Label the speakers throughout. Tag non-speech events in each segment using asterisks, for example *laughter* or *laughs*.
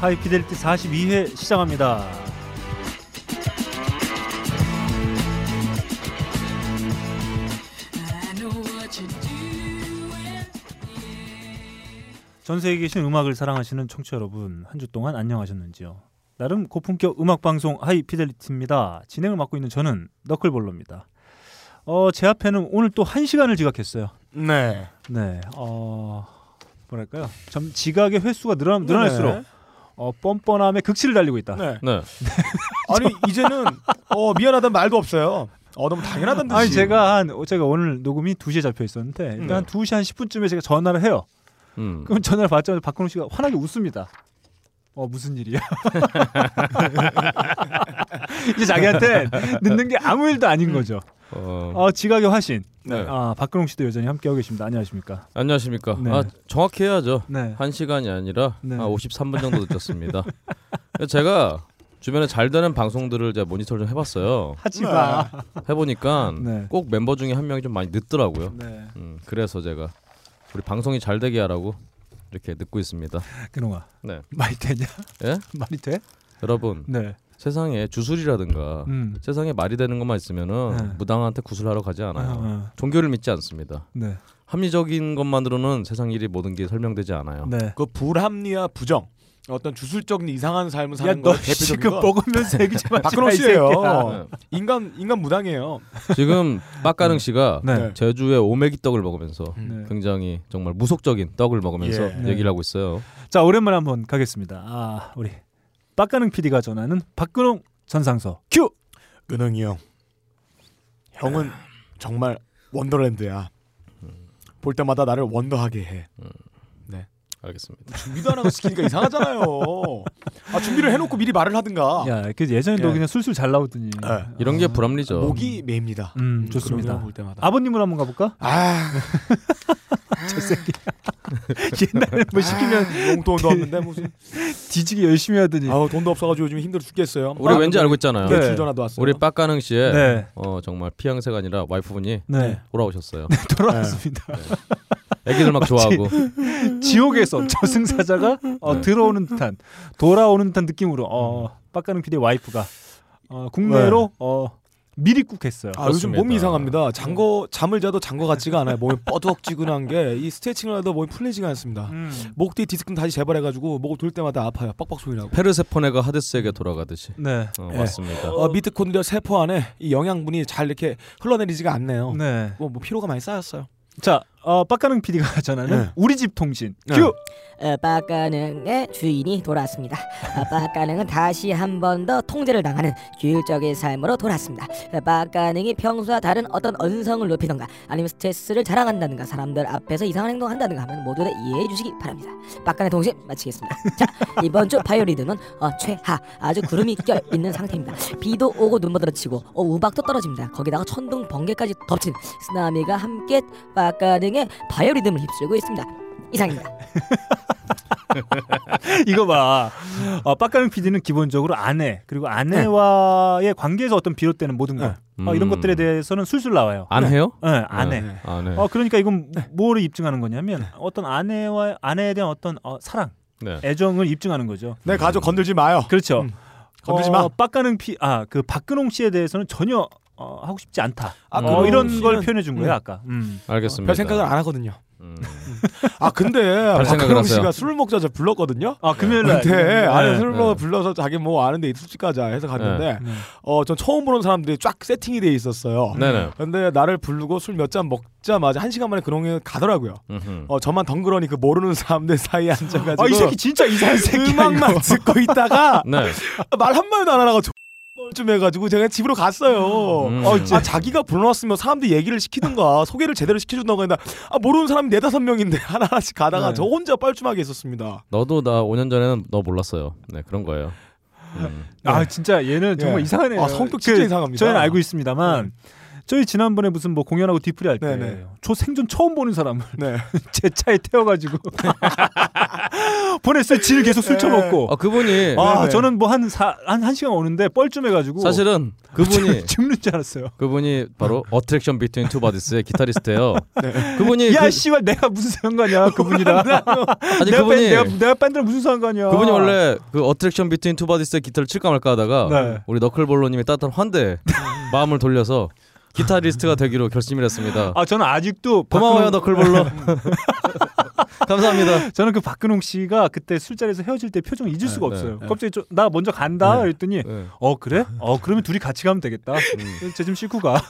Speaker 1: 하이 피델리티 42회 시작합니다. 전 세계에 계신 음악을 사랑하시는 청취자 여러분, 한 주 동안 안녕하셨는지요? 나름 고품격 음악 방송 하이 피델리티입니다. 진행을 맡고 있는 저는 너클볼로입니다. 어, 제 앞에는 오늘 또 한 시간을 지각했어요.
Speaker 2: 네.
Speaker 1: 네. 어, 뭐랄까요? 점 지각의 횟수가 늘어 늘어날수록
Speaker 2: 네.
Speaker 1: 어, 뻔뻔함의 극치를 달리고 있다.
Speaker 2: 네.
Speaker 3: 네.
Speaker 2: 아니 이제는 어 미안하다는 말도 없어요. 어 너무 당연하다는 듯이.
Speaker 1: 아니 제가 한 제가 오늘 녹음이 2시에 잡혀 있었는데 일단
Speaker 2: 네.
Speaker 1: 2시 한 10분쯤에 제가 전화를 해요.
Speaker 3: 음.
Speaker 1: 그럼 전화를 받자마자 박근홍 씨가 환하게 웃습니다. 어 무슨 일이야? *laughs* 이제 자기한테 늦는 게 아무 일도 아닌 거죠.
Speaker 3: 어,
Speaker 1: 어 지각의 화신.
Speaker 3: 네.
Speaker 1: 아 박근홍 씨도 여전히 함께하고 계십니다. 안녕하십니까?
Speaker 3: 안녕하십니까.
Speaker 1: 네.
Speaker 3: 아, 정확히 해야죠.
Speaker 1: 네.
Speaker 3: 한 시간이 아니라
Speaker 1: 네.
Speaker 3: 한 53분 정도 늦었습니다. 제가 주변에 잘 되는 방송들을 제가 모니터를 좀 해봤어요.
Speaker 1: 하지마.
Speaker 3: 해보니까
Speaker 1: 네.
Speaker 3: 꼭 멤버 중에 한 명이 좀 많이 늦더라고요.
Speaker 1: 네.
Speaker 3: 음, 그래서 제가 우리 방송이 잘 되게 하라고 이렇게 늦고 있습니다.
Speaker 1: 근홍아.
Speaker 3: 네.
Speaker 1: 말이 되냐?
Speaker 3: 예?
Speaker 1: 말이 돼?
Speaker 3: 여러분
Speaker 1: 네.
Speaker 3: 세상에
Speaker 2: 아,
Speaker 3: 주술이라든가
Speaker 1: 음.
Speaker 3: 세상에 말이 되는 것만 있으면은
Speaker 1: 네.
Speaker 3: 무당한테 구슬하러 가지 않아요.
Speaker 1: 어, 어.
Speaker 3: 종교를 믿지 않습니다.
Speaker 1: 네.
Speaker 3: 합리적인 것만으로는 세상 일이 모든 게 설명되지 않아요.
Speaker 1: 네.
Speaker 2: 그 불합리와 부정 어떤 주술적인 이상한 삶을 사는 거
Speaker 1: 야너
Speaker 2: 대표적인
Speaker 1: 지금
Speaker 2: 거. *laughs*
Speaker 1: 먹으면서 얘기 좀 하지
Speaker 2: 박근홍
Speaker 1: 마, 이
Speaker 2: 씨예요.
Speaker 1: 새끼야.
Speaker 3: 네.
Speaker 2: 인간 인간 무당이에요.
Speaker 3: 지금 빡가능 씨가
Speaker 1: 네.
Speaker 2: 네. 음.
Speaker 3: 제주의 오메기 떡을 먹으면서
Speaker 1: 네.
Speaker 3: 굉장히 정말 무속적인 떡을 먹으면서
Speaker 2: 예.
Speaker 3: 얘기를 하고 있어요.
Speaker 1: 자 오랜만에 한번 가겠습니다. 아 우리 빡가능 PD가 전하는 박근홍 전상서 큐.
Speaker 2: 근홍이 형. 형은 정말 원더랜드야. 볼 때마다 나를 원더하게 해.
Speaker 3: 알겠습니다.
Speaker 2: 준비도 안 하고 시키니까 이상하잖아요. 아 준비를 해놓고 미리 말을 하든가.
Speaker 1: 야, 그 예전에 도
Speaker 2: 예.
Speaker 1: 그냥 술술 잘 나오더니.
Speaker 2: 네.
Speaker 3: 이런
Speaker 1: 아.
Speaker 3: 게 불합리죠.
Speaker 2: 목이 메입니다.
Speaker 1: 음,
Speaker 2: 그런 거
Speaker 1: 좋습니다.
Speaker 2: 볼 때마다.
Speaker 1: 아버님을 한번 가볼까?
Speaker 2: 아,
Speaker 1: *laughs* 저 새끼. *laughs* 옛날에 뭐 시키면
Speaker 2: 용돈도 없는데 무슨.
Speaker 1: 뒤지게 열심히 하더니.
Speaker 2: 아. 아우 돈도 없어가지고 요즘 힘들어 죽겠어요.
Speaker 3: 우리 왠지 알고 있잖아요.
Speaker 1: 예. 네.
Speaker 2: 출 전화도 왔어요.
Speaker 3: 우리 빡가능 씨의
Speaker 1: 네.
Speaker 3: 어, 정말 피양새가 아니라 와이프분이
Speaker 1: 네.
Speaker 3: 돌아오셨어요.
Speaker 1: *laughs* 돌아왔습니다.
Speaker 3: 애기들 막 좋아하고
Speaker 2: 예.
Speaker 1: *laughs* 지옥에서 저승사자가 어,
Speaker 3: 네.
Speaker 1: 들어오는 듯한 돌아오는 듯한 느낌으로
Speaker 2: 음.
Speaker 1: 어, 빡가는 PD의 와이프가 어, 국내로 어, 미리국했어요.
Speaker 2: 네. 아 요즘
Speaker 3: 그렇습니다.
Speaker 2: 몸이 이상합니다. 잠거 잠을 자도 잔거 같지가 않아요. 몸이 뻐덕지근한 게 이 스트레칭을 하도 몸이 풀리지가 않습니다.
Speaker 1: 음.
Speaker 2: 목 뒤 디스크는 다시 재발해가지고 목을 돌 때마다 아파요. 빡빡 소리 나고.
Speaker 3: 페르세포네가 하데스에게 돌아가듯이
Speaker 1: 네.
Speaker 3: 어,
Speaker 2: 네.
Speaker 3: 왔습니다.
Speaker 2: 어, 미트콘드리아 세포 안에 이 영양분이 잘 이렇게 흘러내리지가 않네요.
Speaker 1: 네.
Speaker 2: 뭐, 뭐 피로가 많이 쌓였어요.
Speaker 1: 자, 어, 빡가능 PD가 전하는
Speaker 2: 네.
Speaker 1: 우리 집 통신
Speaker 2: 네.
Speaker 1: 큐.
Speaker 4: 어, 빡가능의 주인이 돌아왔습니다. 어, 빡가능은 다시 한 번 더 통제를 당하는 규율적인 삶으로 돌아왔습니다. 어, 빡가능이 평소와 다른 어떤 언성을 높이던가 아니면 스트레스를 자랑한다든가 사람들 앞에서 이상한 행동한다든가 하면 모두 다 이해해 주시기 바랍니다. 빡가능 통신 마치겠습니다. 자, 이번 주 바이오리듬은 어, 최하 아주 구름이 껴 있는 상태입니다. 비도 오고 눈보다 치고 어, 우박도 떨어집니다. 거기다가 천둥 번개까지 덮친 쓰나미가 함께 빡가능의 바이오리듬을 휩쓸고 있습니다. 이상입니다.
Speaker 1: 이거 봐. 어, 빡가능 PD는 기본적으로 아내 그리고 아내와의
Speaker 2: 네.
Speaker 1: 관계에서 어떤 비롯되는 모든 것 어, 이런
Speaker 3: 음.
Speaker 1: 것들에 대해서는 술술 나와요.
Speaker 3: 안 해요?
Speaker 1: 예, 아내.
Speaker 2: 아. 네.
Speaker 3: 아, 네.
Speaker 1: 어, 그러니까 이건 뭐를 입증하는 거냐면 어떤 아내와 아내에 대한 어떤 어, 사랑,
Speaker 3: 네.
Speaker 1: 애정을 입증하는 거죠.
Speaker 2: 내 네, 가족 건들지 마요.
Speaker 1: 그렇죠.
Speaker 2: 음. 건들지
Speaker 1: 어,
Speaker 2: 마.
Speaker 1: 빡가능 피, 아, 그 박근홍 씨에 대해서는 전혀 어, 하고 싶지 않다.
Speaker 2: 아,
Speaker 1: 어,
Speaker 2: 그럼
Speaker 1: 이런 걸
Speaker 2: 씨는-
Speaker 1: 표현해 준 거예요,
Speaker 2: 음.
Speaker 1: 아까. 음.
Speaker 3: 알겠습니다.
Speaker 2: 별 생각을 안 하거든요.
Speaker 3: 음.
Speaker 2: 아 근데
Speaker 3: 별 생각을
Speaker 2: 박근홍
Speaker 3: 하세요.
Speaker 2: 씨가 술을 먹자 저 불렀거든요.
Speaker 1: 아, 금요일 날.
Speaker 2: 근데 네. 아니 술
Speaker 3: 네.
Speaker 2: 먹어 불러서 자기 뭐 아는데 술집 가자
Speaker 1: 네.
Speaker 2: 해서 갔는데 어 전 처음 보는 사람들이 쫙 세팅이 돼 있었어요.
Speaker 3: 네네.
Speaker 2: 근데 나를 부르고 술 몇 잔 먹자마자 한 시간 만에 그롱에 가더라고요.
Speaker 3: 음흠.
Speaker 2: 어 저만 덩그러니 그 모르는
Speaker 1: *laughs*
Speaker 2: 사람들 사이에 앉아가지고
Speaker 1: 아, 이 새끼 진짜 이상한 새끼야.
Speaker 2: 음악만
Speaker 1: 이거.
Speaker 2: 듣고 있다가 *laughs*
Speaker 3: 네.
Speaker 2: 말 한마디도 안 하다가 좀 해가지고 제가 집으로 갔어요.
Speaker 3: 음.
Speaker 2: 어, 아, 자기가 불러놨으면 사람들 얘기를 시키든가 소개를 제대로 시켜준다고 했는데 아, 모르는 사람이 네다섯 명인데 *laughs* 하나하나씩 가다가
Speaker 1: 네.
Speaker 2: 저 혼자 뻘쭘하게 있었습니다.
Speaker 3: 너도 나 5년 전에는 너 몰랐어요. 네 그런 거예요. 음.
Speaker 1: 아 진짜 얘는 정말
Speaker 2: 예.
Speaker 1: 이상하네요.
Speaker 2: 아, 성격 진짜 이상합니다. 네.
Speaker 1: 저희는 알고 있습니다만 저희 지난번에 무슨 뭐 공연하고 뒤풀이 할 때
Speaker 2: 네네.
Speaker 1: 저 생전 처음 보는 사람을 *laughs*
Speaker 2: 네.
Speaker 1: 제 차에 태워가지고 *laughs* 보냈어요. 질 계속 술 처먹고.
Speaker 3: 아 그분이
Speaker 1: 아
Speaker 2: 예. 네네.
Speaker 1: 저는 뭐한한한 시간 오는데 뻘쭘해가지고 *laughs*
Speaker 3: 사실은 그분이
Speaker 2: *laughs*
Speaker 1: 죽는 줄 알았어요.
Speaker 3: 그분이 바로 어트랙션 비트윈 투 바디스의
Speaker 2: *laughs*
Speaker 3: 기타리스트예요.
Speaker 2: 네.
Speaker 3: 그분이 그,
Speaker 1: 야 씨발 내가 무슨 상관이야 그분이랑
Speaker 3: 아니
Speaker 1: 내가, 밴,
Speaker 3: 그분이
Speaker 1: 내가, 내가 밴드랑 무슨 상관이야
Speaker 3: 그분이
Speaker 2: 아.
Speaker 3: 원래 그 어트랙션 비트윈 투 바디스의 기타를 칠까 말까 하다가
Speaker 1: 네.
Speaker 3: 우리 너클볼로님의 따뜻한
Speaker 2: *laughs*
Speaker 3: 환대에 마음을 돌려서 기타리스트가 되기로 결심을 했습니다.
Speaker 1: 아 저는 아직도
Speaker 3: 고마워요
Speaker 1: 박근홍-
Speaker 2: *laughs*
Speaker 3: 너클볼로. *laughs*
Speaker 2: 네.
Speaker 3: 감사합니다.
Speaker 1: 저는 그 박근홍 씨가 그때 술자리에서 헤어질 때 표정 잊을
Speaker 3: 네,
Speaker 1: 수가
Speaker 3: 네,
Speaker 1: 없어요
Speaker 2: 네.
Speaker 1: 갑자기 저, 나 먼저 간다
Speaker 3: 네.
Speaker 1: 그랬더니
Speaker 3: 네.
Speaker 1: 어 그래? 어 그러면 둘이 같이 가면 되겠다
Speaker 3: 음.
Speaker 1: 쟤 좀
Speaker 3: *laughs*
Speaker 1: 씻고 가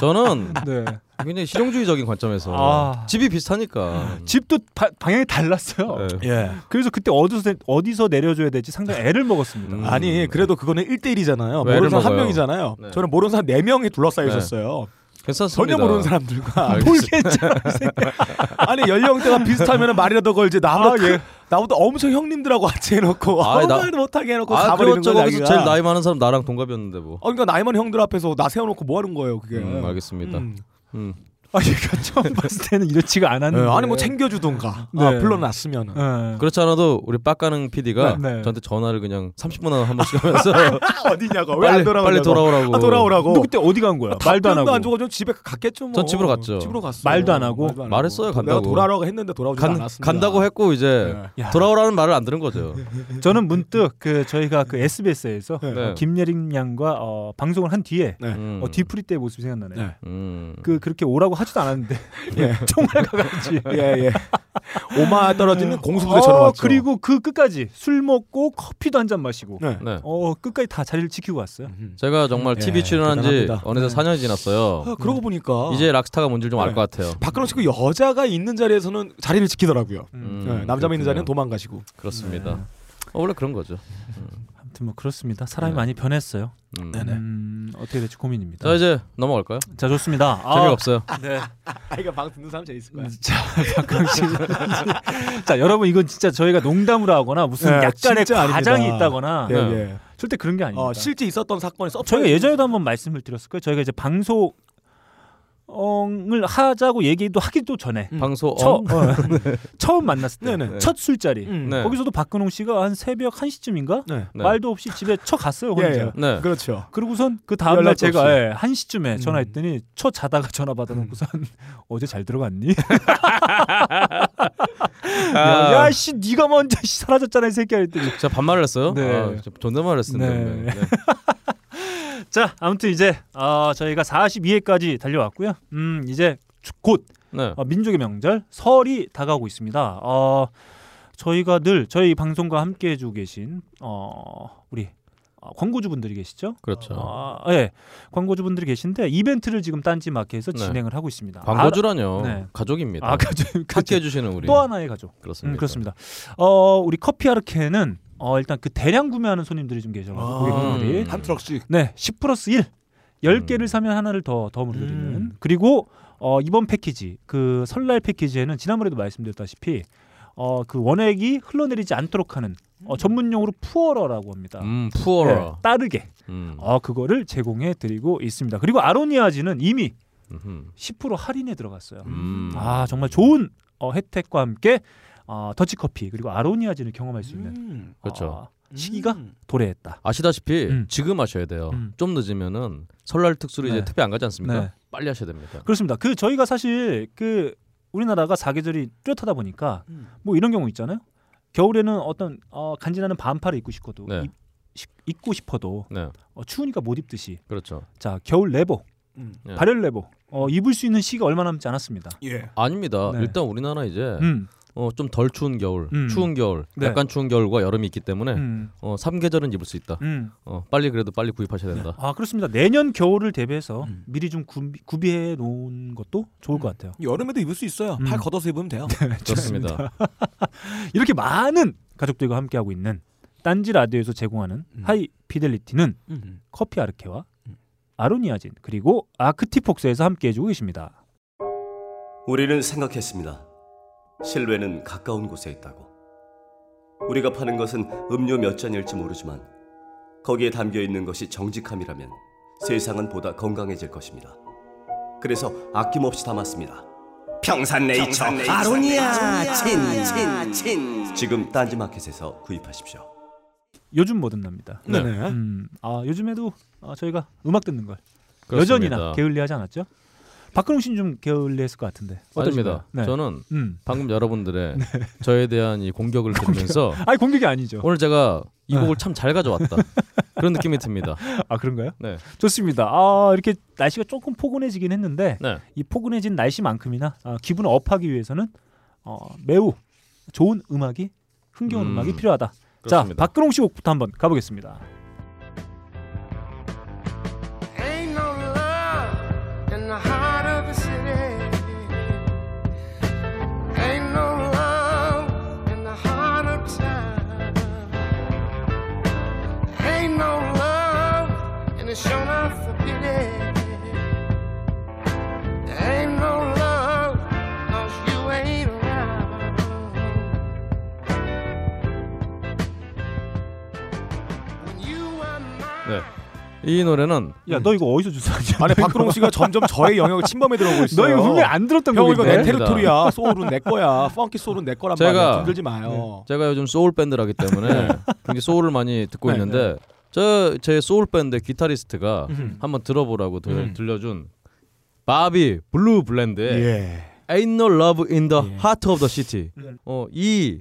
Speaker 3: 저는
Speaker 1: 네.
Speaker 3: 굉장히 실용주의적인 관점에서
Speaker 1: 아.
Speaker 3: 집이 비슷하니까
Speaker 2: 음.
Speaker 1: 집도 바- 방향이 달랐어요
Speaker 3: 네.
Speaker 2: 예.
Speaker 1: 그래서 그때 어디서, 내- 어디서 내려줘야 될지 상당히 애를 먹었습니다
Speaker 3: 음.
Speaker 2: 아니 그래도 그거는 1대1이잖아요.
Speaker 3: 왜 애를
Speaker 2: 모르는 사람 한
Speaker 3: 먹어요?
Speaker 2: 명이잖아요.
Speaker 3: 네.
Speaker 2: 저는 모르는 사람 4명이 둘러싸여
Speaker 3: 네.
Speaker 2: 있었어요.
Speaker 3: 괜찮습니다.
Speaker 2: 전혀 모르는 사람들과
Speaker 3: *laughs* 알겠습니다.
Speaker 1: 뭘 괜찮아 이 새끼.
Speaker 2: 아니 연령대가 비슷하면 말이라도 걸지 나보다
Speaker 1: 아,
Speaker 2: 크-
Speaker 1: 예.
Speaker 2: 나보다 엄청 형님들하고 같이 해놓고
Speaker 3: 그 아이,
Speaker 2: 아무
Speaker 3: 나-
Speaker 2: 말도 못하게 해놓고
Speaker 3: 아
Speaker 2: 가버리는
Speaker 3: 그리고
Speaker 2: 거야
Speaker 3: 저거
Speaker 2: 자기가.
Speaker 3: 제일 나이 많은 사람 나랑 동갑이었는데 뭐.
Speaker 2: 어, 그러니까 나이 많은 형들 앞에서 나 세워놓고 뭐 하는 거예요 그게.
Speaker 3: 음, 알겠습니다.
Speaker 2: 음.
Speaker 3: 음.
Speaker 1: 아 얘가 처음 봤을 때는 이렇지가
Speaker 2: 예,
Speaker 3: 네,
Speaker 1: 않았는데
Speaker 2: 아니 뭐 챙겨주던가
Speaker 1: 네.
Speaker 2: 아, 불러놨으면 은
Speaker 1: 예.
Speaker 3: 그렇지 않아도 우리 빡가능 PD가
Speaker 1: 네, 네.
Speaker 3: 저한테 전화를 그냥 30분 안에 한 번씩
Speaker 2: *laughs*
Speaker 3: 하면서
Speaker 2: 어디냐고 아, 왜 안
Speaker 3: 빨리,
Speaker 2: 돌아오냐고
Speaker 3: 빨리 돌아오라고.
Speaker 2: 아, 돌아오라고
Speaker 1: 너 그때 어디 간 거야 말도 안 하고
Speaker 2: 안 주고 좀 집에 갔겠죠 뭐.
Speaker 3: 전 집으로 갔죠.
Speaker 2: 집으로 갔어
Speaker 1: 말도 안 하고?
Speaker 3: 말했어요,
Speaker 2: 내가
Speaker 3: 간다고.
Speaker 2: 돌아오라고 했는데 돌아오지
Speaker 3: 간,
Speaker 2: 않았습니다
Speaker 3: 간다고 했고 이제
Speaker 2: 네.
Speaker 1: 야.
Speaker 3: 돌아오라는 말을 안 들은 거죠.
Speaker 1: 저는 문득 그 저희가 그 SBS에서
Speaker 2: 네.
Speaker 3: 네.
Speaker 1: 김예림 양과 어, 방송을 한 뒤에
Speaker 2: 네.
Speaker 3: 음.
Speaker 1: 어, 뒤풀이 때 모습이 생각나네요.
Speaker 2: 네.
Speaker 3: 음.
Speaker 1: 그 그렇게 오라고 하지도 않았는데 *laughs*
Speaker 2: 예.
Speaker 1: 정말 *laughs* 가가지.
Speaker 2: *laughs* 예, 예. 오마 떨어지는 공수부대처럼 왔죠.
Speaker 1: 그리고 그 끝까지 술 먹고 커피도 한 잔 마시고
Speaker 2: 네.
Speaker 3: 네.
Speaker 1: 어 끝까지 다 자리를 지키고 왔어요.
Speaker 3: 제가 정말
Speaker 2: 예,
Speaker 3: TV 출연한 지
Speaker 2: 대단합니다.
Speaker 3: 어느새
Speaker 2: 네.
Speaker 3: 4년이 지났어요.
Speaker 2: 아, 그러고 보니까
Speaker 3: 이제 락스타가 뭔지 좀 알
Speaker 2: 네.
Speaker 3: 것 같아요.
Speaker 2: 박근홍 씨그 여자가 있는 자리에서는 자리를 지키더라고요.
Speaker 1: 음.
Speaker 2: 예, 남자만 있는 자리는 도망가시고. 네.
Speaker 3: 그렇습니다. 어, 원래 그런 거죠.
Speaker 1: 아무튼 뭐 그렇습니다. 사람이
Speaker 3: 네.
Speaker 1: 많이 변했어요.
Speaker 3: 음.
Speaker 2: 네.
Speaker 1: 음, 어떻게 될지 고민입니다.
Speaker 3: 자 이제 넘어갈까요?
Speaker 1: 자
Speaker 2: *laughs*
Speaker 1: 좋습니다. 아,
Speaker 3: 재미없어요.
Speaker 1: 네.
Speaker 2: *laughs* 아 이거 방 듣는 사람 재밌을 거야.
Speaker 1: 자, 박강 씨. 자, 여러분 이건 진짜 저희가 농담으로 하거나 무슨
Speaker 2: 네,
Speaker 1: 약간의
Speaker 2: 진짜 아닙니다.
Speaker 1: 과장이 있다거나
Speaker 2: 예,
Speaker 3: 네.
Speaker 2: 예.
Speaker 1: 절대 그런 게 아닙니다.
Speaker 2: 어, 실제 있었던 사건이 서
Speaker 1: 저희가 예전에도 한번 말씀을 드렸을 거예요. 저희가 이제 방송을 하자고 얘기도 하기도 전에
Speaker 2: 음.
Speaker 3: 방송
Speaker 1: 처,
Speaker 3: 어?
Speaker 1: *laughs* 처음 만났을 때
Speaker 2: 네네.
Speaker 1: 첫 술자리
Speaker 2: 음.
Speaker 3: 네.
Speaker 1: 거기서도 박근홍 씨가 한 새벽 1 시쯤인가
Speaker 2: 네.
Speaker 3: 네.
Speaker 1: 말도 없이
Speaker 2: *laughs*
Speaker 1: 집에 쳐 갔어요 혼자.
Speaker 2: 예, 예.
Speaker 3: 네.
Speaker 2: 그렇죠.
Speaker 1: 그리고선 그 다음 날
Speaker 2: 연락도
Speaker 1: 제가
Speaker 2: 없이.
Speaker 1: 예, 1 시쯤에
Speaker 2: 음.
Speaker 1: 전화했더니 쳐 자다가 전화 받아놓고선 *laughs* 어제 잘
Speaker 2: *laughs*
Speaker 1: 들어갔니?
Speaker 3: 아,
Speaker 1: 야씨 네가 먼저 *laughs* 씨, 사라졌잖아 이 새끼야 했더니
Speaker 3: 제가 반말을 했어요.
Speaker 1: 네.
Speaker 3: 아, 진짜 존댓말을
Speaker 1: 네.
Speaker 3: 했는데. 네.
Speaker 1: 자 아무튼 이제 아, 저희가 42회까지 달려왔고요. 음 이제 곧
Speaker 3: 네.
Speaker 1: 어, 민족의 명절 설이 다가오고 있습니다. 어, 저희가 늘 저희 방송과 함께 해주고 계신 어, 우리 어, 광고주분들이 계시죠?
Speaker 3: 그렇죠.
Speaker 1: 아, 예. 광고주분들이 계신데 이벤트를 지금 딴지 마켓에서
Speaker 3: 네.
Speaker 1: 진행을 하고 있습니다.
Speaker 3: 광고주라뇨.
Speaker 1: 네.
Speaker 3: 가족입니다.
Speaker 1: 아, 가족,
Speaker 3: 함께
Speaker 1: 가족
Speaker 3: 해주시는 우리.
Speaker 1: 또 하나의 가족.
Speaker 3: 그렇습니다.
Speaker 1: 음, 그렇습니다. 어, 우리 커피 아르케는 어, 일단 그 대량 구매하는 손님들이 좀 계셔 가지고
Speaker 2: 아.
Speaker 1: 고객분들이
Speaker 3: 음.
Speaker 2: 한 트럭씩.
Speaker 1: 네, 10 플러스 1. 10개를
Speaker 3: 음.
Speaker 1: 사면 하나를 더 덤으로 드리는.
Speaker 2: 음.
Speaker 1: 그리고 어, 이번 패키지, 그 설날 패키지에는 지난번에도 말씀드렸다시피 어, 그 원액이 흘러내리지 않도록 하는 어, 전문용어로 푸어러라고 합니다.
Speaker 3: 음,
Speaker 1: 네,
Speaker 3: 푸어라.
Speaker 1: 따르게
Speaker 3: 음.
Speaker 1: 어, 그거를 제공해 드리고 있습니다. 그리고 아로니아지는 이미
Speaker 3: 음흠.
Speaker 1: 10% 할인에 들어갔어요.
Speaker 3: 음.
Speaker 1: 아 정말 좋은 어, 혜택과 함께 어, 더치커피 그리고 아로니아진을 경험할 수 있는
Speaker 2: 음.
Speaker 3: 그렇죠.
Speaker 1: 어, 시기가
Speaker 2: 음.
Speaker 1: 도래했다.
Speaker 3: 아시다시피
Speaker 1: 음.
Speaker 3: 지금 하셔야 돼요.
Speaker 1: 음.
Speaker 3: 좀 늦으면은 설날 특수로
Speaker 1: 네.
Speaker 3: 이제 특별 안 가지 않습니까?
Speaker 1: 네.
Speaker 3: 빨리 하셔야 됩니다.
Speaker 1: 그렇습니다. 그 저희가 사실 그 우리나라가 사계절이 뚜렷하다 보니까
Speaker 2: 음.
Speaker 1: 뭐 이런 경우 있잖아요. 겨울에는 어떤 어, 간지나는 반팔을 입고 싶어도
Speaker 3: 네.
Speaker 1: 입, 시- 입고 싶어도
Speaker 3: 네,
Speaker 1: 어, 추우니까 못 입듯이
Speaker 3: 그렇죠.
Speaker 1: 자 겨울 내복,
Speaker 2: 음.
Speaker 3: 네.
Speaker 1: 발열 내복 어, 입을 수 있는 시기가 얼마 남지 않았습니다.
Speaker 2: 예.
Speaker 3: 아닙니다.
Speaker 1: 네.
Speaker 3: 일단 우리나라 이제
Speaker 1: 음,
Speaker 3: 어, 좀 덜 추운 겨울,
Speaker 1: 음.
Speaker 3: 추운 겨울,
Speaker 1: 네.
Speaker 3: 약간 추운 겨울과 여름이 있기 때문에
Speaker 1: 음,
Speaker 3: 어, 3계절은 입을 수 있다.
Speaker 1: 음.
Speaker 3: 어, 빨리 그래도 빨리 구입하셔야 된다.
Speaker 1: 아 그렇습니다. 내년 겨울을 대비해서
Speaker 2: 음.
Speaker 1: 미리 좀 구비, 구비해 놓은 것도 좋을
Speaker 3: 음.
Speaker 1: 것 같아요.
Speaker 2: 여름에도 입을 수 있어요.
Speaker 1: 음.
Speaker 2: 팔 걷어서 입으면 돼요.
Speaker 1: 네.
Speaker 3: 좋습니다.
Speaker 1: 이렇게 많은 가족들과 함께하고 있는 딴지 라디오에서 제공하는
Speaker 2: 음.
Speaker 1: 하이 피델리티는
Speaker 2: 음.
Speaker 1: 커피 아르케와
Speaker 2: 음.
Speaker 1: 아로니아진 그리고 아크티폭스에서 함께해주고 계십니다.
Speaker 5: 우리는 생각했습니다. 실외는 가까운 곳에 있다고. 우리가 파는 것은 음료 몇 잔일지 모르지만 거기에 담겨 있는 것이 정직함이라면 세상은 보다 건강해질 것입니다. 그래서 아낌없이 담았습니다. 평산네이처 아로니아 친친친 지금 딴지마켓에서 구입하십시오.
Speaker 1: 요즘 뭐든 납니다.
Speaker 3: 네.
Speaker 1: 음, 아 요즘에도 아, 저희가 음악 듣는 걸
Speaker 3: 그렇습니다.
Speaker 1: 여전히나 게을리하지 않았죠? 박근홍 씨는 좀 게을리했을 것 같은데.
Speaker 3: 아닙니다.
Speaker 1: 어떠신가요? 네.
Speaker 3: 저는
Speaker 1: 음. *laughs*
Speaker 3: 방금 여러분들의 저에 대한 이 공격을 들으면서
Speaker 1: 아니 공격이 아니죠.
Speaker 3: 오늘 제가
Speaker 1: 네.
Speaker 3: 이 곡을 참 잘
Speaker 1: *laughs*
Speaker 3: 가져왔다 그런 느낌이 듭니다.
Speaker 1: 아 그런가요?
Speaker 3: 네,
Speaker 1: 좋습니다. 아 이렇게 날씨가 조금 포근해지긴 했는데
Speaker 3: 네,
Speaker 1: 이 포근해진 날씨만큼이나 아, 기분을 업하기 위해서는 어, 매우 좋은 음악이 흥겨운
Speaker 3: 음,
Speaker 1: 음, 악이 필요하다. 자
Speaker 3: 그렇습니다.
Speaker 1: 박근홍 씨 곡부터 한번 가보겠습니다.
Speaker 6: Ain't no love in the heart of the city. Ain't no love in the heart of town. Ain't no love in the shown up for pity. Ain't no love 'cause you ain't around. When you are mine.
Speaker 3: 네. 이 노래는
Speaker 1: 야 *laughs* 너 이거 어디서 주사하냐?
Speaker 2: 아니 박근홍 씨가 점점 저의 영역을 침범해 *laughs* 들어오고 있어요.
Speaker 1: 너 이거 분명 히안 들었던
Speaker 2: 형
Speaker 1: 곡인데.
Speaker 2: 이거 내
Speaker 3: 네.
Speaker 2: 테리토리야. 소울은 내 거야. 펑키 소울은 내 거란
Speaker 3: 제가-
Speaker 2: 말이야. 힘들지 마요.
Speaker 3: 제가 요즘 소울 밴드라기
Speaker 1: *laughs*
Speaker 3: 때문에 굉장히 소울을 많이 듣고
Speaker 1: 네,
Speaker 3: 있는데 저 제 소울 밴드 기타리스트가
Speaker 1: 음.
Speaker 3: 한번 들어보라고 들,
Speaker 2: 음.
Speaker 3: 들려준 바비 블루 블랜드의
Speaker 2: 예.
Speaker 3: Ain't No Love in the
Speaker 1: 예.
Speaker 3: Heart of the City. 어, 이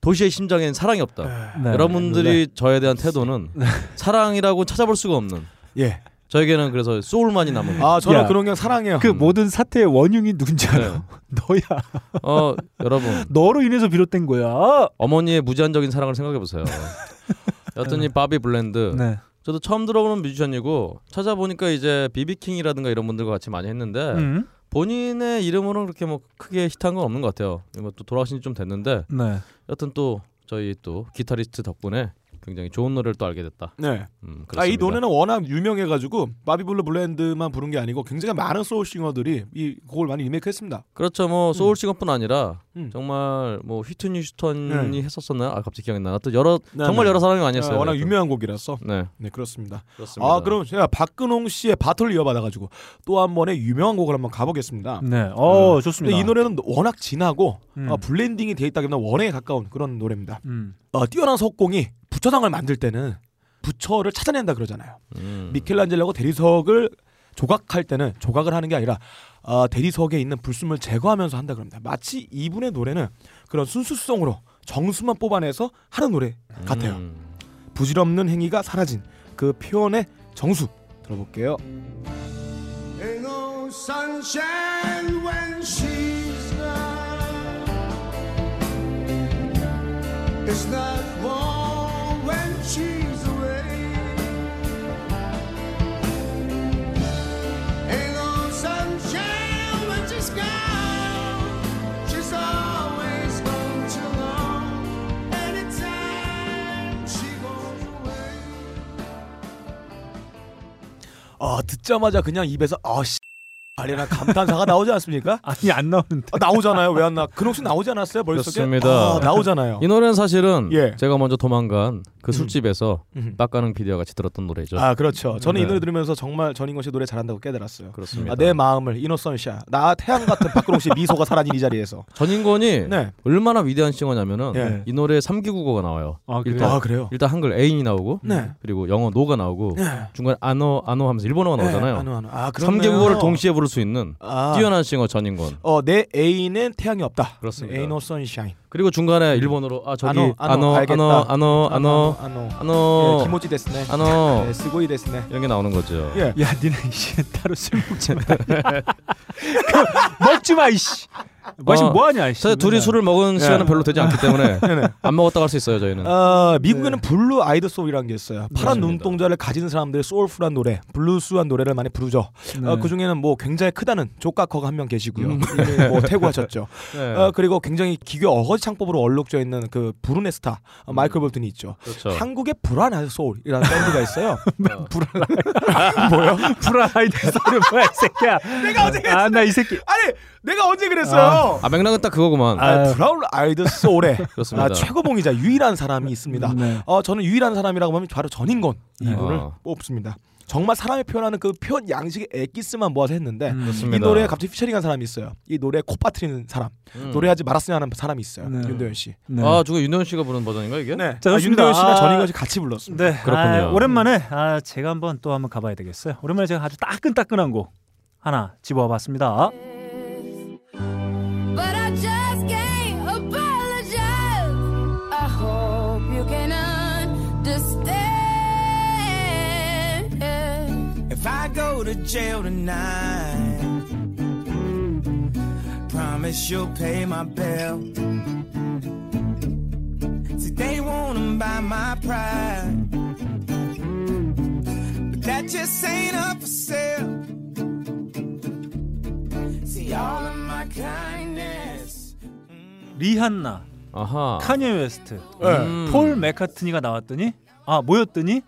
Speaker 3: 도시의 심장엔 사랑이 없다.
Speaker 1: 네.
Speaker 3: 여러분들이 저에 대한 태도는 사랑이라고 찾아볼 수가 없는.
Speaker 2: 예.
Speaker 3: 저에게는 그래서 소울만이 남은.
Speaker 2: 아 저는
Speaker 1: 야.
Speaker 2: 그런 형 사랑해요.
Speaker 1: 그 모든 사태의 원흉이 누군지
Speaker 3: 음. 네.
Speaker 1: 알아? *laughs* 너야.
Speaker 3: 어, 여러분
Speaker 1: 너로 인해서 비롯된 거야.
Speaker 3: 어머니의 무제한적인 사랑을 생각해 보세요. 여튼 이 바비 블랜드
Speaker 1: 네.
Speaker 3: 저도 처음 들어오는 뮤지션이고 찾아보니까 이제 비비킹이라든가 이런 분들과 같이 많이 했는데
Speaker 1: 음.
Speaker 3: 본인의 이름으로는 그렇게 뭐 크게 히트한 건 없는 것 같아요. 뭐또 돌아가신 지 좀 됐는데
Speaker 1: 네.
Speaker 3: 여튼 또 저희 또 기타리스트 덕분에 굉장히 좋은 노래를 또 알게 됐다.
Speaker 2: 네.
Speaker 3: 음, 그렇습니다.
Speaker 2: 아, 이 노래는 워낙 유명해가지고 바비블루 블랜드만 부른 게 아니고 굉장히 많은 소울싱어들이 이 곡을 많이 리메이크했습니다.
Speaker 3: 그렇죠. 뭐 소울싱어뿐 아니라
Speaker 2: 음.
Speaker 3: 정말 뭐 휘트니 슈턴이
Speaker 2: 네.
Speaker 3: 했었었나? 아 갑자기 기억이 안 나. 또 여러
Speaker 2: 네,
Speaker 3: 정말
Speaker 2: 네.
Speaker 3: 여러 사람이 많이 했어요.
Speaker 2: 아, 워낙
Speaker 3: 여튼.
Speaker 2: 유명한 곡이라서
Speaker 3: 네,
Speaker 2: 네 그렇습니다.
Speaker 3: 그렇습니다.
Speaker 2: 아 그럼 제가 박근홍 씨의 바틀 이어받아가지고 또 한 번의 유명한 곡을 한번 가보겠습니다.
Speaker 3: 음.
Speaker 1: 네. 어 좋습니다.
Speaker 2: 근데 이 노래는 워낙 진하고
Speaker 1: 음.
Speaker 2: 어, 블렌딩이 돼 있다기보다 원에 가까운 그런 노래입니다.
Speaker 1: 음.
Speaker 2: 어, 뛰어난 석공이 부처상을 만들 때는 부처를 찾아낸다 그러잖아요.
Speaker 3: 음.
Speaker 2: 미켈란젤로가 대리석을 조각할 때는 조각을 하는 게 아니라 어, 대리석에 있는 불순물 제거하면서 한다 그럽니다. 마치 이분의 노래는 그런 순수성으로 정수만 뽑아내서 하는 노래 같아요.
Speaker 3: 음.
Speaker 2: 부질없는 행위가 사라진 그 표현의 정수 들어볼게요.
Speaker 6: Ain't no sunshine when she's gone. It's not warm when she's away. Ain't no sunshine when she's gone. She's always gone too long. Anytime she goes away.
Speaker 2: 어, 듣자마자 그냥 입에서 어씨 아리나 감탄사가 나오지 않습니까?
Speaker 1: 아니 안 나오는데.
Speaker 2: 아, 나오잖아요. 왜 안 나? 근홍 씨 나오지 않았어요? 머릿속에?
Speaker 3: 그렇습니다.
Speaker 2: 아, 나오잖아요.
Speaker 3: 어? 이 노래는 사실은
Speaker 2: 예.
Speaker 3: 제가 먼저 도망간 그
Speaker 2: 음.
Speaker 3: 술집에서
Speaker 2: 음.
Speaker 3: 빡가는 피디와 같이 들었던 노래죠.
Speaker 2: 아 그렇죠. 저는 이
Speaker 3: 네.
Speaker 2: 노래 들으면서 정말 전인권 씨 노래 잘한다고 깨달았어요.
Speaker 3: 그렇습니다.
Speaker 2: 아, 내 마음을 이노선샤 나 태양 같은 박근홍 씨 미소가 사라진 이
Speaker 3: *laughs*
Speaker 2: 자리에서.
Speaker 3: 전인권이
Speaker 2: 네.
Speaker 3: 얼마나 위대한 싱어냐면은
Speaker 2: 예.
Speaker 3: 이 노래에 3기 국어가 나와요.
Speaker 1: 아, 그래요?
Speaker 3: 일단
Speaker 2: 아 그래요.
Speaker 3: 일단 한글 애인이 나오고
Speaker 2: 네.
Speaker 3: 그리고 영어 노가 나오고
Speaker 2: 네.
Speaker 3: 중간에 아노 아노 하면서 일본어가
Speaker 2: 네,
Speaker 3: 나오잖아요.
Speaker 2: 아노, 아노. 아 그럼
Speaker 3: 3개 국어를 동시에 부를 수 있는
Speaker 2: 아.
Speaker 3: 뛰어난 싱어 전인권.
Speaker 2: 어내 애인은 태양이 없다.
Speaker 3: 그렇습니다.
Speaker 2: 에이노 선샤인.
Speaker 3: 그리고 중간에 일본어로 아 저기
Speaker 2: 아노, 아노,
Speaker 3: 아노
Speaker 2: 알겠다.
Speaker 3: 아노 어, 아노 아노
Speaker 2: 아노. 예,
Speaker 3: 아노
Speaker 2: 김호지 데스네.
Speaker 3: 아노
Speaker 2: 네, 쓰고이 데스네.
Speaker 3: 이런 게 나오는 거죠.
Speaker 2: 예.
Speaker 1: 야 니네 이씨 따로 술 먹지 *laughs* 마. 그, 먹지 마 이씨. 마시면
Speaker 3: 어,
Speaker 1: 뭐하냐 이씨.
Speaker 3: 사실 둘이 술을 먹은 시간은 별로 되지 않기 때문에
Speaker 2: 네. *laughs* 네네.
Speaker 3: 안 먹었다고 할 수 있어요 저희는.
Speaker 2: 어, 미국에는 블루 아이드 소울이라는 게 있어요. 파란
Speaker 3: 네. 맞습니다.
Speaker 2: 눈동자를 가진 사람들의 소울풀한 노래, 블루스한 노래를 많이 부르죠.
Speaker 1: 네.
Speaker 2: 어, 그 중에는 뭐 굉장히 크다는 조카커가 한 명 계시고요.
Speaker 3: 음.
Speaker 2: 이미
Speaker 3: *laughs*
Speaker 2: 뭐 태고하셨죠.
Speaker 3: 네.
Speaker 2: 어, 그리고 굉장히 기교 어거지 창법으로 얼룩져 있는 그 부르네 스타
Speaker 3: 음.
Speaker 2: 어, 마이클 볼튼이 있죠.
Speaker 3: 그렇죠.
Speaker 2: 한국의 불안한 소울이라는 밴드가 있어요.
Speaker 3: *laughs* 네.
Speaker 2: *laughs*
Speaker 1: 뭐요? *laughs* 불안하이드 소리 뭐야 이 새끼야.
Speaker 2: 내가 어제
Speaker 1: 아 나 이 새끼.
Speaker 2: 아니 내가 언제 그랬어요?
Speaker 3: 아 맥락은 딱 그거구만.
Speaker 2: 아, 브라운 아이드 소울의
Speaker 3: *laughs* 그렇습니다. 음,
Speaker 2: 아, 최고봉이자 유일한 사람이 있습니다.
Speaker 1: 네.
Speaker 2: 어, 저는 유일한 사람이라고 하면 바로 전인권
Speaker 3: 네.
Speaker 2: 이분을
Speaker 3: 아.
Speaker 2: 뽑습니다. 정말 사람이 표현하는 그 표현 양식의 엑기스만 모아서 했는데
Speaker 1: 음.
Speaker 3: 그렇습니다.
Speaker 2: 이 노래에 갑자기 피처링한 사람이 있어요. 이 노래에 코 빠트리는 사람,
Speaker 3: 음.
Speaker 2: 노래하지 말았으면 하는 사람이 있어요.
Speaker 1: 네.
Speaker 2: 윤도현 씨.
Speaker 1: 네.
Speaker 3: 아, 저거 윤현 씨가 부른 버전인가 이게?
Speaker 2: 네.
Speaker 1: 자,
Speaker 2: 아,
Speaker 1: 좋습니다.
Speaker 2: 윤도현 씨랑
Speaker 1: 아.
Speaker 2: 전인권 씨 같이 불렀습니다.
Speaker 1: 네,
Speaker 3: 그렇군요.
Speaker 1: 아, 오랜만에 아, 제가 한번 또 한번 가봐야 되겠어요. 오랜만에 제가 아주 따끈따끈한 곡 하나 집어와봤습니다.
Speaker 7: But I just can't apologize. I hope you can understand.
Speaker 8: If I go to jail tonight, promise you'll pay my bill. See, they wanna buy my pride, but that just ain't up for sale. See, all of my kindness.
Speaker 1: 리한나,
Speaker 3: 아하.
Speaker 1: 카니에 웨스트,
Speaker 2: 네.
Speaker 3: 음.
Speaker 1: 폴 메카트니가 나왔더니 아 모였더니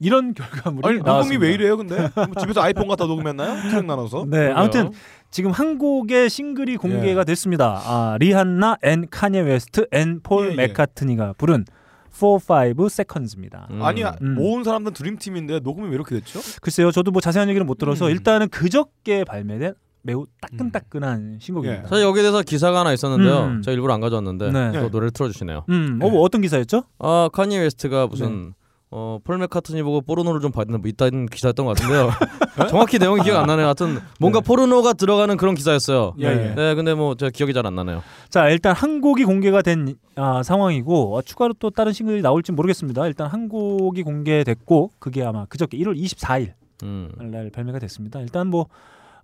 Speaker 1: 이런 *laughs* 결과물이
Speaker 2: 아니 녹음이
Speaker 1: 나왔습니다.
Speaker 2: 왜 이래요 근데 뭐 집에서 아이폰 갖다 녹음했나요? 트랙 나눠서
Speaker 1: 네,
Speaker 3: 그러게요.
Speaker 1: 아무튼 지금 한 곡의 싱글이 공개가 됐습니다. 아, 리한나 앤 카니에 웨스트 앤 폴
Speaker 2: 예, 예.
Speaker 1: 메카트니가 부른 4, 5 seconds입니다.
Speaker 3: 음.
Speaker 2: 아니
Speaker 1: 음.
Speaker 2: 모은 사람들은 드림팀인데 녹음이 왜 이렇게 됐죠?
Speaker 1: 글쎄요, 저도 뭐 자세한 얘기를 못 들어서
Speaker 2: 음.
Speaker 1: 일단은 그저께 발매된 매우 따끈따끈한 신곡입니다.
Speaker 3: 사실 여기에 대해서 기사가 하나 있었는데요.
Speaker 1: 음.
Speaker 3: 제가 일부러 안 가져왔는데
Speaker 1: 네.
Speaker 3: 또 노래를 예. 틀어주시네요.
Speaker 1: 음, 어, 뭐 어떤 기사였죠?
Speaker 3: 아 카니 웨스트가
Speaker 2: 네.
Speaker 3: 무슨 어, 폴 메카트니 보고 포르노를 좀 봤는데 뭐 이딴 기사였던 것 같은데요. *laughs* 정확히 내용이 기억 안 나네요. 하여튼 뭔가 포르노가 들어가는 그런 기사였어요.
Speaker 1: 예, 예.
Speaker 3: 네, 근데 뭐 제가 기억이 잘 안 나네요.
Speaker 1: 자 일단 한 곡이 공개가 된 아, 상황이고 어, 추가로 또 다른 싱글이 나올지 모르겠습니다. 일단 한 곡이 공개됐고 그게 아마 그저께 1월 24일
Speaker 3: 음.
Speaker 1: 네. 날 발매가 됐습니다. 일단 뭐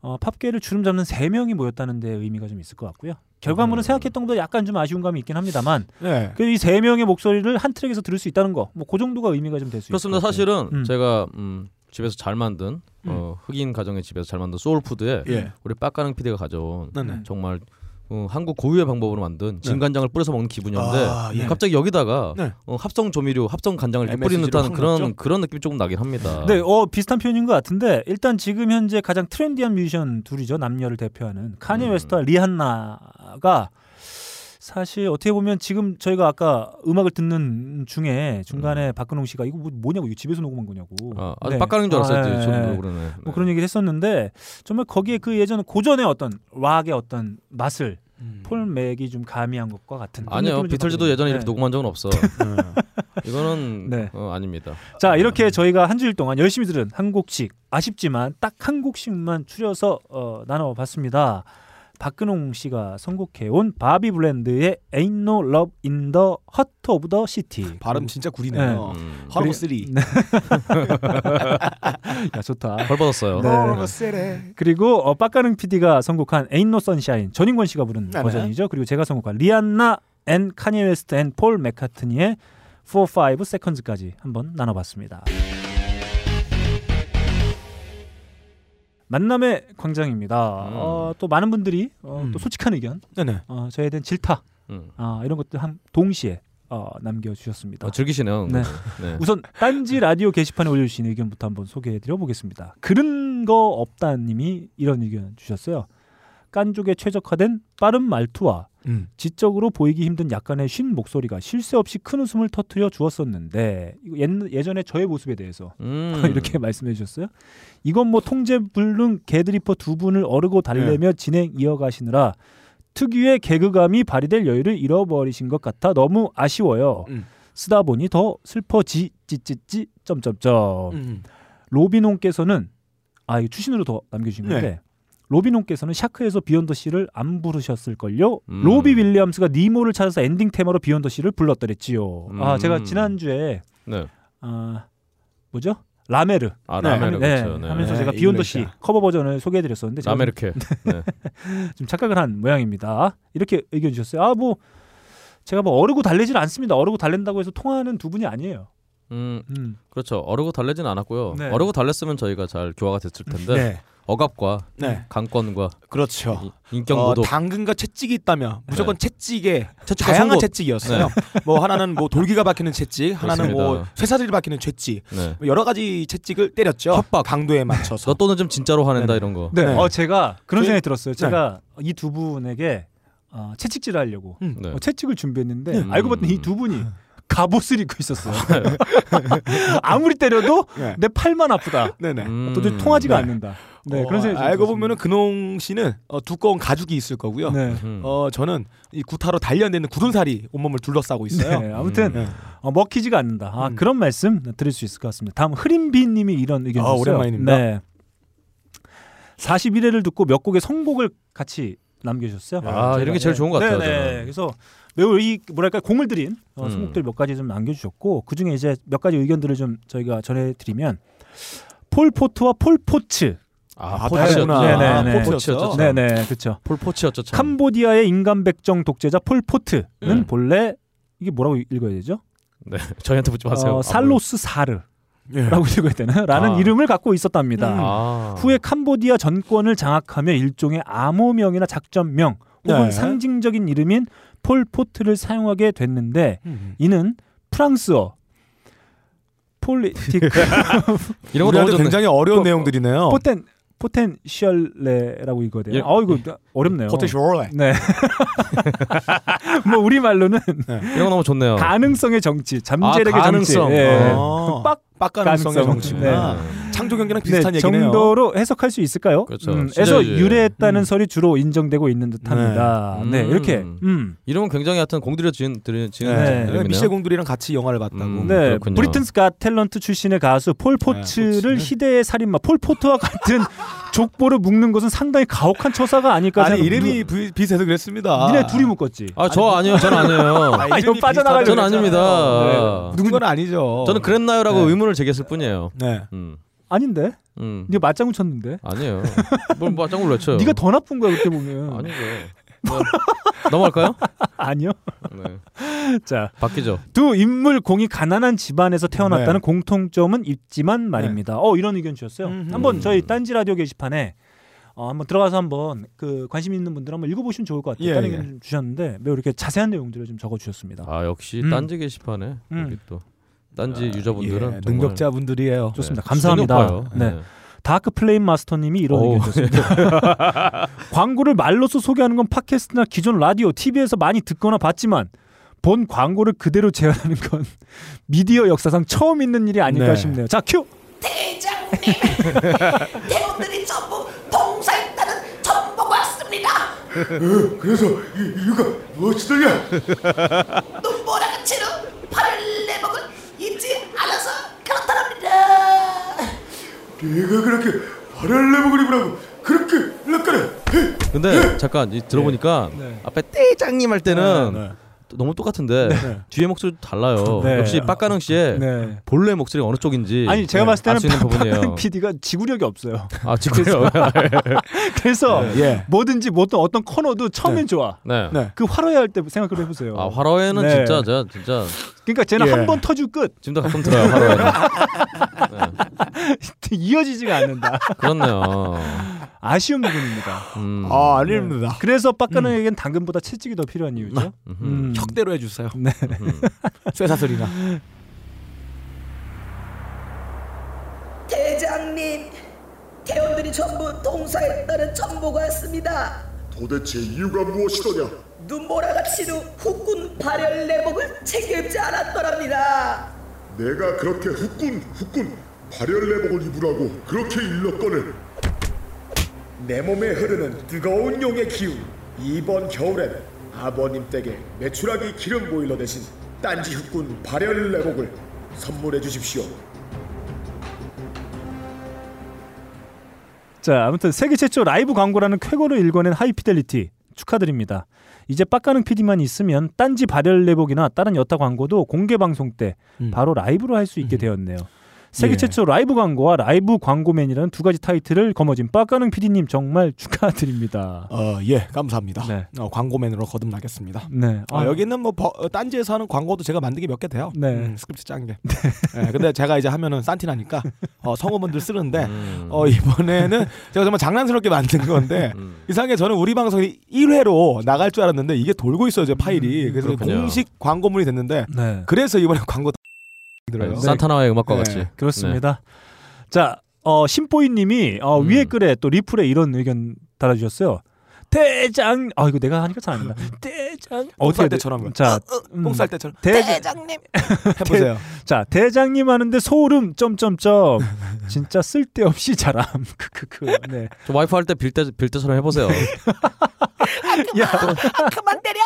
Speaker 1: 어, 팝계를 주름 잡는 세 명이 모였다는 데 의미가 좀 있을 것 같고요. 결과물은
Speaker 3: 음.
Speaker 1: 생각했던 것보다 약간 좀 아쉬운 감이 있긴 합니다만
Speaker 2: 네.
Speaker 1: 그이세 명의 목소리를 한 트랙에서 들을 수 있다는 거 뭐 그 정도가 의미가 좀 될 수 있을
Speaker 3: 그렇습니다.
Speaker 1: 것 같아요.
Speaker 3: 사실은
Speaker 1: 음.
Speaker 3: 제가 음, 집에서 잘 만든 어, 흑인 가정의 집에서 잘 만든 소울푸드에
Speaker 2: 예.
Speaker 3: 우리 빡가능 PD가 가져온
Speaker 2: 네네.
Speaker 3: 정말 어, 한국 고유의 방법으로
Speaker 1: 네.
Speaker 3: 만든 진간장을 뿌려서 먹는 기분이었는데
Speaker 2: 아, 예.
Speaker 3: 갑자기 여기다가
Speaker 2: 네.
Speaker 3: 어, 합성 조미료, 합성 간장을 이렇게
Speaker 2: MSG 로
Speaker 3: 뿌리는 듯한
Speaker 2: 확
Speaker 3: 그런
Speaker 2: 넣었죠?
Speaker 3: 그런 느낌이 조금 나긴 합니다.
Speaker 1: 네, 어 비슷한 표현인 것 같은데 일단 지금 현재 가장 트렌디한 뮤지션 둘이죠 남녀를 대표하는 카니
Speaker 3: 음.
Speaker 1: 웨스트와 리한나가 사실 어떻게 보면 지금 저희가 아까 음악을 듣는 중에 중간에 박근홍 씨가 이거 뭐- 뭐냐고 이거 집에서 녹음한 거냐고
Speaker 3: 음. 아, 아주
Speaker 1: 네.
Speaker 3: 빡가는 줄 알았어요.
Speaker 1: 아, 예,
Speaker 3: 저도
Speaker 1: 예.
Speaker 3: 그러네.
Speaker 1: 뭐 그런 얘기를 했었는데 정말 거기에 그 예전 고전의 어떤 락의 어떤 맛을 폴 맥이 좀 가미한 것과 같은
Speaker 3: 음.
Speaker 1: 그런
Speaker 3: 아니요.
Speaker 1: 느낌을 좀
Speaker 3: 비틀즈도
Speaker 1: 받거든요.
Speaker 3: 예전에 이렇게
Speaker 1: 네.
Speaker 3: 녹음한 적은 없어. *laughs* 이거는
Speaker 1: 네.
Speaker 3: 어, 아닙니다.
Speaker 1: 자 이렇게 저희가 한 주일 동안 열심히 들은 한 곡씩 아쉽지만 딱 한 곡씩만 추려서 어, 나눠봤습니다. 박근홍 씨가 선곡해온 바비 블랜드의 Ain't No Love in the Heart of the City.
Speaker 2: 발음 진짜
Speaker 1: 어.
Speaker 2: 구리네요.
Speaker 3: 음,
Speaker 2: 허러브
Speaker 1: 그리고-
Speaker 2: 3.
Speaker 1: 야 좋다.
Speaker 3: 벌 받았어요.
Speaker 1: 네. 그리고 어, 빡가능 PD가 선곡한 Ain't No Sunshine 전인권 씨가 부른
Speaker 2: 네네.
Speaker 1: 버전이죠. 그리고 제가 선곡한 리안나 앤 카니 웨스트 앤 폴 맥카트니의 4, 5 seconds까지 한번 나눠봤습니다. 만남의 광장입니다.
Speaker 3: 음.
Speaker 1: 어, 또 많은 분들이 어,
Speaker 2: 음.
Speaker 1: 또 솔직한 의견,
Speaker 2: 네네.
Speaker 1: 어, 저에 대한 질타
Speaker 3: 음.
Speaker 1: 아, 이런 것들 한 동시에 어, 남겨주셨습니다.
Speaker 3: 어, 즐기시네요.
Speaker 1: 네.
Speaker 3: 네.
Speaker 1: 우선 딴지 라디오 게시판에 올려주신 의견부터 한번 소개해드려 보겠습니다. 그런 거 없다님이 이런 의견 주셨어요. 깐족에 최적화된 빠른 말투와
Speaker 2: 음.
Speaker 1: 지적으로 보이기 힘든 약간의 쉰 목소리가 쉴새 없이 큰 웃음을 터트려 주었었는데 이거 옛- 예전에 저의 모습에 대해서
Speaker 3: 음.
Speaker 1: *laughs* 이렇게 말씀해 주셨어요. 이건 뭐 통제불능 개드리퍼 두 분을
Speaker 3: 네.
Speaker 1: 어르고 달래며 진행 이어가시느라 특유의 개그감이 발휘될 여유를 잃어버리신 것 같아 너무 아쉬워요.
Speaker 2: 음.
Speaker 1: 쓰다 보니 더 슬퍼지 찌찌찌 점점점.
Speaker 2: 음.
Speaker 1: 로비농께서는 아 이거 추신으로 더 남겨주신
Speaker 3: 네.
Speaker 1: 건데 로비농께서는 샤크에서 비욘더 씨를 안 부르셨을 걸요.
Speaker 3: 음.
Speaker 1: 로비 윌리엄스가 니모를 찾아서 엔딩 테마로 비욘더 씨를 불렀더랬지요. 아
Speaker 3: 음.
Speaker 1: 제가 지난 주에
Speaker 3: 네.
Speaker 1: 아 뭐죠? 라메르
Speaker 3: 아,
Speaker 2: 네,
Speaker 3: 라메르
Speaker 1: 네,
Speaker 3: 그렇죠. 네.
Speaker 1: 하면서
Speaker 2: 네,
Speaker 1: 제가 비욘더 씨
Speaker 2: 인도네시아.
Speaker 1: 커버 버전을 소개해드렸었는데 제가
Speaker 3: 라메르케. 네.
Speaker 1: 좀 착각을 한 모양입니다. 이렇게 의견 주셨어요. 아 뭐 제가 뭐 어르고 달래질 않습니다. 어르고 달랜다고 해서 통하는 두 분이 아니에요.
Speaker 3: 음,
Speaker 1: 음.
Speaker 3: 그렇죠. 어르고 달래진 않았고요.
Speaker 1: 네.
Speaker 3: 어르고 달랬으면 저희가 잘 교화가 됐을 텐데
Speaker 2: 네.
Speaker 3: 억압과
Speaker 2: 네.
Speaker 3: 강권과
Speaker 2: 그렇죠.
Speaker 3: 이- 인격
Speaker 2: 어,
Speaker 3: 모독.
Speaker 2: 당근과 채찍이 있다면 무조건 채찍에
Speaker 3: 채찍과
Speaker 2: 다양한
Speaker 3: 송곳.
Speaker 2: 채찍이었어요. 뭐 하나는 뭐 돌기가 박히는 채찍, 하나는 뭐
Speaker 3: 그렇습니다.
Speaker 2: 쇠사슬이 박히는 채찍,
Speaker 3: 네.
Speaker 2: 뭐 여러 가지 채찍을 때렸죠. 협박 강도에 맞춰서.
Speaker 3: 너 또는 좀 진짜로 화낸다
Speaker 2: 네.
Speaker 3: 이런 거.
Speaker 1: 네.
Speaker 2: 네.
Speaker 1: 어 제가 그런
Speaker 2: 저희-
Speaker 1: 생각이 들었어요. 제가 이 두 분에게 어, 채찍질을 하려고
Speaker 2: 음.
Speaker 3: 네.
Speaker 1: 어, 채찍을 준비했는데
Speaker 3: 네.
Speaker 1: 알고 봤더니
Speaker 3: 음.
Speaker 1: 이 두 분이 갑옷을 입고
Speaker 2: *laughs*
Speaker 1: 있었어요. 아무리 때려도
Speaker 2: 네.
Speaker 1: 내 팔만 아프다.
Speaker 2: 네네.
Speaker 3: 음.
Speaker 1: 도저히 통하지가
Speaker 2: 네.
Speaker 1: 않는다. 네,
Speaker 2: 어,
Speaker 1: 그런 생각이 좀
Speaker 2: 알고
Speaker 1: 들었습니다.
Speaker 2: 보면은 근홍 씨는 어, 두꺼운 가죽이 있을 거고요.
Speaker 1: 네.
Speaker 3: 음.
Speaker 2: 어 저는 이 구타로 단련되는 구름살이 온몸을 둘러싸고 있어요.
Speaker 1: 네, 아무튼
Speaker 2: 네.
Speaker 1: 어, 먹히지가 않는다. 아,
Speaker 2: 음.
Speaker 1: 그런 말씀 드릴 수 있을 것 같습니다. 다음 흐린비님이 이런 의견
Speaker 2: 아,
Speaker 1: 주셨어요.
Speaker 2: 오랜만입니다.
Speaker 1: 네. 41회를 듣고 몇 곡의 선곡을 같이 남겨주셨어요.
Speaker 3: 아, 이런 게 제일 좋은 것 같아요,
Speaker 1: 네,
Speaker 3: 저는.
Speaker 1: 그래서 매우 이 뭐랄까 공을 들인 어,
Speaker 3: 음.
Speaker 1: 선곡들 몇 가지 좀 남겨주셨고 그 중에 이제 몇 가지 의견들을 좀 저희가 전해드리면 폴 포트와 폴 포츠.
Speaker 3: 아,
Speaker 2: 다르구나.
Speaker 1: 네, 네,
Speaker 3: 포츠였죠.
Speaker 1: 네.
Speaker 3: 포츠였죠.
Speaker 1: 네,
Speaker 3: 참.
Speaker 1: 네, 그렇죠.
Speaker 3: 폴 포츠였죠. 어. 참.
Speaker 1: 캄보디아의 인간 백정 독재자 폴 포트는
Speaker 3: 음.
Speaker 1: 본래 이게 뭐라고 읽어야 되죠?
Speaker 3: 네. 저희한테 묻지 마세요.
Speaker 1: 어, 살로스 사르.
Speaker 2: 예.
Speaker 1: 라고 읽어야 되나? 라는
Speaker 3: 아.
Speaker 1: 이름을 갖고 있었답니다.
Speaker 3: 아.
Speaker 1: 후에 캄보디아 전권을 장악하며 일종의 암호명이나 작전명 혹은
Speaker 2: 네.
Speaker 1: 상징적인 이름인 폴포트를 사용하게 됐는데
Speaker 2: 음.
Speaker 1: 이는 프랑스어 폴리틱
Speaker 3: *laughs* 이런 거 너무
Speaker 2: 우리한테
Speaker 3: 좋네.
Speaker 2: 굉장히 어려운
Speaker 1: 어,
Speaker 2: 내용들이네요.
Speaker 1: 포텐 포텐셜레라고
Speaker 3: 예.
Speaker 1: 읽어야 돼요. 아 이거 어렵네요.
Speaker 2: 포테쇼레.
Speaker 1: 네. *laughs* 뭐 우리 말로는
Speaker 3: 이런 거 너무 좋네요.
Speaker 1: 가능성의 정치, 잠재력의
Speaker 3: 어. 아, 가능성.
Speaker 1: 정치. 예.
Speaker 2: 아,
Speaker 1: 빡-
Speaker 2: 빡가능성의
Speaker 1: 가능성.
Speaker 2: 정치구나. 창조 경기랑 비슷한
Speaker 1: 네,
Speaker 2: 얘기네요.
Speaker 1: 정도로 해석할 수 있을까요?
Speaker 3: 그렇죠.
Speaker 1: 음,
Speaker 3: 진짜
Speaker 1: 에서
Speaker 3: 이제-
Speaker 1: 유래했다는
Speaker 2: 음.
Speaker 1: 설이 주로 인정되고 있는 듯합니다.
Speaker 3: 네.
Speaker 1: 네,
Speaker 3: 음.
Speaker 1: 이렇게. 음.
Speaker 3: 이름은 굉장히 하여튼 공들여 지은 지은
Speaker 1: 네.
Speaker 2: 네.
Speaker 3: 이름이네요.
Speaker 2: 미셸 공들이랑 같이 영화를 봤다고.
Speaker 3: 음.
Speaker 1: 네,
Speaker 3: 그렇군요.
Speaker 1: 브리튼스 가 탤런트 출신의 가수 폴 포츠를
Speaker 2: 네, 포츠는-
Speaker 1: 희대의 살인마 폴 포트와
Speaker 2: *laughs*
Speaker 1: 같은 족보를 묶는 것은 상당히 가혹한 처사가 아닐까
Speaker 2: 아니
Speaker 1: 생각-
Speaker 2: 이름이 비- 비슷해서 그랬습니다.
Speaker 1: 누- 니네 둘이 묶었지.
Speaker 3: 아, 저 아니에요. 저는
Speaker 2: *laughs*
Speaker 3: 아니에요.
Speaker 1: 아, 이거 빠져나가려고
Speaker 3: 저는 아닙니다.
Speaker 2: 누군 건 네. 아니죠.
Speaker 3: 저는 그랬나요라고
Speaker 2: 네.
Speaker 3: 의문을 제기했을 뿐이에요.
Speaker 2: 네.
Speaker 3: 음.
Speaker 1: 아닌데?
Speaker 3: 음.
Speaker 1: 니가 맞장구 쳤는데?
Speaker 3: 아니에요. 뭘 맞장구를 외쳐요.
Speaker 1: 니가 더 나쁜 거야 그때 보면.
Speaker 3: 어. 아니죠. 뭐, 넘어갈까요?
Speaker 1: *laughs* 아니요.
Speaker 3: 네.
Speaker 1: 자,
Speaker 3: 바뀌죠.
Speaker 1: 두 인물 공이 가난한 집안에서 태어났다는 공통점은 있지만 말입니다. 어 이런 의견 주셨어요.
Speaker 2: 음흠.
Speaker 1: 한번 저희 딴지 라디오 게시판에 어, 한번 들어가서 한번 그 관심 있는 분들 한번 읽어보시면 좋을 것 같아요.
Speaker 2: 예,
Speaker 1: 다른
Speaker 2: 예.
Speaker 1: 의견 좀 주셨는데 매우 이렇게 자세한 내용들을 좀 적어주셨습니다.
Speaker 3: 아, 역시
Speaker 1: 음.
Speaker 3: 딴지 게시판에
Speaker 1: 음.
Speaker 3: 여기 또 딴지 유저분들은
Speaker 2: 예,
Speaker 3: 정말-
Speaker 2: 능력자분들이에요.
Speaker 1: 좋습니다.
Speaker 3: 네,
Speaker 1: 아, 감사합니다.
Speaker 3: 수준이 높아요.
Speaker 1: 네. 다크 플레임 마스터님이 이런
Speaker 3: 오.
Speaker 1: 의견 주셨습니다. 광고를 말로써 소개하는 건 팟캐스트나 기존 라디오, TV에서 많이 듣거나 봤지만 본 광고를 그대로 재현하는 건 *laughs* 미디어 역사상 처음 있는 일이 아닐까
Speaker 2: 네.
Speaker 1: 싶네요. 자 큐.
Speaker 9: 대장님 *laughs* 대원들이 전부 동사했다는 전보가 왔습니다 그래서 이, 이유가 무엇이더냐 *laughs* 눈보라가 치는 팔을 내먹은 잊지 않아서 그렇답니다
Speaker 3: 근데 잠깐 이 들어보니까
Speaker 1: 네.
Speaker 3: 앞에 떼장님 할 때는 또 너무 똑같은데 뒤에 목소리도 달라요.
Speaker 1: 네.
Speaker 3: 역시 빡가능 씨의
Speaker 1: 네.
Speaker 3: 본래 목소리가 어느 쪽인지 네,
Speaker 1: 아니 제가 봤을
Speaker 3: 예. 알수
Speaker 1: 때는
Speaker 3: 있는
Speaker 1: 박박한
Speaker 3: 부분이에요.
Speaker 1: PD가 지구력이 없어요. *laughs*
Speaker 3: 아 지금요?
Speaker 1: 그래서
Speaker 2: 예.
Speaker 1: 뭐든지 뭐든 어떤 코너도 처음엔 좋아.
Speaker 3: *laughs* 네.
Speaker 2: 네.
Speaker 1: 그 화로야 할 때 생각을 해보세요.
Speaker 3: 아 화로에는
Speaker 1: 네.
Speaker 3: 진짜 제가 진짜
Speaker 1: 그러니까 쟤는
Speaker 2: 예.
Speaker 1: 한 번 터지고 끝 *laughs*
Speaker 3: 지금도 가끔 들어요 화로에는.
Speaker 1: 이어지지가 않는다.
Speaker 3: 그렇네요.
Speaker 1: 아쉬운 부분입니다.
Speaker 3: 음.
Speaker 2: 아 아닙니다.
Speaker 1: 그래서 빡가능에겐 당근보다 채찍이 더 필요한 이유죠. 음.
Speaker 2: 혁대로 해주세요. 음.
Speaker 1: 네.
Speaker 2: 쇠사슬이나.
Speaker 9: 대장님 대원들이 전부 동사했다는 전보가 왔습니다
Speaker 10: 도대체 이유가 무엇이더냐?
Speaker 9: 눈보라가 치는 후군 발열 내복을 책임지
Speaker 7: 아,
Speaker 9: 않았더랍니다
Speaker 10: 내가 그렇게 후끈 후끈 발열내복을 입으라고 그렇게 일렀거늘 내 몸에 흐르는 뜨거운 용의 기운 이번 겨울엔 아버님 댁에 메추라기 기름 보일러 대신 딴지 후끈 발열내복을 선물해 주십시오
Speaker 1: 자, 아무튼 세계 최초 라이브 광고라는 쾌거를 일궈낸 하이피델리티 축하드립니다. 이제 빡가능 PD만 있으면 딴지 발열 내복이나 다른 여타 광고도 공개 방송 때
Speaker 2: 음.
Speaker 1: 바로 라이브로 할 수 있게 되었네요. 세계
Speaker 2: 예.
Speaker 1: 최초 라이브 광고와 라이브 광고맨이라는 두 가지 타이틀을 거머쥔 빡가능 PD님 정말 *laughs* 축하드립니다.
Speaker 2: 어, 예, 감사합니다.
Speaker 1: 네.
Speaker 2: 어, 광고맨으로 거듭나겠습니다.
Speaker 1: 네.
Speaker 2: 어, 여기는 뭐 버- 어, 딴지에서 하는 광고도 제가 만든 게 몇 개 돼요.
Speaker 1: 네.
Speaker 2: 음, 스크립트 짠 게. 예, 근데 제가 이제 하면은 산티나니까 어, 성우분들 쓰는데
Speaker 3: 음.
Speaker 2: 어, 이번에는 제가 정말 장난스럽게 만든 건데
Speaker 3: 음.
Speaker 2: 이상하게 저는 우리 방송이 1회로 나갈 줄 알았는데 이게 돌고 있어요, 제 파일이. 음, 그래서
Speaker 3: 그렇군요.
Speaker 2: 공식 광고물이 됐는데
Speaker 1: 네.
Speaker 2: 그래서 이번에 광고 다
Speaker 3: 네,
Speaker 2: 들어요.
Speaker 3: 산타나와의 음악과
Speaker 2: 네,
Speaker 3: 같이
Speaker 1: 그렇습니다. 자, 네. 어, 심보이님이 어,
Speaker 3: 음.
Speaker 1: 위에 글에 또 리플에 이런 의견 달아주셨어요. 대장 아 이거 내가 하니까 잘 안 된다. *laughs* 대장 어떻게
Speaker 2: 똥쌀
Speaker 1: 해야 돼?
Speaker 2: 때처럼.
Speaker 1: 자, 음,
Speaker 2: 똥쌀 때처럼.
Speaker 1: 대장
Speaker 2: 대장님 해보세요.
Speaker 1: 자 대장님 하는데 소름 *laughs* 점점점 진짜 쓸데없이 잘함 *laughs* 크크크 네.
Speaker 3: 저 와이프 할 때 빌때 빌때처럼 해보세요.
Speaker 9: 그만 때려.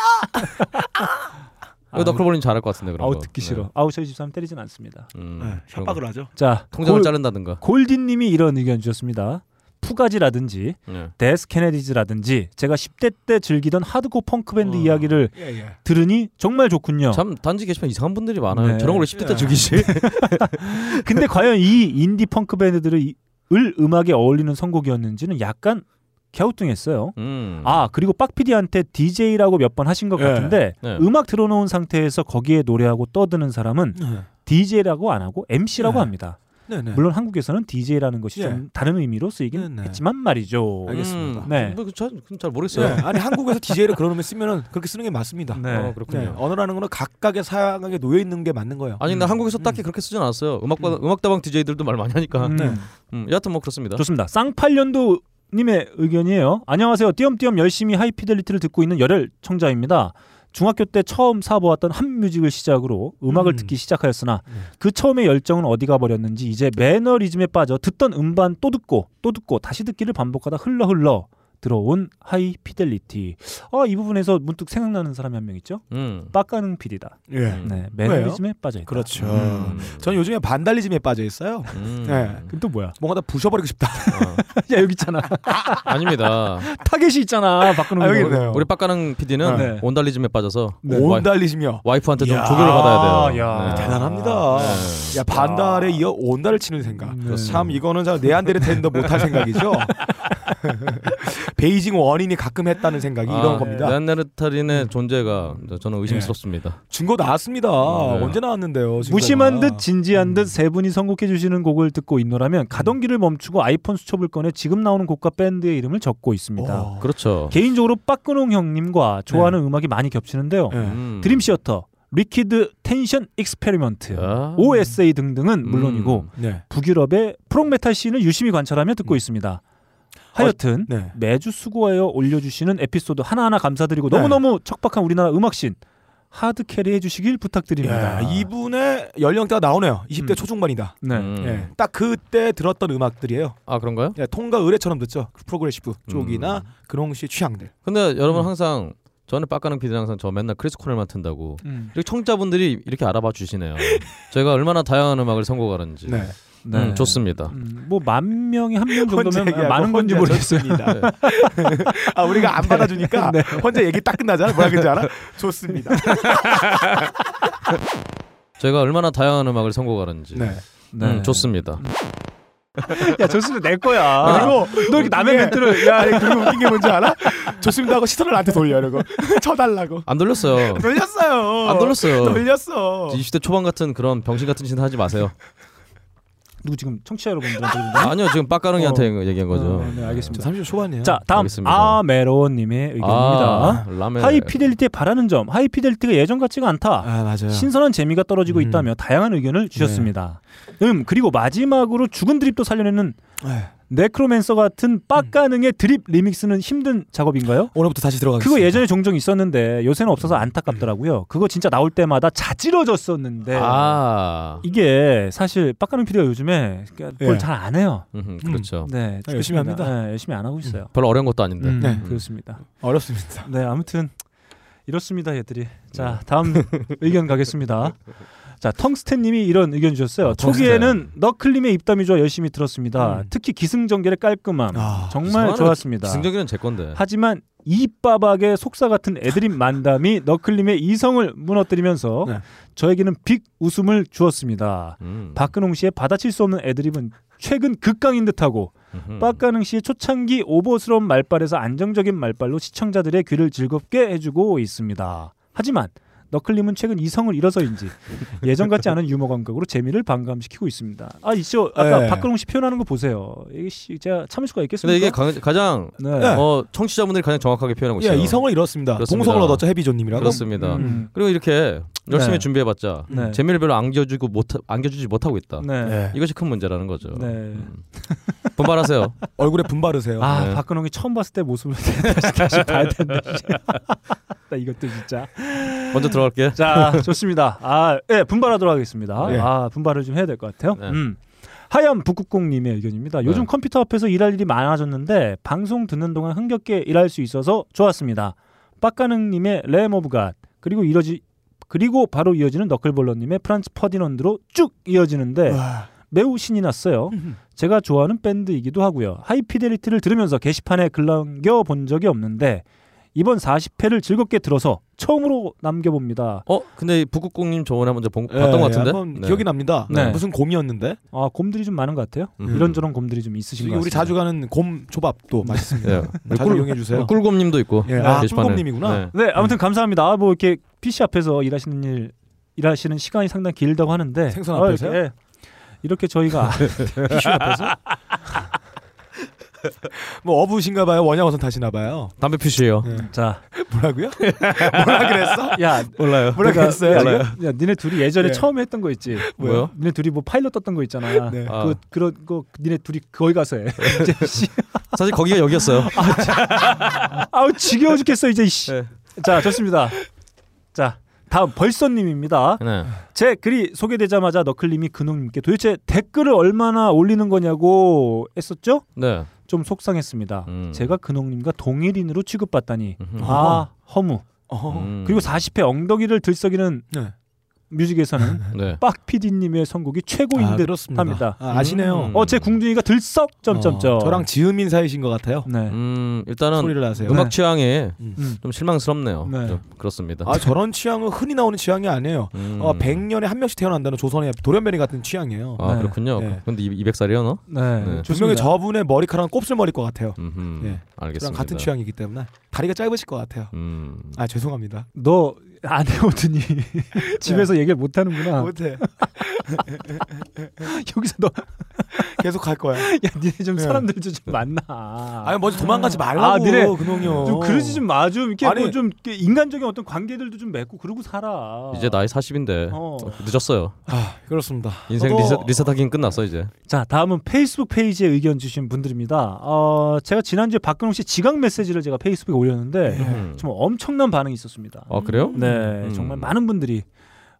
Speaker 3: 이거 너클볼님 아, 잘할 것 같은데 그런
Speaker 1: 아우
Speaker 3: 거.
Speaker 1: 듣기 싫어 아우 저희 집사람 때리진 않습니다
Speaker 3: 음,
Speaker 2: 네,
Speaker 3: 그런
Speaker 2: 협박을
Speaker 3: 거.
Speaker 2: 하죠.
Speaker 1: 자
Speaker 3: 통장을
Speaker 1: 골-
Speaker 3: 자른다든가.
Speaker 1: 골디님이 이런 의견 주셨습니다 푸가지라든지
Speaker 3: 네.
Speaker 1: 데스 케네디즈라든지 제가 10대 때 즐기던 하드코어 펑크 밴드 이야기를
Speaker 2: 예, 예.
Speaker 1: 들으니 정말 좋군요
Speaker 3: 참 단지 게시판 이상한 분들이 많아요.
Speaker 1: 어. 네.
Speaker 3: 저런 걸로 10대 때 즐기지. *laughs*
Speaker 1: 근데 과연 이 인디 펑크 밴드들을 이- 을 음악에 어울리는 선곡이었는지는 약간 갸우뚱했어요
Speaker 3: 음.
Speaker 1: 아 그리고 빡피디한테 DJ라고 몇 번 하신 것
Speaker 2: 예.
Speaker 1: 같은데
Speaker 3: 네.
Speaker 1: 음악 들어놓은 상태에서 거기에 노래하고 떠드는 사람은
Speaker 2: 네.
Speaker 1: DJ라고 안 하고 MC라고
Speaker 2: 네.
Speaker 1: 합니다
Speaker 2: 네, 네.
Speaker 1: 물론 한국에서는 DJ라는 것이
Speaker 2: 예.
Speaker 1: 좀 다른 의미로 쓰이긴
Speaker 2: 네, 네.
Speaker 1: 했지만 말이죠.
Speaker 2: 알겠- 알겠습니다.
Speaker 1: 네.
Speaker 3: 음. 뭐잘
Speaker 2: 네.
Speaker 3: 모르겠어요.
Speaker 2: 아니 한국에서 DJ를 그런 놈이 쓰면은 그렇게 쓰는 게 맞습니다.
Speaker 1: 네.
Speaker 3: 어,
Speaker 2: 네.
Speaker 3: 그렇군요.
Speaker 2: 언어라는 거는 각각의 사양에 놓여 있는 게 맞는 거예요.
Speaker 3: 아니 근데 한국에서 딱히 그렇게 쓰진 않았어요. 음악 음. 음악다방 DJ들도 말 많이 하니까.
Speaker 1: 음,
Speaker 2: 네.
Speaker 3: 음, 여하튼 뭐 그렇습니다.
Speaker 1: 좋습니다. 쌍팔년도 님의 의견이에요. 안녕하세요. 띄엄띄엄 열심히 하이피델리티를 듣고 있는 열혈 청자입니다. 중학교 때 처음 사보았던 핫뮤직을 시작으로 음악을
Speaker 2: 음.
Speaker 1: 듣기 시작하였으나 그 처음의 열정은 어디가 버렸는지 이제 매너리즘에 빠져 듣던 음반 또 듣고 또 듣고 다시 듣기를 반복하다 흘러 흘러 들어온 하이피델리티. 아 이 부분에서 문득 생각나는 사람이 한 명 있죠.
Speaker 3: 음.
Speaker 1: 빡가는 PD다.
Speaker 2: 예.
Speaker 1: 네, 매너리즘에 빠져 있다.
Speaker 2: 그렇죠.
Speaker 3: 음.
Speaker 2: 저는 요즘에 반달리즘에 빠져 있어요.
Speaker 3: 음.
Speaker 2: 네.
Speaker 1: 그럼 또 *laughs* 뭐야?
Speaker 2: 뭔가 다 부셔버리고 싶다.
Speaker 3: 어.
Speaker 1: 야 여기 있잖아.
Speaker 3: 아닙니다.
Speaker 1: 타겟이 있잖아. 박근홍.
Speaker 2: 아, 여기 있네요. 네.
Speaker 3: 우리 빡가는 PD는
Speaker 1: 네.
Speaker 3: 온달리즘에 빠져서 와,
Speaker 2: 온달리즘이요.
Speaker 3: 와이프한테 좀
Speaker 2: 이야.
Speaker 3: 조교를 받아야 돼요.
Speaker 1: 야.
Speaker 3: 네. 아.
Speaker 2: 대단합니다. 야 반달에 이어 온달을 치는 생각.
Speaker 1: 네.
Speaker 2: 참 이거는 참내 안대를 텐더 못할 생각이죠. 베이징 원인이 가끔 했다는 생각이 이런 겁니다.
Speaker 3: 아,
Speaker 2: 음. 예.
Speaker 3: 네안데르탈인의 존재가 저는 의심스럽습니다.
Speaker 2: 증거 나왔습니다.
Speaker 3: 네. 아.
Speaker 2: 언제 나왔는데요? 음. 증거가.
Speaker 1: 무심한 듯 진지한 듯 세 분이 선곡해 주시는 곡을 듣고 있노라면
Speaker 2: 음.
Speaker 1: 가던 길을 멈추고 아이폰 수첩을 꺼내 지금 나오는 곡과 밴드의 이름을 적고 있습니다.
Speaker 2: 오.
Speaker 3: 그렇죠.
Speaker 1: 개인적으로 빡근홍 형님과 좋아하는 음악이 많이 겹치는데요.
Speaker 2: 네.
Speaker 3: 음.
Speaker 1: 드림 시어터, 리퀴드 텐션 익스페리먼트,
Speaker 3: 야.
Speaker 1: OSA 등등은 물론이고
Speaker 3: 아. 음.
Speaker 2: 네.
Speaker 1: 북유럽의 프록메탈 씬을 유심히 관찰하며 듣고 있습니다. 하여튼
Speaker 2: 음. 네.
Speaker 1: 매주 수고하여 올려주시는 에피소드 하나하나 감사드리고
Speaker 2: 네.
Speaker 1: 너무너무 척박한 우리나라 음악씬 하드 캐리 해주시길 부탁드립니다.
Speaker 2: 야, 아, 이분의 연령대가 나오네요. 20대
Speaker 1: 예. 음.
Speaker 2: 초중반이다.
Speaker 1: 네.
Speaker 3: 음.
Speaker 2: 예, 딱 그때 들었던 음악들이에요.
Speaker 3: 아 그런가요?
Speaker 2: 예, 통과 의뢰처럼 듣죠. 프로그레시브 쪽이나 근홍 씨 취향들.
Speaker 3: 근데
Speaker 2: 음.
Speaker 3: 여러분 항상 저는 빡가는 PD는 항상 저 맨날 크리스 코넬만 튼다고
Speaker 1: 음.
Speaker 3: 이렇게 청자분들이 이렇게 알아봐
Speaker 2: *laughs*
Speaker 3: 주시네요. 저희가 얼마나 다양한 음악을 선곡하는지.
Speaker 2: 네.
Speaker 1: 네.
Speaker 3: 음, 좋습니다.
Speaker 1: 뭐만 명에 한 명
Speaker 2: 혼자
Speaker 1: 그 정도면
Speaker 2: 얘기하고
Speaker 1: 많은 건지
Speaker 2: 혼자
Speaker 1: 모르겠어요.
Speaker 2: 좋습니다.
Speaker 3: 네.
Speaker 2: 아 우리가 안 받아주니까 혼자 얘기 딱 끝나잖아. 뭐라 그러지 않아? 좋습니다.
Speaker 3: 저희가 얼마나 다양한 음악을 선곡하는지.
Speaker 2: 네.
Speaker 3: 음, 좋습니다.
Speaker 1: 야, 좋습니다. 내 거야.
Speaker 2: 그리고
Speaker 1: 너 이렇게 남의
Speaker 2: 웃긴 게-
Speaker 1: 멘트를
Speaker 2: 야, 아니, 그리고 웃긴 게 뭔지 알아? 좋습니다 하고 시선을 나한테 돌려 이러고 쳐달라고.
Speaker 3: 안 돌렸어요.
Speaker 2: *laughs* 돌렸어요.
Speaker 3: 안 돌렸어요.
Speaker 2: 돌렸어.
Speaker 3: 20대 초반 같은 그런 병신 같은 짓 하지 마세요.
Speaker 1: 누구 지금 청취자 여러분들한테 그러는 거야?
Speaker 3: 아니요 지금 빡가릉이한테 얘기한 거죠.
Speaker 1: 어, 네, 알겠습니다.
Speaker 2: 30대 초반이에요.
Speaker 1: 자, 다음
Speaker 3: 알겠습니다.
Speaker 1: 아메로운 님의 의견입니다.
Speaker 3: 아, 라멘.
Speaker 1: 하이피델리티의 바라는 점. 하이피델리티가 예전 같지가 않다.
Speaker 2: 아 맞아요.
Speaker 1: 신선한 재미가 떨어지고 있다며 다양한 의견을 주셨습니다. 음 그리고 마지막으로 죽은 드립도 살려내는
Speaker 2: 네.
Speaker 1: 네크로맨서 같은 빡가능의 드립 리믹스는 힘든 작업인가요?
Speaker 2: 오늘부터 다시 들어가겠습니다.
Speaker 1: 그거 예전에 종종 있었는데 요새는 없어서 안타깝더라고요. 그거 진짜 나올 때마다 자지러졌었는데
Speaker 3: 아,
Speaker 1: 이게 사실 빡가능 PD가 요즘에
Speaker 2: 예.
Speaker 1: 뭘 잘 안 해요.
Speaker 3: 음, 그렇죠.
Speaker 1: 네,
Speaker 2: 아, 열심히
Speaker 1: 그렇습니다.
Speaker 2: 합니다.
Speaker 1: 네, 열심히 안 하고 있어요.
Speaker 3: 별로 어려운 것도 아닌데.
Speaker 1: 음,
Speaker 2: 네.
Speaker 1: 그렇습니다.
Speaker 2: 어렵습니다.
Speaker 1: 네, 아무튼 이렇습니다, 얘들이. 자, 다음 의견 가겠습니다. 자, 텅스텐님이 이런 의견
Speaker 2: 아,
Speaker 1: 주셨어요.
Speaker 3: 텅스텐.
Speaker 1: 초기에는 너클림의 입담이 좋아 열심히 들었습니다. 특히 기승전결의 깔끔함
Speaker 2: 아,
Speaker 1: 정말 좋았습니다.
Speaker 3: 기승전기는 제 건데.
Speaker 1: 하지만 이빠박의 속사 같은
Speaker 3: *laughs*
Speaker 1: 애드립 만담이 너클림의 이성을 무너뜨리면서
Speaker 2: 네.
Speaker 1: 저에게는 빅 웃음을 주었습니다.
Speaker 3: 음.
Speaker 1: 박근홍 씨의 받아칠 수 없는 애드립은 최근 극강인 듯하고
Speaker 3: 음흠.
Speaker 1: 빡가능 씨의 초창기 오버스러운 말발에서 안정적인 말발로 시청자들의 귀를 즐겁게 해주고 있습니다. 하지만 너클림은 최근
Speaker 3: *laughs*
Speaker 1: 이성을 잃어서인지 예전 같지 않은 유머 감각으로 재미를 반감시키고 있습니다. 아, 이죠 아까
Speaker 2: 네.
Speaker 1: 박근홍 씨 표현하는 거 보세요. 이게 씨, 제가 참을 수가 있겠습니까?
Speaker 3: 근데 이게 가, 가장
Speaker 1: 네.
Speaker 3: 어, 청취자분들이 가장 정확하게 표현하고
Speaker 2: 예,
Speaker 3: 있어요.
Speaker 2: 이성을 잃었습니다.
Speaker 3: 그렇습니다.
Speaker 2: 동성을 얻었죠 해비조님이라고.
Speaker 3: 그렇습니다.
Speaker 1: 음.
Speaker 3: 그리고 이렇게 열심히
Speaker 1: 네.
Speaker 3: 준비해봤자
Speaker 1: 네.
Speaker 3: 재미를 별로 안겨주고 못 안겨주지 못하고 있다.
Speaker 1: 네.
Speaker 2: 네.
Speaker 3: 이것이 큰 문제라는 거죠.
Speaker 1: 네.
Speaker 2: *laughs*
Speaker 3: 분발하세요.
Speaker 2: 얼굴에 분바르세요.
Speaker 1: 아
Speaker 3: 네.
Speaker 1: 박근홍이 처음 봤을 때 모습을 *laughs* 다시 다시 봐야 된다. 씨. *laughs* 나 이것도 진짜.
Speaker 3: 먼저 들어갈게요.
Speaker 1: *laughs* 자 좋습니다. 아 예, 분발하도록 하겠습니다.
Speaker 2: 예.
Speaker 1: 아 분발을 좀 해야 될 것 같아요.
Speaker 3: 네.
Speaker 1: 음. 하얀 북극공님의 의견입니다. 요즘
Speaker 3: 네.
Speaker 1: 컴퓨터 앞에서 일할 일이 많아졌는데 방송 듣는 동안 흥겹게 일할 수 있어서 좋았습니다. 빡가능님의 레모브갓 그리고 이러지 그리고 바로 이어지는 너클볼러님의 프란츠 퍼디넌드로 쭉 이어지는데 매우
Speaker 3: *laughs*
Speaker 1: 신이 났어요. 제가 좋아하는 밴드이기도 하고요. 하이피델리티를 들으면서 게시판에 글 남겨 본 적이 없는데 이번 40회를 즐겁게 들어서 처음으로 남겨봅니다.
Speaker 3: 어 근데 북극공님 저번에 먼저 본, 봤던 것 같은데.
Speaker 2: 예, 한번
Speaker 3: 네.
Speaker 2: 기억이 납니다.
Speaker 1: 네.
Speaker 2: 무슨 곰이었는데
Speaker 1: 아 곰들이 좀 많은 것 같아요.
Speaker 3: 음.
Speaker 1: 이런저런 곰들이 좀 있으신 것 같아요.
Speaker 2: 우리 자주 가는 곰 조밥도 맛있습니다. 뭐,
Speaker 3: 예.
Speaker 2: 음. 네. 자주 이용해 주세요.
Speaker 3: 꿀곰님도 있고.
Speaker 2: 예, 아,
Speaker 3: 게시판에.
Speaker 2: 꿀곰님이구나.
Speaker 3: 네.
Speaker 1: 네
Speaker 2: 음.
Speaker 1: 아무튼 감사합니다. 아, 뭐 이렇게 PC 앞에서 일하시는 일 일하시는 시간이 상당히 길다고 하는데
Speaker 2: 생선
Speaker 1: 아,
Speaker 2: 앞에서요? 네.
Speaker 1: 이렇게, 예. 이렇게
Speaker 2: *laughs*
Speaker 1: 저희가
Speaker 2: 피슈 앞에서 뭐 어부신가 봐요. 원양어선 타시나 봐요. *laughs*
Speaker 3: 담배 피시예요.
Speaker 2: 네.
Speaker 1: 자,
Speaker 2: 뭐라고요? *laughs* 뭐라 그랬어?
Speaker 1: 야,
Speaker 3: 몰라요.
Speaker 2: 뭐라 그랬어요?
Speaker 1: 야, 이거- 야, 니네 둘이 예전에
Speaker 2: 예.
Speaker 1: 처음에 했던 거 있지.
Speaker 3: 뭐요?
Speaker 1: 니네 둘이 뭐 파일럿 떴던 거 있잖아.
Speaker 2: 네.
Speaker 3: 아.
Speaker 1: 그 그런 거 니네 둘이 거기 가서 해. *laughs* 이제 씨,
Speaker 3: 사실 거기가 여기였어요.
Speaker 1: 아우 지겨워 죽겠어 이제. 씨.
Speaker 3: 네.
Speaker 1: 자 좋습니다. 자 다음 벌써님입니다.
Speaker 3: 네.
Speaker 1: 제 글이 소개되자마자 너클님이 근홍님께 도대체 댓글을 얼마나 올리는 거냐고 했었죠?
Speaker 3: 네.
Speaker 1: 좀 속상했습니다.
Speaker 3: 음.
Speaker 1: 제가 근홍님과 동일인으로 취급받다니
Speaker 3: 음흠.
Speaker 1: 아 허무.
Speaker 2: 어허.
Speaker 3: 음.
Speaker 1: 그리고 40회 엉덩이를 들썩이는
Speaker 2: 네.
Speaker 1: *laughs* 뮤직에서는
Speaker 3: 네.
Speaker 1: 빡 PD님의 선곡이
Speaker 2: 아,
Speaker 1: 최고인
Speaker 2: 그렇습니다.
Speaker 1: 듯합니다.
Speaker 2: 아, 아시네요.
Speaker 3: 음.
Speaker 1: 어제 궁둥이가 들썩 점점점.
Speaker 2: 어, 저랑 지음인 사이신 것 같아요.
Speaker 1: 네.
Speaker 3: 음 일단은
Speaker 2: 소리를 하세요.
Speaker 3: 음악 취향에
Speaker 1: 음.
Speaker 3: 좀 실망스럽네요.
Speaker 1: 네.
Speaker 3: 좀 그렇습니다.
Speaker 2: 아 저런 취향은 흔히 나오는 취향이 아니에요.
Speaker 3: 음.
Speaker 2: 어, 100년에 한 명씩 태어난다는 조선의 돌연변이 같은 취향이에요.
Speaker 3: 아
Speaker 1: 네.
Speaker 3: 그렇군요.
Speaker 2: 네.
Speaker 3: 근데 200살이요, 너?
Speaker 1: 네.
Speaker 3: 네.
Speaker 2: 분명히
Speaker 1: 좋습니다.
Speaker 2: 저분의 머리카락은 곱슬머리일 것 같아요.
Speaker 3: 음.
Speaker 2: 예. 저랑
Speaker 3: 알겠습니다.
Speaker 2: 같은 취향이기 때문에 다리가 짧으실 것 같아요.
Speaker 3: 음.
Speaker 2: 아 죄송합니다.
Speaker 1: 너 안 해오더니 *laughs* 집에서 얘기를 못 하는구나.
Speaker 2: 못해.
Speaker 1: *laughs* 여기서 너
Speaker 2: 계속 갈 거야.
Speaker 1: 야, 니네 좀
Speaker 2: 네.
Speaker 1: 사람들 좀 만나. 아,
Speaker 2: 아니 먼저 도망가지 말라고
Speaker 1: 아, 니네
Speaker 2: 그놈이요.
Speaker 1: 좀 그러지 좀 마. 좀 이렇게
Speaker 2: 어. 아니.
Speaker 1: 뭐 좀 이렇게 인간적인 어떤 관계들도 좀 맺고 그러고 살아.
Speaker 3: 이제 나이 40인데
Speaker 1: 어.
Speaker 3: 늦었어요.
Speaker 2: 아 그렇습니다.
Speaker 3: 인생
Speaker 2: 저도-
Speaker 3: 리셋 리셋하기는 끝났어 이제.
Speaker 1: 자, 다음은 페이스북 페이지에 의견 주신 분들입니다. 어, 제가 지난주에 박근홍 씨 지각 메시지를 제가 페이스북에 올렸는데
Speaker 3: 음.
Speaker 1: 정말 엄청난 반응이 있었습니다.
Speaker 3: 아 그래요?
Speaker 1: 네,
Speaker 3: 음.
Speaker 1: 정말 많은 분들이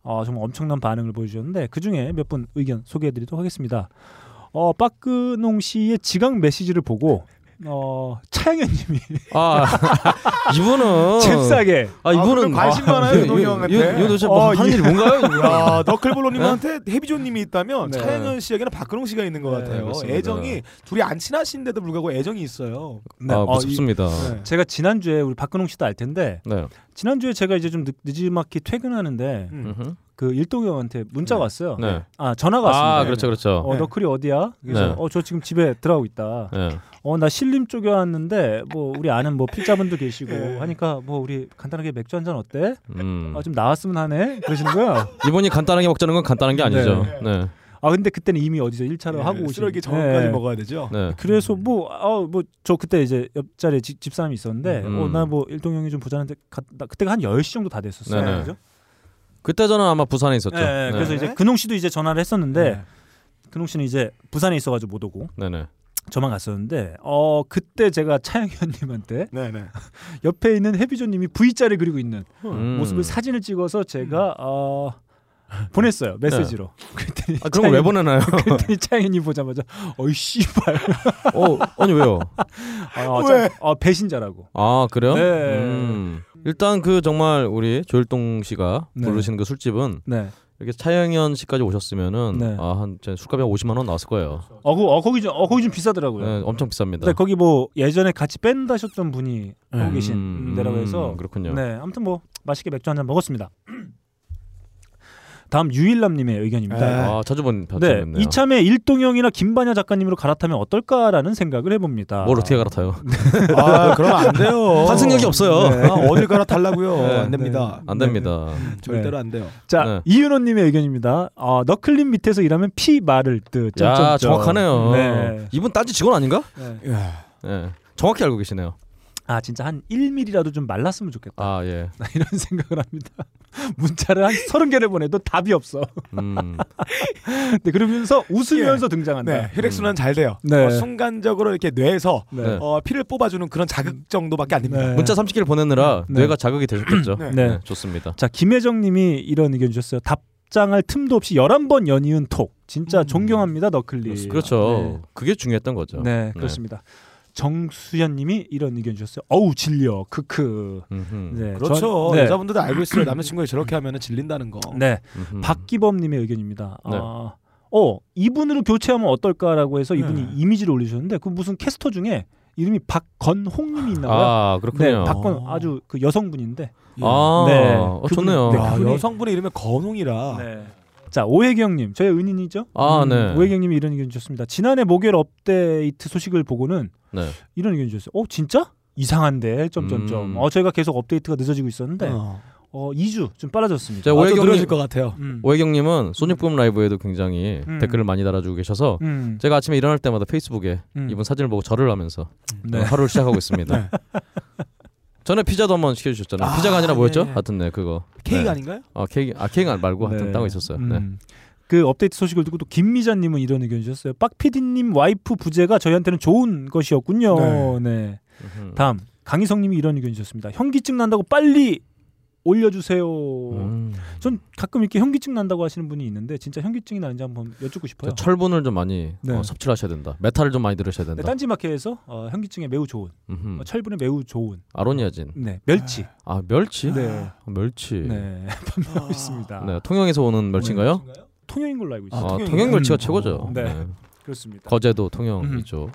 Speaker 1: 어, 정말 엄청난 반응을 보여주셨는데 그 중에 몇 분 의견 소개해드리도록 하겠습니다. 어, 박근홍 씨의 지각 메시지를 보고 어, 차영현님이
Speaker 3: 아 *laughs* 이분은
Speaker 1: 잽싸게
Speaker 3: 아
Speaker 2: 아, 그럼
Speaker 3: 이분은
Speaker 2: 관심
Speaker 3: 아,
Speaker 2: 많아요,
Speaker 3: 이-
Speaker 2: 노동이
Speaker 3: 이-
Speaker 2: 형한테.
Speaker 3: 이- 이거 도대체 뭐
Speaker 2: 어,
Speaker 3: 하는
Speaker 2: 이-
Speaker 3: 일이
Speaker 2: *laughs*
Speaker 3: 뭔가요? 이거?
Speaker 2: 야 너클볼로님한테 해비조님이 있다면
Speaker 1: 네.
Speaker 2: 차영현 씨에게는 박근홍 씨가 있는 것
Speaker 1: 네,
Speaker 2: 같아요.
Speaker 3: 그렇습니다.
Speaker 2: 애정이 둘이 안 친하신데도 불구하고 애정이 있어요.
Speaker 1: 네,
Speaker 3: 아
Speaker 1: 어, 이-
Speaker 3: 무섭습니다.
Speaker 2: 네.
Speaker 1: 제가 지난주에 우리 박근홍 씨도 알 텐데
Speaker 3: 네.
Speaker 1: 지난주에 제가 이제 좀 늦, 늦지막히 퇴근하는데
Speaker 2: 음.
Speaker 3: 음흠.
Speaker 1: 그 일동 형한테 문자가 왔어요.
Speaker 3: 네.
Speaker 1: 아 전화가
Speaker 3: 아
Speaker 1: 왔습니다.
Speaker 3: 그렇죠 그렇죠.
Speaker 1: 어, 너클이 어디야? 그래서
Speaker 3: 네.
Speaker 1: 어 저 지금 집에 들어가고 있다.
Speaker 3: 네.
Speaker 1: 어 나 신림 쪽에 왔는데 뭐 우리 아는 뭐 필자분도 계시고 하니까 뭐 우리 간단하게 맥주 한 잔 어때?
Speaker 3: 네. 음.
Speaker 1: 아 좀 나왔으면 하네 그러시는 거야.
Speaker 3: 이분이 간단하게 먹자는 건 간단한 게 아니죠.
Speaker 1: 네.
Speaker 3: 네.
Speaker 1: 아 근데 그때는 이미 어디서 일차로 하고 오신
Speaker 2: 네, 쓰레기 저까지
Speaker 1: 네.
Speaker 2: 먹어야 되죠.
Speaker 3: 네.
Speaker 1: 그래서 뭐, 뭐아뭐저 그때 이제 옆자리에 집, 집사람이 있었는데
Speaker 3: 음.
Speaker 1: 어 나 뭐 일동 형이 좀 보자는데 갔- 나 그때가 한 10시 정도 다 됐었어요.
Speaker 3: 네네.
Speaker 1: 그죠?
Speaker 3: 그때 저는 아마 부산에 있었죠.
Speaker 1: 예, 예.
Speaker 3: 네.
Speaker 1: 그래서 이제 근홍 씨도 이제 전화를 했었는데
Speaker 2: 네.
Speaker 1: 근홍 씨는 이제 부산에 있어가지고 못 오고
Speaker 3: 네네.
Speaker 1: 저만 갔었는데 어 그때 제가 차영현님한테
Speaker 2: 네네.
Speaker 1: 옆에 있는 해비조님이 V자를 그리고 있는
Speaker 3: 음.
Speaker 1: 모습을 사진을 찍어서 제가 어, 보냈어요 메시지로. 그랬더니
Speaker 3: 네. 아, 그런 거 왜
Speaker 1: *laughs*
Speaker 3: 보내나요?
Speaker 1: 그랬더니 차영현님 보자마자 어이 씨발
Speaker 3: 어, 아니 왜요?
Speaker 1: 아, 짜- 아, 배신자라고.
Speaker 3: 아 그래요?
Speaker 1: 네.
Speaker 3: 음. 일단 그 정말 우리 조일동 씨가
Speaker 1: 네.
Speaker 3: 부르시는 그 술집은
Speaker 1: 네.
Speaker 3: 이렇게 차영현 씨까지 오셨으면은
Speaker 1: 네.
Speaker 3: 아한 술값이 한 50만 원 나왔을 거예요.
Speaker 1: 어, 그, 어 거기 좀 어, 거기 좀 비싸더라고요.
Speaker 3: 네, 엄청 비쌉니다.
Speaker 1: 근데 거기 뭐 예전에 같이 밴드 하셨던 분이 하고
Speaker 3: 음,
Speaker 1: 계신
Speaker 3: 음,
Speaker 1: 데라고 해서
Speaker 3: 그렇군요.
Speaker 1: 네, 아무튼 뭐 맛있게 맥주 한 잔 먹었습니다. 다음 유일남님의 의견입니다.
Speaker 3: 아 자주 본
Speaker 1: 네,
Speaker 3: 편집이네요.
Speaker 1: 이참에 일동형이나 김반야 작가님으로 갈아타면 어떨까라는 생각을 해봅니다.
Speaker 3: 뭘 어떻게 갈아타요?
Speaker 1: 네.
Speaker 2: 아 그러면 안 돼요.
Speaker 3: 환승력이 없어요.
Speaker 2: 네. 아, 어딜 갈아 달라고요.
Speaker 3: 네.
Speaker 2: 안
Speaker 3: *laughs*
Speaker 2: 됩니다.
Speaker 3: 안 됩니다.
Speaker 1: 네.
Speaker 2: 절대로 안 돼요.
Speaker 1: 자
Speaker 3: 네.
Speaker 1: 이윤호님의 의견입니다. 어, 너클린 밑에서 일하면 피 마를 듯.
Speaker 3: 야
Speaker 1: 점점점.
Speaker 3: 정확하네요.
Speaker 1: 네.
Speaker 3: 이분 딴지 직원 아닌가?
Speaker 1: 네.
Speaker 3: 예. 정확히 알고 계시네요.
Speaker 1: 아 진짜 한 1mm라도 좀 말랐으면 좋겠다.
Speaker 3: 아 예.
Speaker 1: *laughs* 이런 생각을 합니다. *laughs* 문자를 한 30개를 보내도 답이 없어. *laughs*
Speaker 3: 음.
Speaker 1: 네, 그러면서 웃으면서
Speaker 3: 예.
Speaker 1: 등장한다.
Speaker 2: 네, 혈액순환 잘 돼요.
Speaker 1: 네.
Speaker 2: 어, 순간적으로 이렇게 뇌에서
Speaker 1: 네.
Speaker 2: 어, 피를 뽑아주는 그런 자극 정도밖에 안 됩니다.
Speaker 1: 네.
Speaker 3: 문자 30개를 보내느라
Speaker 1: 네.
Speaker 3: 뇌가 자극이 되셨겠죠.
Speaker 2: 네.
Speaker 3: 네.
Speaker 1: 네.
Speaker 3: 좋습니다.
Speaker 1: 자, 김혜정 님이 이런 의견 주셨어요. 답장할 틈도 없이 11번 연이은 톡. 진짜
Speaker 2: 음.
Speaker 1: 존경합니다, 너클리.
Speaker 3: 그렇죠. 그게 중요했던 거죠.
Speaker 1: 네, 네, 그렇습니다. 정수현 님이 이런 의견 주셨어요. 어우, 질려. 크크.
Speaker 3: 음흠.
Speaker 1: 네.
Speaker 2: 그렇죠.
Speaker 1: 전- 네.
Speaker 2: 여자분들도 알고 있어요. 남자친구가 저렇게 하면 질린다는 거.
Speaker 1: 네.
Speaker 3: 음흠.
Speaker 1: 박기범 님의 의견입니다.
Speaker 3: 네.
Speaker 1: 아, 어, 이분으로 교체하면 어떨까라고 해서 이분이
Speaker 2: 네.
Speaker 1: 이미지를 올리셨는데 그 무슨 캐스터 중에 이름이 박건홍 님이 있나 봐요.
Speaker 3: 아 그렇군요.
Speaker 1: 네, 박건
Speaker 2: 어.
Speaker 1: 아주 그 여성분인데.
Speaker 2: 예.
Speaker 3: 아
Speaker 1: 네.
Speaker 3: 어,
Speaker 1: 그분이-
Speaker 3: 좋네요.
Speaker 1: 네,
Speaker 2: 야,
Speaker 1: 그분이-
Speaker 2: 여성분의 이름이 건홍이라.
Speaker 1: 네. 자 오혜경님 저희 은인이죠? 음,
Speaker 3: 아, 네.
Speaker 1: 오혜경님이 이런 의견 주셨습니다. 지난해 목요일 업데이트 소식을 보고는
Speaker 3: 네.
Speaker 1: 이런 의견 주셨어요. 어 진짜? 이상한데 점점점.
Speaker 3: 음.
Speaker 1: 어 저희가 계속 업데이트가 늦어지고 있었는데 어,
Speaker 2: 어.
Speaker 1: 2주 좀 빨라졌습니다.
Speaker 3: 자,
Speaker 2: 오히려
Speaker 3: 오해경님-
Speaker 2: 늘어질 것 같아요.
Speaker 1: 음.
Speaker 3: 오해경님은 소닉붐 라이브에도 굉장히
Speaker 1: 음.
Speaker 3: 댓글을 많이 달아주고 계셔서
Speaker 1: 음.
Speaker 3: 제가 아침에 일어날 때마다 페이스북에
Speaker 1: 음.
Speaker 3: 이분 사진을 보고 절을 하면서
Speaker 1: 네.
Speaker 3: 어, 하루를 시작하고
Speaker 1: *laughs*
Speaker 3: 있습니다.
Speaker 2: 네.
Speaker 3: 전에 피자도 한번 시켜주셨잖아요.
Speaker 2: 아,
Speaker 3: 피자가 아니라 뭐였죠?
Speaker 2: 네.
Speaker 3: 하여튼 네 그거.
Speaker 2: 케이크
Speaker 3: 네.
Speaker 2: 아닌가요?
Speaker 3: 아 케이크 아 케이크 말고 하여튼
Speaker 1: 네.
Speaker 3: 따로 있었어요. 네.
Speaker 1: 음. 그 업데이트 소식을 듣고 또 김미자님은 이런 의견 주셨어요. 빡피디님 와이프 부재가 저희한테는 좋은 것이었군요. 네.
Speaker 3: 음흠.
Speaker 1: 다음 강희성님이 이런 의견 주셨습니다. 현기증 난다고 빨리 올려주세요.
Speaker 3: 음.
Speaker 1: 전 가끔 이렇게 현기증 난다고 하시는 분이 있는데 진짜 현기증이 나는지 한번 여쭙고 싶어요.
Speaker 3: 자, 철분을 좀 많이
Speaker 1: 네.
Speaker 3: 어, 섭취를 하셔야 된다. 메탈을 좀 많이 들으셔야
Speaker 1: 네,
Speaker 3: 된다.
Speaker 1: 딴지마켓에서 어, 현기증에 매우 좋은
Speaker 3: 음흠.
Speaker 1: 어, 철분에 매우 좋은
Speaker 3: 아로니아진.
Speaker 1: 네, 멸치
Speaker 3: 아 멸치?
Speaker 1: 네.
Speaker 3: 멸치. 네.
Speaker 1: 네, *laughs*
Speaker 2: 아.
Speaker 1: 판매하고 있습니다.
Speaker 3: 통영에서 오는 멸치인가요?
Speaker 1: 통영인 걸로 알고
Speaker 3: 네. 아,
Speaker 1: 있어요.
Speaker 2: 통영이요?
Speaker 3: 통영 멸치가
Speaker 1: 음.
Speaker 3: 최고죠.
Speaker 1: 네.
Speaker 3: 네.
Speaker 1: 그렇습니다.
Speaker 3: 거제도 통영이죠.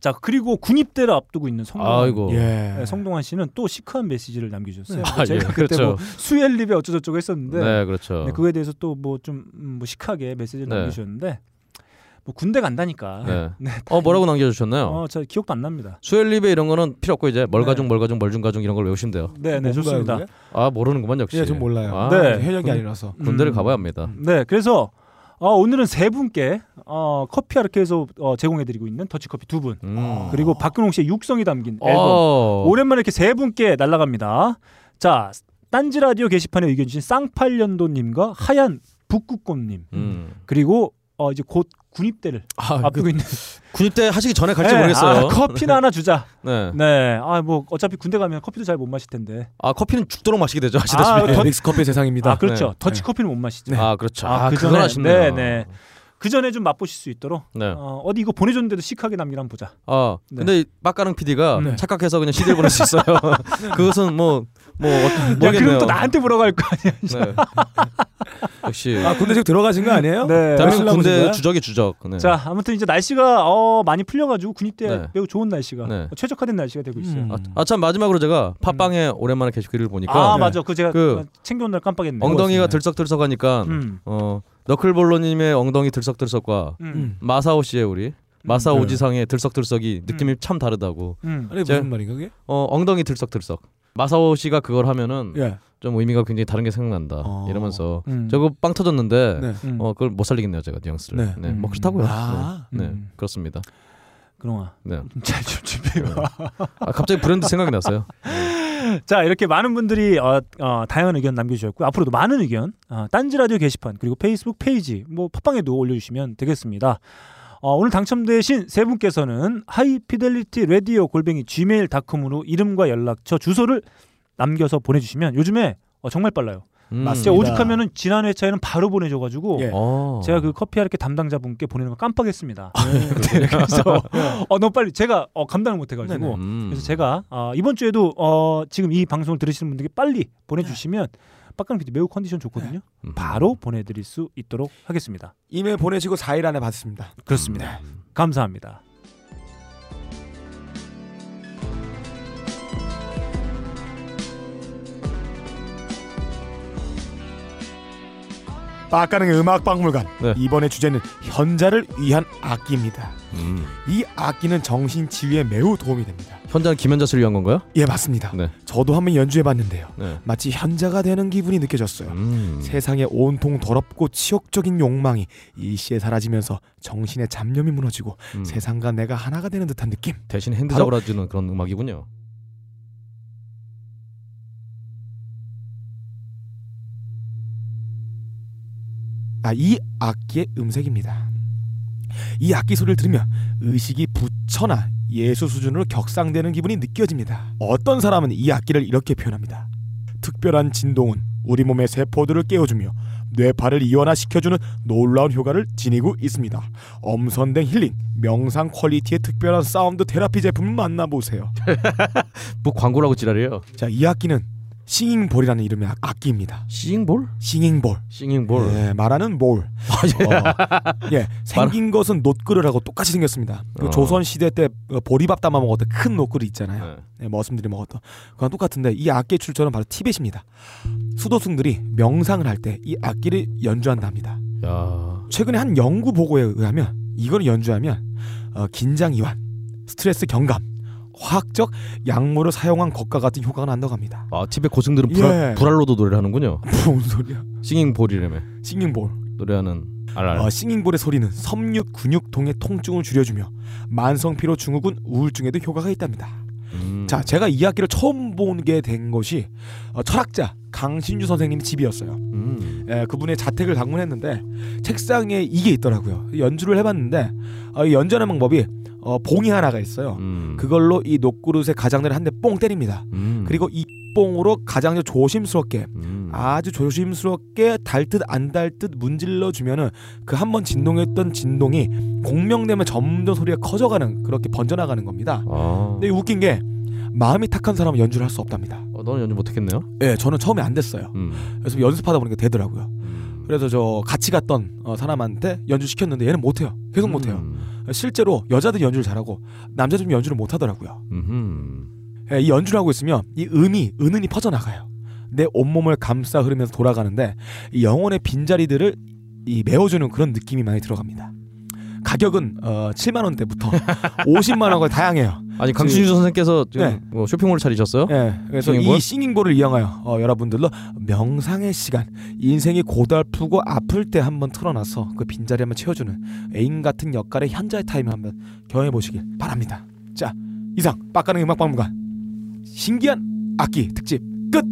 Speaker 1: 자 그리고 군입대를 앞두고 있는 성동환,
Speaker 3: 아이고.
Speaker 2: 예.
Speaker 1: 네, 성동환 씨는 또 시크한 메시지를
Speaker 2: 네.
Speaker 1: 남겨주셨어요.
Speaker 3: 아, 예,
Speaker 1: 제가 그때
Speaker 3: 그렇죠.
Speaker 1: 뭐 수엘립에 어쩌저쩌고 했었는데
Speaker 3: 네, 그렇죠.
Speaker 1: 네, 그거에 대해서 또 뭐 좀 뭐 시크하게 메시지를
Speaker 3: 네.
Speaker 1: 남기셨는데 뭐 군대 간다니까.
Speaker 3: 네.
Speaker 1: 네.
Speaker 3: 어 뭐라고 남겨주셨나요?
Speaker 1: 어, 저 기억도 안 납니다.
Speaker 3: 수엘리베 이런 거는 필요 없고 이제 멀가중
Speaker 1: 네.
Speaker 3: 멀가중 멀중가중 이런 걸 외우시면 돼요.
Speaker 1: 네, 네,
Speaker 2: 그 뭔가요,
Speaker 1: 좋습니다.
Speaker 2: 그게?
Speaker 3: 아 모르는구만 역시.
Speaker 2: 예, 전 몰라요.
Speaker 3: 아,
Speaker 1: 네.
Speaker 2: 현역이
Speaker 3: 군-
Speaker 2: 아니라서.
Speaker 3: 군대를
Speaker 1: 음.
Speaker 3: 가봐야 합니다.
Speaker 1: 네, 그래서 어, 오늘은 세 분께 어, 커피 아르케에서 어, 제공해드리고 있는 더치커피 두 분,
Speaker 3: 음.
Speaker 1: 그리고 박근홍 씨의 육성이 담긴 아, 앨범
Speaker 3: 어.
Speaker 1: 오랜만에 이렇게 세 분께 날라갑니다. 자, 딴지 라디오 게시판에 의견 주신 쌍팔년도님과 하얀 북극곰님
Speaker 3: 음.
Speaker 1: 그리고 어, 이제 곧 군입대를
Speaker 3: 아,
Speaker 1: 앞두고 있는
Speaker 3: 군입대 하시기 전에 갈지
Speaker 1: 네,
Speaker 3: 모르겠어요.
Speaker 1: 아, 커피나 하나 주자.
Speaker 3: 네.
Speaker 1: 네, 아 뭐 어차피 군대 가면 커피도 잘 못 마실 텐데.
Speaker 3: 아 커피는 죽도록 마시게 되죠. 아시다시피.
Speaker 1: 아, 더-
Speaker 2: 믹스 커피 세상입니다.
Speaker 1: 아 그렇죠.
Speaker 3: 네.
Speaker 1: 더치 커피는 못 마시죠.
Speaker 3: 아 그렇죠.
Speaker 1: 아,
Speaker 3: 아,
Speaker 1: 그
Speaker 3: 그건
Speaker 1: 전에-
Speaker 3: 아쉽네요.
Speaker 1: 네, 네. 그 전에 좀 맛보실 수 있도록
Speaker 3: 네.
Speaker 1: 어, 어디 이거 보내줬는데도 시크하게 남기라 한번 보자.
Speaker 3: 아
Speaker 1: 네.
Speaker 3: 근데 이 빡가릉 PD가
Speaker 2: 네.
Speaker 3: 착각해서 그냥 CD를 보낼 수
Speaker 1: *laughs*
Speaker 3: 있어요. 그것은 뭐뭐
Speaker 1: 네. 야, 그럼
Speaker 3: 모르겠네요.
Speaker 1: 또 나한테 물어갈 거 아니야.
Speaker 3: 네. *laughs* 역시
Speaker 2: 아, 군대 지금 들어가신 거 아니에요?
Speaker 1: 네.
Speaker 3: 대한민국
Speaker 2: 신랑 오신
Speaker 3: 군대
Speaker 2: 거야?
Speaker 3: 주적이 주적. 네.
Speaker 1: 자, 아무튼 이제 날씨가 어, 많이 풀려가지고 군입대
Speaker 3: 네.
Speaker 1: 매우 좋은 날씨가
Speaker 3: 네.
Speaker 1: 어, 최적화된 날씨가 되고 있어요.
Speaker 2: 음.
Speaker 3: 아 참 마지막으로 제가 팟빵에 오랜만에 게시글을 보니까
Speaker 1: 음. 아 맞아, 그 제가
Speaker 3: 그러니까 그
Speaker 1: 챙겨온 날 깜빡했네.
Speaker 3: 엉덩이가 들썩들썩하니까
Speaker 1: 음.
Speaker 3: 어 너클볼로님의 엉덩이 들썩들썩과
Speaker 1: 음. 네.
Speaker 3: 마사오 씨의 우리 마사오지상의 들썩들썩이 느낌이 참 다르다고.
Speaker 1: 음.
Speaker 2: 아니
Speaker 3: 제-
Speaker 2: 무슨 말인가 그게?
Speaker 3: 어 엉덩이 들썩들썩. 마사오 씨가 그걸 하면은
Speaker 2: 예.
Speaker 3: 좀 의미가 굉장히 다른 게 생각난다.
Speaker 2: 어.
Speaker 3: 이러면서
Speaker 1: 음.
Speaker 3: 저거 빵 터졌는데
Speaker 2: 네.
Speaker 1: 음.
Speaker 3: 어 그걸 못 살리겠네요 제가 뉘앙스를.
Speaker 2: 네.
Speaker 3: 네.
Speaker 1: 음.
Speaker 3: 뭐 그렇다고요.
Speaker 2: 아.
Speaker 3: 네. 네,
Speaker 1: 음.
Speaker 3: 그렇습니다.
Speaker 1: 그놈아,
Speaker 3: 네.
Speaker 1: 잘좀 준비해 봐.
Speaker 3: 아, 갑자기 브랜드 생각이 났어요.
Speaker 1: 자 이렇게 많은 분들이 어, 어, 다양한 의견 남겨주셨고 앞으로도 많은 의견 어, 딴지 라디오 게시판 그리고 페이스북 페이지 뭐 팟빵에도 올려주시면 되겠습니다. 어, 오늘 당첨되신 세 분께서는 하이피델리티 라디오 골뱅이 gmail.com으로 이름과 연락처 주소를 남겨서 보내주시면 요즘에 어, 정말 빨라요.
Speaker 3: 음.
Speaker 2: 맞습니다.
Speaker 1: 제가 아, 오죽하면은 지난 회차에는 바로 보내줘가지고
Speaker 2: 예.
Speaker 3: 어.
Speaker 1: 제가 그 커피 아르케 담당자분께 보내는 거 깜빡했습니다. 네, *laughs* 그래서 어, 너무 빨리 제가 어, 감당을 못해가지고
Speaker 2: 네네.
Speaker 3: 음.
Speaker 1: 그래서 제가 아, 이번 주에도 어, 지금 이 방송을 들으시는 분들께 빨리 보내주시면 빡강 PD 매우 컨디션 좋거든요.
Speaker 3: 음.
Speaker 1: 바로 보내드릴 수 있도록 하겠습니다.
Speaker 2: 이메일 보내시고 4일 안에 받습니다.
Speaker 1: 그렇습니다. 감사합니다.
Speaker 2: 빡가능의 음악박물관
Speaker 3: 네.
Speaker 2: 이번의 주제는 현자를 위한 악기입니다.
Speaker 3: 음.
Speaker 2: 이 악기는 정신 치유에 매우 도움이 됩니다.
Speaker 3: 현장 김현자씨를 위한 건가요?
Speaker 2: 예 맞습니다.
Speaker 3: 네.
Speaker 2: 저도 한번 연주해봤는데요.
Speaker 3: 네.
Speaker 2: 마치 현자가 되는 기분이 느껴졌어요.
Speaker 3: 음.
Speaker 2: 세상에 온통 더럽고 치욕적인 욕망이 일시에 사라지면서 정신의 잡념이 무너지고
Speaker 3: 음.
Speaker 2: 세상과 내가 하나가 되는 듯한 느낌.
Speaker 3: 대신 핸드잡을 해주는 그런 음악이군요.
Speaker 2: 아, 이 악기의 음색입니다. 이 악기 소리를 들으면 의식이 부처나 예수 수준으로 격상되는 기분이 느껴집니다. 어떤 사람은 이 악기를 이렇게 표현합니다. 특별한 진동은 우리 몸의 세포들을 깨워주며 뇌파를 이완화시켜주는 놀라운 효과를 지니고 있습니다. 엄선된 힐링, 명상 퀄리티의 특별한 사운드 테라피 제품을 만나보세요.
Speaker 3: 뭐 광고라고 지랄이에요.
Speaker 2: 자, 이 악기는 싱잉볼이라는 이름의 악- 악기입니다.
Speaker 3: 싱잉볼?
Speaker 2: 싱잉볼.
Speaker 3: 싱잉볼. 아,
Speaker 2: 예, 말하는 볼. 어,
Speaker 3: *laughs*
Speaker 2: 예, 생긴 것은 노그릇하고 똑같이 생겼습니다. 그
Speaker 3: 어.
Speaker 2: 조선 시대 때 어, 보리밥 담아 먹었던 큰 노그릇 있잖아요.
Speaker 3: 네.
Speaker 2: 예, 머슴들이 먹었던 그건 똑같은데 이 악기의 출처는 바로 티벳입니다. 수도승들이 명상을 할 때 이 악기를 연주한답니다.
Speaker 3: 야.
Speaker 2: 최근에 한 연구 보고에 의하면 이걸 연주하면 어, 긴장 이완, 스트레스 경감, 화학적 약물을 사용한 것과 같은 효과가 난다고 합니다. *laughs*
Speaker 3: 아 티벳 고승들은 불알,
Speaker 2: 예.
Speaker 3: 불알로도 노래를 하는군요.
Speaker 2: 뭔 소리야?
Speaker 3: 싱잉볼이라며
Speaker 2: 싱잉볼.
Speaker 3: 노래하는 알알.
Speaker 2: 어, 싱잉볼의 소리는 섬유 근육통의 통증을 줄여주며 만성 피로 증후군 우울증에도 효과가 있답니다.
Speaker 3: 음.
Speaker 2: 자, 제가 이 악기를 처음 보게 된 것이 어, 철학자 강신주 선생님 집이었어요.
Speaker 3: 음.
Speaker 2: 예, 그분의 자택을 방문했는데 책상에 이게 있더라고요. 연주를 해봤는데 어, 이 연주하는 방법이 어, 봉이 하나가 있어요.
Speaker 3: 음.
Speaker 2: 그걸로 이 녹그릇의 가장자를 한 대 뽕 때립니다.
Speaker 3: 음.
Speaker 2: 그리고 이 뽕으로 가장자 조심스럽게
Speaker 3: 음.
Speaker 2: 아주 조심스럽게 닳듯 안 닳듯 문질러 주면은 그 한 번 진동했던 진동이 공명되면 점점 소리가 커져가는 그렇게 번져나가는 겁니다.
Speaker 3: 아.
Speaker 2: 근데 웃긴 게 마음이 탁한 사람은 연주를 할 수 없답니다.
Speaker 3: 어, 너는 연주 못했겠네요.
Speaker 2: 예, 저는 처음에 안 됐어요.
Speaker 3: 음.
Speaker 2: 그래서 연습하다 보니까 되더라고요. 그래서 저 같이 갔던 어, 사람한테 연주 시켰는데 얘는 못해요. 계속 못해요.
Speaker 3: 음.
Speaker 2: 실제로 여자들 연주를 잘하고 남자들은 연주를 못하더라고요.
Speaker 3: 음흠.
Speaker 2: 예, 이 연주를 하고 있으면 이 음이 은은히 퍼져나가요. 내 온몸을 감싸 흐르면서 돌아가는데 이 영혼의 빈자리들을 이 메워주는 그런 느낌이 많이 들어갑니다. 가격은 어,
Speaker 3: *laughs*
Speaker 2: 7만 원대부터 50만 원까지 다양해요.
Speaker 3: 아니 강신주 선생께서 지금
Speaker 2: 네.
Speaker 3: 뭐 쇼핑몰 차리셨어요?
Speaker 2: 예, 그래서
Speaker 3: 싱잉볼?
Speaker 2: 이 싱잉볼을 이용하여 어, 여러분들로 명상의 시간, 인생이 고달프고 아플 때 한번 틀어놔서 그 빈자리 한번 채워주는 애인 같은 역할의 현자의 타임을 한번 경험해 보시길 바랍니다. 자, 이상 빡가는 음악박물관 신기한 악기 특집 끝.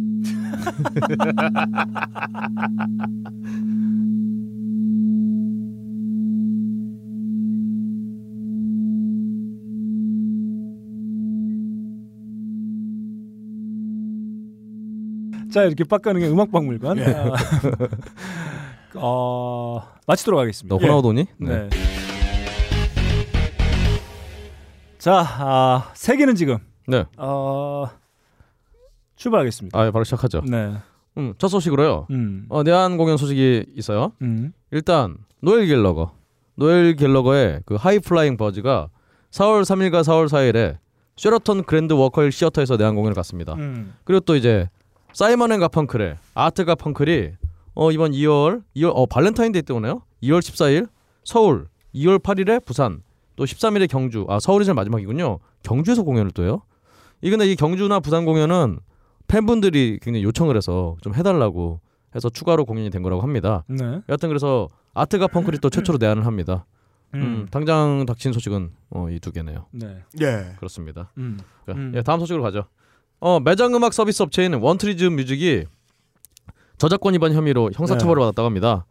Speaker 1: 자 이렇게 빡가능의 음악박물관
Speaker 2: 예.
Speaker 1: 아, 어, 마치도록 하겠습니다.
Speaker 3: 너
Speaker 2: 예.
Speaker 3: 호나우도니?
Speaker 1: 네. 자 아, 세계는 지금
Speaker 3: 네.
Speaker 1: 어, 출발하겠습니다.
Speaker 3: 아 예, 바로 시작하죠.
Speaker 1: 네.
Speaker 3: 음, 첫 소식으로요.
Speaker 1: 음.
Speaker 3: 어, 내한 공연 소식이 있어요.
Speaker 1: 음.
Speaker 3: 일단 노엘 갤러거 노엘 갤러거의 그 하이 플라잉 버즈가 4월 3일과 4월 4일에 쉐러턴 그랜드 워커힐 시어터에서 내한 공연을 갔습니다.
Speaker 1: 음.
Speaker 3: 그리고 또 이제 사이먼 앤 가펑클의 아트 가펑클이 어 이번 2월 2월 어 발렌타인데이 때 오네요. 2월 14일 서울, 2월 8일에 부산, 또 13일에 경주. 아 서울이 제일 마지막이군요. 경주에서 공연을 또 해요. 이 근데 이 경주나 부산 공연은 팬분들이 굉장히 요청을 해서 좀 해달라고 해서 추가로 공연이 된 거라고 합니다.
Speaker 1: 네.
Speaker 2: 음.
Speaker 3: 여하튼 그래서 아트가 펑크리 또 최초로 내한을 합니다.
Speaker 1: 음.
Speaker 3: 음, 당장 닥친 소식은 어, 이 두 개네요.
Speaker 1: 네.
Speaker 2: 예.
Speaker 3: 그렇습니다.
Speaker 1: 음.
Speaker 3: 자,
Speaker 1: 음.
Speaker 3: 예, 다음 소식으로 가죠. 어, 매장 음악 서비스 업체인 원트리즈 뮤직이 저작권 위반 혐의로 형사
Speaker 1: 네.
Speaker 3: 처벌을 받았다고 합니다.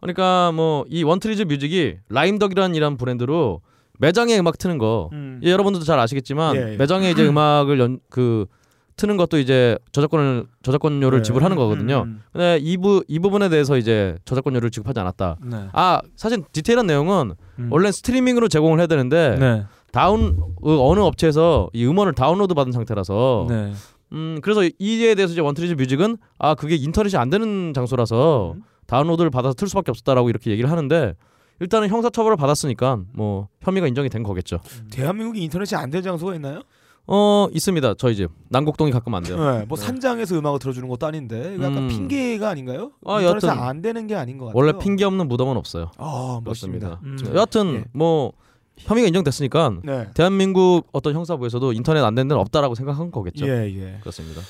Speaker 3: 그러니까 뭐 이 원트리즈 뮤직이 라임덕이라는 이란 브랜드로 매장에 음악 트는 거
Speaker 1: 음.
Speaker 3: 예, 여러분들도 잘 아시겠지만
Speaker 2: 예, 예.
Speaker 3: 매장에 이제 음악을 연, 그 트는 것도 이제 저작권을 저작권료를
Speaker 1: 네.
Speaker 3: 지불하는 거거든요.
Speaker 1: 음,
Speaker 3: 근데 이 부 이 부분에 대해서 이제 저작권료를 지급하지 않았다.
Speaker 1: 음. 네.
Speaker 3: 아 사실 디테일한 내용은
Speaker 1: 음.
Speaker 3: 원래 는 스트리밍으로 제공을 해야 되는데
Speaker 1: 네.
Speaker 3: 다운 어, 어느 업체에서 이 음원을 다운로드 받은 상태라서
Speaker 1: 네.
Speaker 3: 음 그래서 이에 대해서 이제 원트리즈 뮤직은 아 그게 인터넷이 안 되는 장소라서
Speaker 1: 음.
Speaker 3: 다운로드를 받아서 틀 수밖에 없었다라고 이렇게 얘기를 하는데 일단은 형사 처벌을 받았으니까 뭐 혐의가 인정이 된 거겠죠.
Speaker 1: 음.
Speaker 2: 대한민국이 인터넷이 안 되는 장소가 있나요?
Speaker 3: 어 있습니다. 저희 집 난곡동이 가끔 안 돼요.
Speaker 2: 네, 뭐 산장에서 음악을 들어주는 것도 아닌데 이거 약간
Speaker 3: 음.
Speaker 2: 핑계가 아닌가요?
Speaker 3: 아,
Speaker 2: 인터넷이
Speaker 3: 여하튼
Speaker 2: 안 되는 게 아닌 것 같아요.
Speaker 3: 원래 핑계 없는 무덤은 없어요.
Speaker 2: 아, 멋있습니다.
Speaker 3: 그렇습니다.
Speaker 1: 음.
Speaker 3: 여하튼
Speaker 2: 예.
Speaker 3: 뭐 혐의가 인정됐으니까
Speaker 2: 네.
Speaker 3: 대한민국 어떤 형사부에서도 인터넷 안 되는 데는 없다라고 생각한 거겠죠.
Speaker 2: 예, 예.
Speaker 3: 그렇습니다.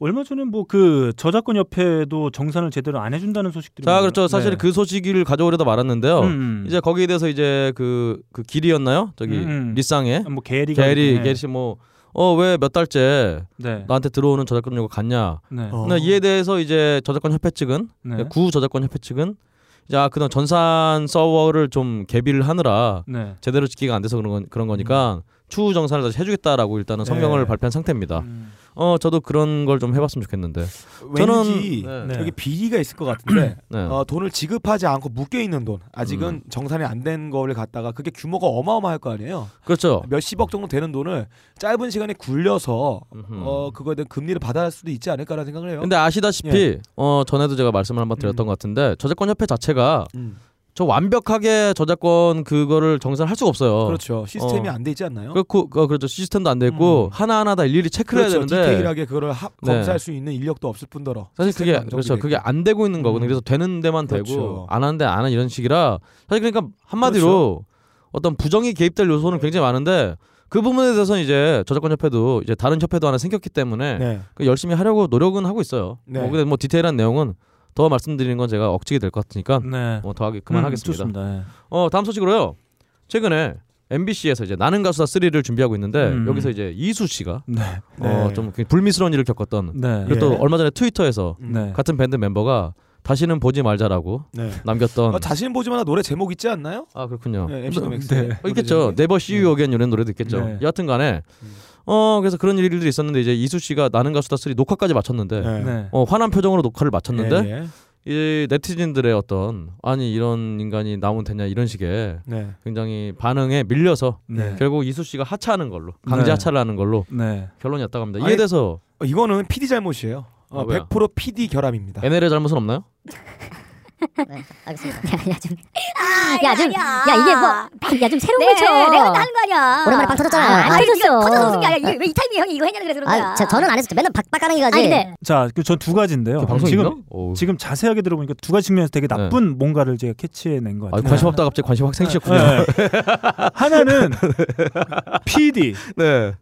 Speaker 1: 얼마 전에 뭐 그 저작권 협회도 정산을 제대로 안 해준다는 소식들이
Speaker 3: 자,
Speaker 1: 많아요.
Speaker 3: 그렇죠. 사실
Speaker 1: 네.
Speaker 3: 그 소식을 가져오려다 말았는데요.
Speaker 1: 음, 음.
Speaker 3: 이제 거기에 대해서 이제 그, 그 길이었나요? 저기
Speaker 1: 음, 음.
Speaker 3: 리쌍에
Speaker 1: 아, 뭐 게리가
Speaker 3: 게리
Speaker 1: 네.
Speaker 3: 게리 씨뭐어 왜 몇 달째
Speaker 1: 네.
Speaker 3: 나한테 들어오는 저작권료가 갔냐?
Speaker 1: 네.
Speaker 3: 예,
Speaker 2: 어.
Speaker 3: 근데 이에 대해서 이제 저작권 협회 측은
Speaker 1: 네.
Speaker 3: 구 저작권 협회 측은 이제 아 그동안 전산 서버를 좀 개비를 하느라
Speaker 1: 네.
Speaker 3: 제대로 지키가 안 돼서 그런 건 그런 거니까 추후 정산을 다시 해주겠다라고 일단은 성명을
Speaker 1: 음. 네.
Speaker 3: 발표한 상태입니다. 어 저도 그런 걸 좀 해봤으면 좋겠는데 저는-
Speaker 2: 왠지
Speaker 3: 네.
Speaker 2: 여기 비리가 있을 것 같은데
Speaker 3: *clears throat* 네.
Speaker 2: 어, 돈을 지급하지 않고 묶여 있는 돈 아직은
Speaker 3: 음.
Speaker 2: 정산이 안 된 거를 갖다가 그게 규모가 어마어마할 거 아니에요.
Speaker 3: 그렇죠.
Speaker 2: 몇십억 정도 되는 돈을 짧은 시간에 굴려서
Speaker 3: 음흠.
Speaker 2: 어 그거에 대한 금리를 받아야 할 수도 있지 않을까라는 생각을 해요.
Speaker 3: 근데 아시다시피
Speaker 2: 그렇죠? 예.
Speaker 3: 어 전에도 제가 말씀을 한번 드렸던 것 같은데 저작권 협회 자체가
Speaker 2: 음.
Speaker 3: 저 완벽하게 저작권 그거를 정산할 수가 없어요.
Speaker 2: 그렇죠. 시스템이
Speaker 3: 어.
Speaker 2: 안 돼 있지 않나요?
Speaker 3: 그렇고 어, 그렇죠. 시스템도 안 돼 있고
Speaker 2: 음.
Speaker 3: 하나하나 다 일일이 체크를
Speaker 2: 그렇죠.
Speaker 3: 해야 되는데
Speaker 2: 디테일하게 그거를 하-
Speaker 3: 네.
Speaker 2: 검사할 수 있는 인력도 없을 뿐더러
Speaker 3: 사실
Speaker 2: 시스템이
Speaker 3: 그게
Speaker 2: 안정돼
Speaker 3: 그렇죠.
Speaker 2: 있고.
Speaker 3: 그게 안 되고 있는 거거든요. 그래서 되는 데만 되고
Speaker 2: 그렇죠.
Speaker 3: 안 하는 데안 하는 이런 식이라 사실 그러니까 한마디로 어떤 부정이 개입될 요소는 굉장히 많은데 그 부분에 대해서는 이제 저작권 협회도 이제 다른 협회도 하나 생겼기 때문에
Speaker 2: 네.
Speaker 3: 그 열심히 하려고 노력은 하고 있어요.
Speaker 2: 네.
Speaker 3: 뭐 근데 뭐 디테일한 내용은 더 말씀드리는 건 제가 억지게 될 것 같으니까
Speaker 1: 네.
Speaker 3: 뭐 더하기
Speaker 1: 음,
Speaker 3: 그만하겠습니다.
Speaker 1: 좋습니다. 예.
Speaker 3: 어 다음 소식으로요. 최근에 MBC에서 이제 나는 가수다 3를 준비하고 있는데
Speaker 1: 음.
Speaker 3: 여기서 이제 이수 씨가
Speaker 1: 네.
Speaker 2: 네.
Speaker 3: 어좀 불미스러운 일을 겪었던
Speaker 1: 네.
Speaker 3: 그리고 또
Speaker 2: 예.
Speaker 3: 얼마 전에 트위터에서
Speaker 1: 네.
Speaker 3: 같은 밴드 멤버가 다시는 보지 말자라고
Speaker 2: 네.
Speaker 3: 남겼던
Speaker 2: 어, 자신 보지만 노래 제목 있지 않나요?
Speaker 3: 아 그렇군요.
Speaker 2: 네, MC
Speaker 3: 어,
Speaker 2: 노맥스.
Speaker 1: 네.
Speaker 3: 있겠죠. 네버 See You Again 이런 노래도 있겠죠.
Speaker 1: 네.
Speaker 3: 여하튼간에
Speaker 2: 음.
Speaker 3: 어 그래서 그런 일들이 있었는데 이제 이수 씨가 나는 가수다 3 녹화까지 마쳤는데
Speaker 2: 네.
Speaker 1: 네.
Speaker 3: 어 화난 표정으로 녹화를 마쳤는데
Speaker 2: 예, 예.
Speaker 3: 이 네티즌들의 어떤 아니 이런 인간이 나오면 되냐 이런 식의
Speaker 2: 네.
Speaker 3: 굉장히 반응에 밀려서
Speaker 1: 네.
Speaker 3: 결국 이수 씨가 하차하는 걸로 강제
Speaker 1: 네.
Speaker 3: 하차를 하는 걸로
Speaker 1: 네.
Speaker 3: 결론이었다고 합니다. 이에
Speaker 2: 아니,
Speaker 3: 대해서
Speaker 2: 어, 이거는 PD 잘못이에요.
Speaker 3: 아,
Speaker 2: 어,
Speaker 3: 뭐야?
Speaker 2: 100% PD 결함입니다.
Speaker 3: NL의 잘못은 없나요?
Speaker 11: 알겠습니다. 야, 좀, 야, 좀, 야, 이게 뭐, 야, 좀 새로운 걸 쳐.
Speaker 7: 네, 내가 다른 거 아니야.
Speaker 11: 오랜만에 빡 터졌잖아요.
Speaker 7: 아, 아니,
Speaker 11: 터졌어.
Speaker 7: 터서 웃은 게 아니야. 왜이 타이밍에 형이 이거 했냐 그래서 그런 거야.
Speaker 11: 아, 저, 저는 안 했었죠. 맨날 박, 박가는
Speaker 7: 아니,
Speaker 11: 거지.
Speaker 7: 근데
Speaker 1: 자, 전 두 아, 가지인데요.
Speaker 3: 그 방송인가?
Speaker 1: 지금
Speaker 3: 어우.
Speaker 1: 지금 자세하게 들어보니까 두 가지 측면에서 되게 나쁜 뭔가를 제가 캐치해 낸것
Speaker 3: 아,
Speaker 1: 같아요.
Speaker 3: 관심 없다 갑자기 관심 확 생기셨군요. *laughs*
Speaker 1: 네. 하나는 PD.
Speaker 3: 네.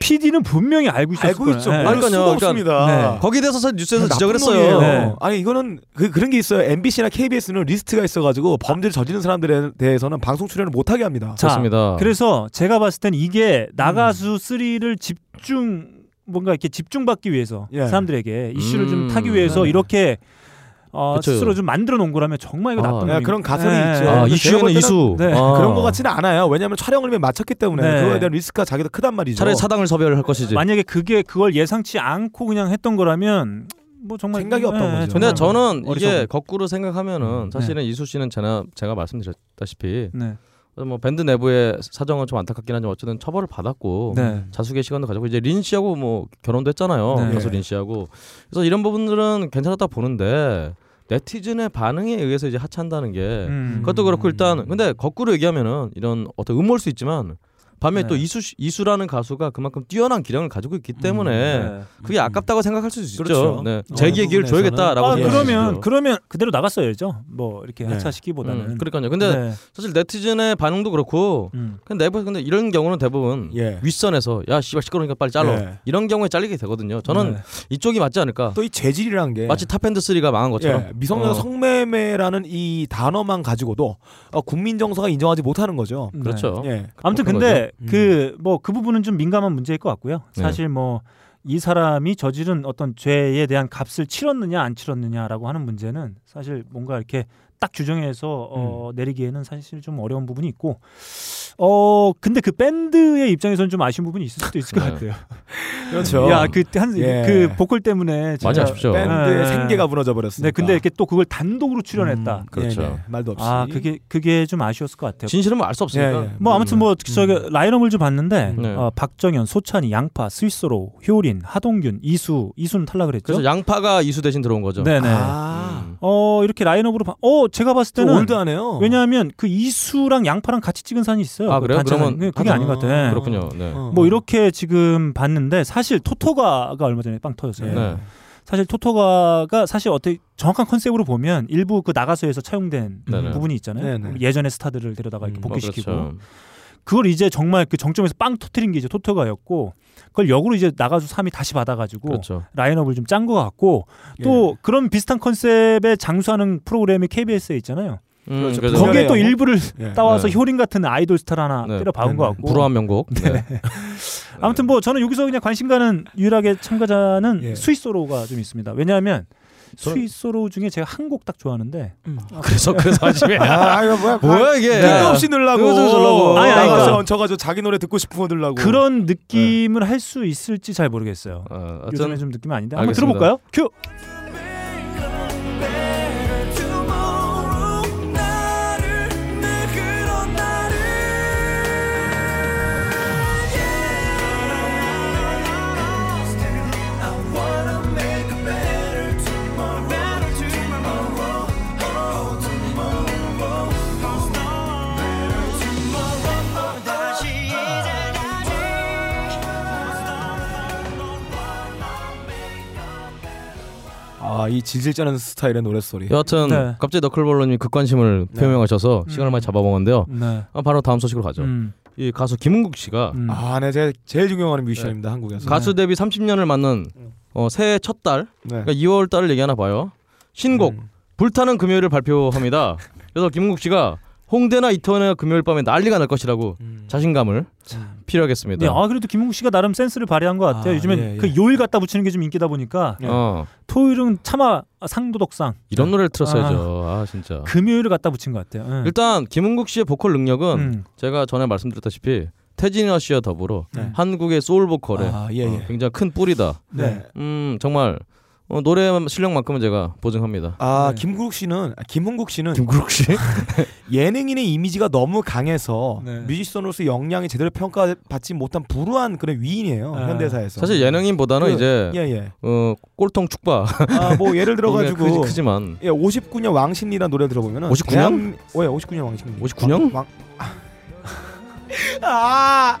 Speaker 1: PD는 분명히 알고 있었을
Speaker 2: 알고
Speaker 1: 거예요.
Speaker 2: 있죠.
Speaker 1: 예.
Speaker 2: 모를
Speaker 3: 그러니까요,
Speaker 2: 수가
Speaker 3: 그러니까-
Speaker 2: 없습니다.
Speaker 1: 네.
Speaker 3: 거기에 대해서 사실 뉴스에서 지적을
Speaker 2: 나쁜
Speaker 3: 했어요.
Speaker 2: 놈이에요.
Speaker 1: 네.
Speaker 2: 아니 이거는 그, 그런 게 있어요. MBC나 KBS는 리스트가 있어가지고 범죄를 저지른 사람들에 대해서는 방송 출연을 못하게 합니다.
Speaker 1: 자,
Speaker 3: 좋습니다.
Speaker 1: 그래서 제가 봤을 땐 이게
Speaker 3: 음.
Speaker 1: 나가수 3를 집중 뭔가 이렇게 집중받기 위해서
Speaker 2: 예.
Speaker 1: 사람들에게 이슈를
Speaker 3: 음.
Speaker 1: 좀 타기 위해서
Speaker 2: 네.
Speaker 1: 이렇게 어,
Speaker 3: 그쵸.
Speaker 1: 스스로 좀 만들어 놓은 거라면 정말 이거
Speaker 3: 아,
Speaker 1: 나쁜
Speaker 2: 네,
Speaker 1: 놈이-
Speaker 2: 그런 가설이
Speaker 1: 예.
Speaker 2: 있죠.
Speaker 3: 아,
Speaker 2: 그래서 제가
Speaker 3: 이슈에는
Speaker 2: 볼 때는
Speaker 3: 이슈.
Speaker 1: 네.
Speaker 3: 아.
Speaker 2: 그런 것 같지는 않아요. 왜냐하면 촬영을 맨 마쳤기 때문에
Speaker 1: 네.
Speaker 2: 그거에 대한 리스크가 자기도 크단 말이죠.
Speaker 3: 차라리 사당을 섭외를 할 것이지.
Speaker 1: 만약에 그게 그걸 예상치 않고 그냥 했던 거라면 뭐 정말
Speaker 2: 생각이 없던 거죠.
Speaker 3: 근데
Speaker 1: 정말
Speaker 3: 저는 이게
Speaker 1: 어리석은.
Speaker 3: 거꾸로 생각하면은
Speaker 1: 음,
Speaker 3: 사실은 이수 씨는 제가 제가 말씀드렸다시피
Speaker 1: 네.
Speaker 3: 뭐 밴드 내부의 사정은 좀 안타깝긴 하지만 어쨌든 처벌을 받았고
Speaker 1: 네.
Speaker 3: 자숙의 시간도 가지고 이제 린 씨하고 뭐 결혼도 했잖아요.
Speaker 1: 네.
Speaker 3: 가수 린 씨하고 그래서 이런 부분들은 괜찮았다 보는데 네티즌의 반응에 의해서 이제 하차한다는 게
Speaker 1: 음.
Speaker 3: 네. 그것도 그렇고 일단 근데 거꾸로 얘기하면은 이런 어떤 음모일 수 있지만 반면에
Speaker 1: 네.
Speaker 3: 또 이수 씨- 이수라는 가수가 그만큼 뛰어난 기량을 가지고 있기 때문에
Speaker 1: 네.
Speaker 3: 그게 아깝다고 생각할 수 있죠.
Speaker 2: 그렇죠.
Speaker 3: 네.
Speaker 2: 어,
Speaker 3: 제기의 기회를
Speaker 2: 부분에서는-
Speaker 3: 줘야겠다라고
Speaker 1: 아,
Speaker 3: 생각할 수
Speaker 1: 그러면
Speaker 3: 있죠.
Speaker 1: 그러면 그대로 나갔어야죠. 뭐 이렇게
Speaker 2: 네.
Speaker 1: 하차시키보다는.
Speaker 3: 음, 그러니까요. 근데
Speaker 1: 네.
Speaker 3: 사실 네티즌의 반응도 그렇고
Speaker 1: 음.
Speaker 3: 근데 내부 근데 이런 경우는 대부분
Speaker 2: 예.
Speaker 3: 윗선에서 야 씨발 시끄러우니까 빨리 잘라
Speaker 2: 네.
Speaker 3: 이런 경우에 잘리게 되거든요. 저는
Speaker 1: 네.
Speaker 3: 이쪽이 맞지 않을까.
Speaker 2: 또 이 재질이라는 게
Speaker 3: 마치 탑핸드 3가 망한 것처럼
Speaker 2: 예, 미성년
Speaker 3: 어,
Speaker 2: 성매매라는 이 단어만 가지고도 어, 국민 정서가 인정하지 못하는 거죠.
Speaker 1: 네.
Speaker 3: 그렇죠.
Speaker 2: 예.
Speaker 1: 아무튼
Speaker 3: 그런
Speaker 1: 근데
Speaker 2: 거죠.
Speaker 1: 그 뭐 그 부분은 좀 민감한 문제일 것 같고요.
Speaker 3: 네.
Speaker 1: 사실 뭐 이 사람이 저지른 어떤 죄에 대한 값을 치렀느냐 안 치렀느냐라고 하는 문제는 사실 뭔가 이렇게 딱 규정해서 어,
Speaker 3: 음.
Speaker 1: 내리기에는 사실 좀 어려운 부분이 있고 어 근데 그 밴드의 입장에서는 좀 아쉬운 부분이 있을 수도 있을 것
Speaker 3: 네.
Speaker 1: 같아요.
Speaker 2: 그렇죠.
Speaker 1: 야그한그
Speaker 2: 예.
Speaker 1: 보컬 때문에
Speaker 3: 많이
Speaker 1: 진짜-
Speaker 3: 아쉽죠.
Speaker 2: 밴드의
Speaker 1: 예.
Speaker 2: 생계가 무너져 버렸으니까.
Speaker 1: 네 근데 이렇게 또 그걸 단독으로 출연했다.
Speaker 2: 음,
Speaker 3: 그렇죠.
Speaker 2: 예, 네. 말도 없이.
Speaker 1: 아 그게 그게 좀 아쉬웠을 것 같아요.
Speaker 3: 진실은 뭐 알 수 없으니까.
Speaker 2: 예, 예.
Speaker 1: 뭐 아무튼 뭐 저기 라인업을 좀 봤는데
Speaker 3: 음. 네.
Speaker 1: 어, 박정현, 소찬이, 양파, 스위스로, 효린, 하동균, 이수, 이수는 탈락을 했죠.
Speaker 3: 그래서 양파가 이수 대신 들어온 거죠.
Speaker 1: 네네.
Speaker 2: 아.
Speaker 3: 음.
Speaker 1: 어 이렇게 라인업으로 봐. 어 제가 봤을
Speaker 2: 또
Speaker 1: 때는
Speaker 2: 올드하네요.
Speaker 1: 왜냐하면 그 이수랑 양파랑 같이 찍은 산이 있어요.
Speaker 3: 어. 아,
Speaker 1: 그
Speaker 3: 그래요?
Speaker 1: 단체
Speaker 3: 그러면
Speaker 1: 사진. 그게 아닌 것 같아.
Speaker 3: 그렇군요. 네.
Speaker 2: 어.
Speaker 1: 뭐 이렇게 지금 봤는데 사실 토토가가 얼마 전에 빵
Speaker 2: 예.
Speaker 1: 터졌어요.
Speaker 3: 네.
Speaker 1: 사실 토토가가 사실 어떻게 정확한 컨셉으로 보면 일부 그 나가서에서 차용된
Speaker 3: 네네.
Speaker 1: 부분이 있잖아요.
Speaker 2: 네네.
Speaker 1: 예전의 스타들을 데려다가 이렇게
Speaker 2: 음,
Speaker 1: 복귀시키고
Speaker 3: 어, 그렇죠.
Speaker 1: 그걸 이제 정말 그 정점에서 빵 터트린 게 이제 토토가였고 그걸 역으로 이제 나가수 3이 다시 받아가지고
Speaker 3: 그렇죠.
Speaker 1: 라인업을 좀 짠 것 같고
Speaker 2: 예.
Speaker 1: 또 그런 비슷한 컨셉의 장수하는 프로그램이 KBS에 있잖아요.
Speaker 3: 음,
Speaker 2: 그렇죠.
Speaker 3: 그래서-
Speaker 2: 거기-
Speaker 1: 거기에 또
Speaker 2: 네.
Speaker 1: 일부를
Speaker 2: 네.
Speaker 1: *laughs* 따와서
Speaker 3: 네.
Speaker 1: 효린 같은 아이돌 스타를 하나
Speaker 3: 네.
Speaker 1: 때려박은
Speaker 2: 네.
Speaker 1: 것 같고
Speaker 3: 불우한 명곡. 네. *laughs*
Speaker 1: 아무튼 뭐 저는 여기서 그냥 관심 가는 유일하게 참가자는
Speaker 2: 예.
Speaker 1: 스위스로가 좀 있습니다. 왜냐하면
Speaker 3: 저는-
Speaker 1: 스위스로 중에 제가 한 곡 딱 좋아하는데
Speaker 3: 그래서 그래서 아침에
Speaker 2: 아, 이거 뭐야?
Speaker 3: 뭐야 이게?
Speaker 2: 뜬금없이 넣으려고.
Speaker 3: 뜬금없이 넣으려고.
Speaker 1: 네. 아니, 아니,
Speaker 2: 나가서
Speaker 1: 그러니까.
Speaker 2: 얹혀가지고 자기 노래 듣고 싶은 거 들라고.
Speaker 1: 그런 느낌을 할 수 있을지 잘 모르겠어요.
Speaker 3: 네. 어,
Speaker 1: 요즘에 좀 느낌이 아닌데 한번
Speaker 3: 알겠습니다.
Speaker 1: 들어볼까요? 큐.
Speaker 2: 아, 이 질질 짜는 스타일의 노래 소리.
Speaker 3: 여하튼
Speaker 2: 네.
Speaker 3: 갑자기 너클볼러님이 극관심을
Speaker 2: 네. 음.
Speaker 3: 표명하셔서 시간을 많이 잡아먹었는데요.
Speaker 1: 네.
Speaker 3: 아, 바로 다음 소식으로 가죠.
Speaker 1: 음.
Speaker 3: 이 가수 김은국 씨가
Speaker 2: 아, 네, 제가 제일 존경하는
Speaker 1: 네.
Speaker 2: 뮤지션입니다 한국에서. 음.
Speaker 3: 가수 데뷔 30년을 맞는 어, 새해 첫 달,
Speaker 2: 네.
Speaker 3: 그러니까 2월 달을 얘기하나 봐요. 신곡
Speaker 2: 음.
Speaker 3: 불타는 금요일을 발표합니다. 그래서 김은국 씨가 홍대나 이태원이나 금요일 밤에 난리가 날 것이라고
Speaker 2: 음.
Speaker 3: 자신감을 필요하겠습니다.
Speaker 1: 네,
Speaker 2: 어,
Speaker 1: 아 그래도 김웅 씨가 나름 센스를 발휘한 것 같아요.
Speaker 3: 아,
Speaker 1: 요즘엔
Speaker 3: 예, 예.
Speaker 1: 그 요일 갖다 붙이는 게 좀 인기다 보니까
Speaker 2: 네.
Speaker 3: 어.
Speaker 1: 토요일은 차마 상도덕상
Speaker 3: 이런 노래를 틀었어야죠. 아, 진짜.
Speaker 1: 금요일을 갖다 붙인 것 같아요. 예.
Speaker 3: 일단 김은국 씨의 보컬 능력은
Speaker 1: 음.
Speaker 3: 제가 전에 말씀드렸다시피 태진아 씨와 더불어 한국의 소울 보컬에
Speaker 2: 네. 아, 예, 예.
Speaker 3: 어, 굉장히 큰 뿌리다.
Speaker 2: 네.
Speaker 3: 음 정말 어, 노래 실력만큼은 제가 보증합니다.
Speaker 2: 아 김구룩 씨는 아, 김흥국 씨는 김구룩 씨 *laughs* 예능인의 이미지가 너무 강해서 뮤지션으로서 역량이 제대로 평가받지 못한 불우한 그런 위인이에요 현대사에서
Speaker 3: 사실 예능인보다는
Speaker 2: 그,
Speaker 3: 이제 그
Speaker 2: 예, 예.
Speaker 3: 어, 꼴통 축바. *laughs*
Speaker 2: 아, 뭐 예를 들어가지고
Speaker 3: 크지, 크지만
Speaker 2: 예, 59년 왕십리라는 노래 들어보면은
Speaker 3: 59년?
Speaker 2: 대한- 예, 59년 왕십리.
Speaker 3: 59년?
Speaker 2: 왕, 아. *laughs* 아!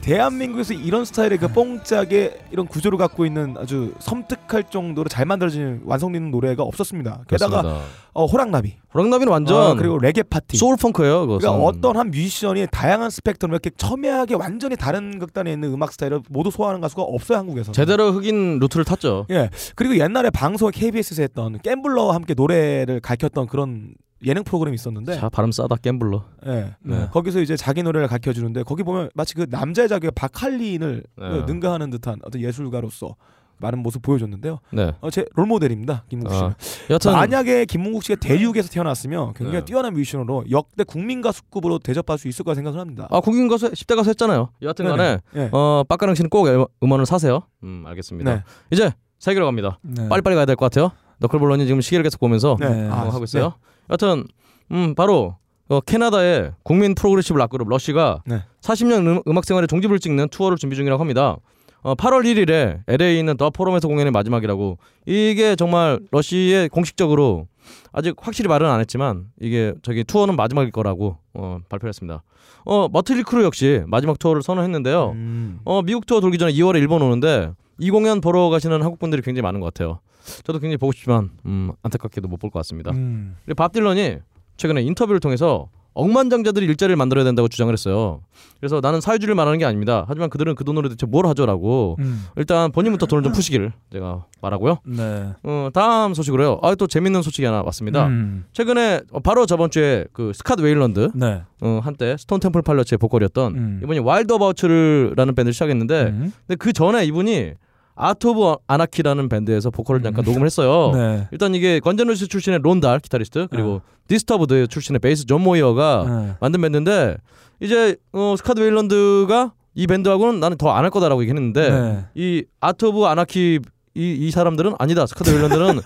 Speaker 2: 대한민국에서 이런 스타일의 그 뽕짝의 이런 구조를 갖고 있는 아주 섬뜩할 정도로 잘 만들어진 완성된 노래가 없었습니다. 게다가
Speaker 3: 그렇습니다.
Speaker 2: 어, 호랑나비.
Speaker 3: 호랑나비는 완전
Speaker 2: 아, 그리고 레게 파티.
Speaker 3: 소울 음. 펑크예요. 그것은.
Speaker 2: 그러니까 어떤 한 뮤지션이 다양한 스펙트럼 이렇게 첨예하게 완전히 다른 극단에 있는 음악 스타일을 모두 소화하는 가수가 없어요 한국에서.
Speaker 3: 제대로 흑인 루트를 탔죠.
Speaker 2: 예. 그리고 옛날에 방송 KBS에서 했던 갬블러와 함께 노래를 가르쳤던 그런 예능 프로그램이 있었는데
Speaker 3: 자 발음 싸다 갬블러.
Speaker 2: 예.
Speaker 3: 네.
Speaker 2: 거기서 이제 자기 노래를 가르쳐 주는데 거기 보면 마치 그 남자의 자기가 박할린을
Speaker 3: 네.
Speaker 2: 어, 능가하는 듯한 어떤 예술가로서 많은 모습 보여줬는데요.
Speaker 3: 네.
Speaker 2: 어, 제 롤모델입니다. 김문국
Speaker 3: 아,
Speaker 2: 씨.
Speaker 3: 여튼-
Speaker 2: 만약에 김문국 씨가 대륙에서 태어났으면 굉장히
Speaker 3: 네.
Speaker 2: 뛰어난 뮤지션으로 역대 국민 가수급으로 대접받을 수 있을 거라 생각을 합니다.
Speaker 3: 아 국인 가수 10대 가수 했잖아요. 여하튼 간에
Speaker 2: 네네. 예.
Speaker 3: 어 빡가능 씨는 꼭 앨범- 음원을 사세요. 음 알겠습니다.
Speaker 2: 네.
Speaker 3: 이제 세계로 갑니다.
Speaker 1: 네.
Speaker 3: 빨리빨리 가야 될 것 같아요. 너클볼러니 지금 시계를 계속 보면서
Speaker 2: 네.
Speaker 3: 어,
Speaker 2: 아,
Speaker 3: 하고 있어요.
Speaker 2: 네.
Speaker 3: 여하튼 음 바로 어, 캐나다의 국민 프로그레시브 락그룹 러쉬가
Speaker 2: 네.
Speaker 3: 40년 음, 음악 생활의 종지부를 찍는 투어를 준비 중이라고 합니다. 어, 8월 1일에 LA에 있는 더 포럼에서 공연이 마지막이라고 이게 정말 러쉬의 공식적으로 아직 확실히 말은 안 했지만 이게 저기 투어는 마지막일 거라고 어, 발표했습니다. 어 머틀리 크루 역시 마지막 투어를 선언했는데요.
Speaker 2: 음.
Speaker 3: 어 미국 투어 돌기 전에 2월에 일본 오는데 이 공연 보러 가시는 한국 분들이 굉장히 많은 것 같아요. 저도 굉장히 보고 싶지만 음, 안타깝게도 못 볼 것 같습니다.
Speaker 1: 음.
Speaker 3: 그리고 밥 딜런이 최근에 인터뷰를 통해서 억만장자들이 일자리를 만들어야 된다고 주장을 했어요. 그래서 나는 사회주의를 말하는 게 아닙니다. 하지만 그들은 그 돈으로 대체 뭘 하죠라고
Speaker 1: 음.
Speaker 3: 일단 본인부터 돈을 좀 푸시기를 제가 말하고요.
Speaker 1: 네.
Speaker 3: 어, 다음 소식으로요. 아, 또 재밌는 소식이 하나 왔습니다.
Speaker 1: 음.
Speaker 3: 최근에 어, 바로 저번 주에 그 스캇 웨일런드
Speaker 1: 네.
Speaker 3: 어, 한때 스톤 템플 팔러츠의 보컬이었던
Speaker 1: 음.
Speaker 3: 이분이 와일드 어바우츠라는 밴드를 시작했는데 근데 그 전에 이분이 아트 오브 아나키라는 밴드에서 보컬을 잠깐 녹음을 했어요.
Speaker 1: 네.
Speaker 3: 일단 이게 건전루스 출신의 론달 기타리스트 그리고 디스터브드 출신의 베이스 존 모이어가
Speaker 1: 네.
Speaker 3: 만든 밴드인데 이제 어, 스카드 웨일런드가 이 밴드하고는 나는 더 안 할 거다라고 얘기했는데
Speaker 1: 네.
Speaker 3: 이 아트 오브 아나키 이, 이 사람들은 아니다 스카드
Speaker 1: *laughs*
Speaker 3: 웨일런드는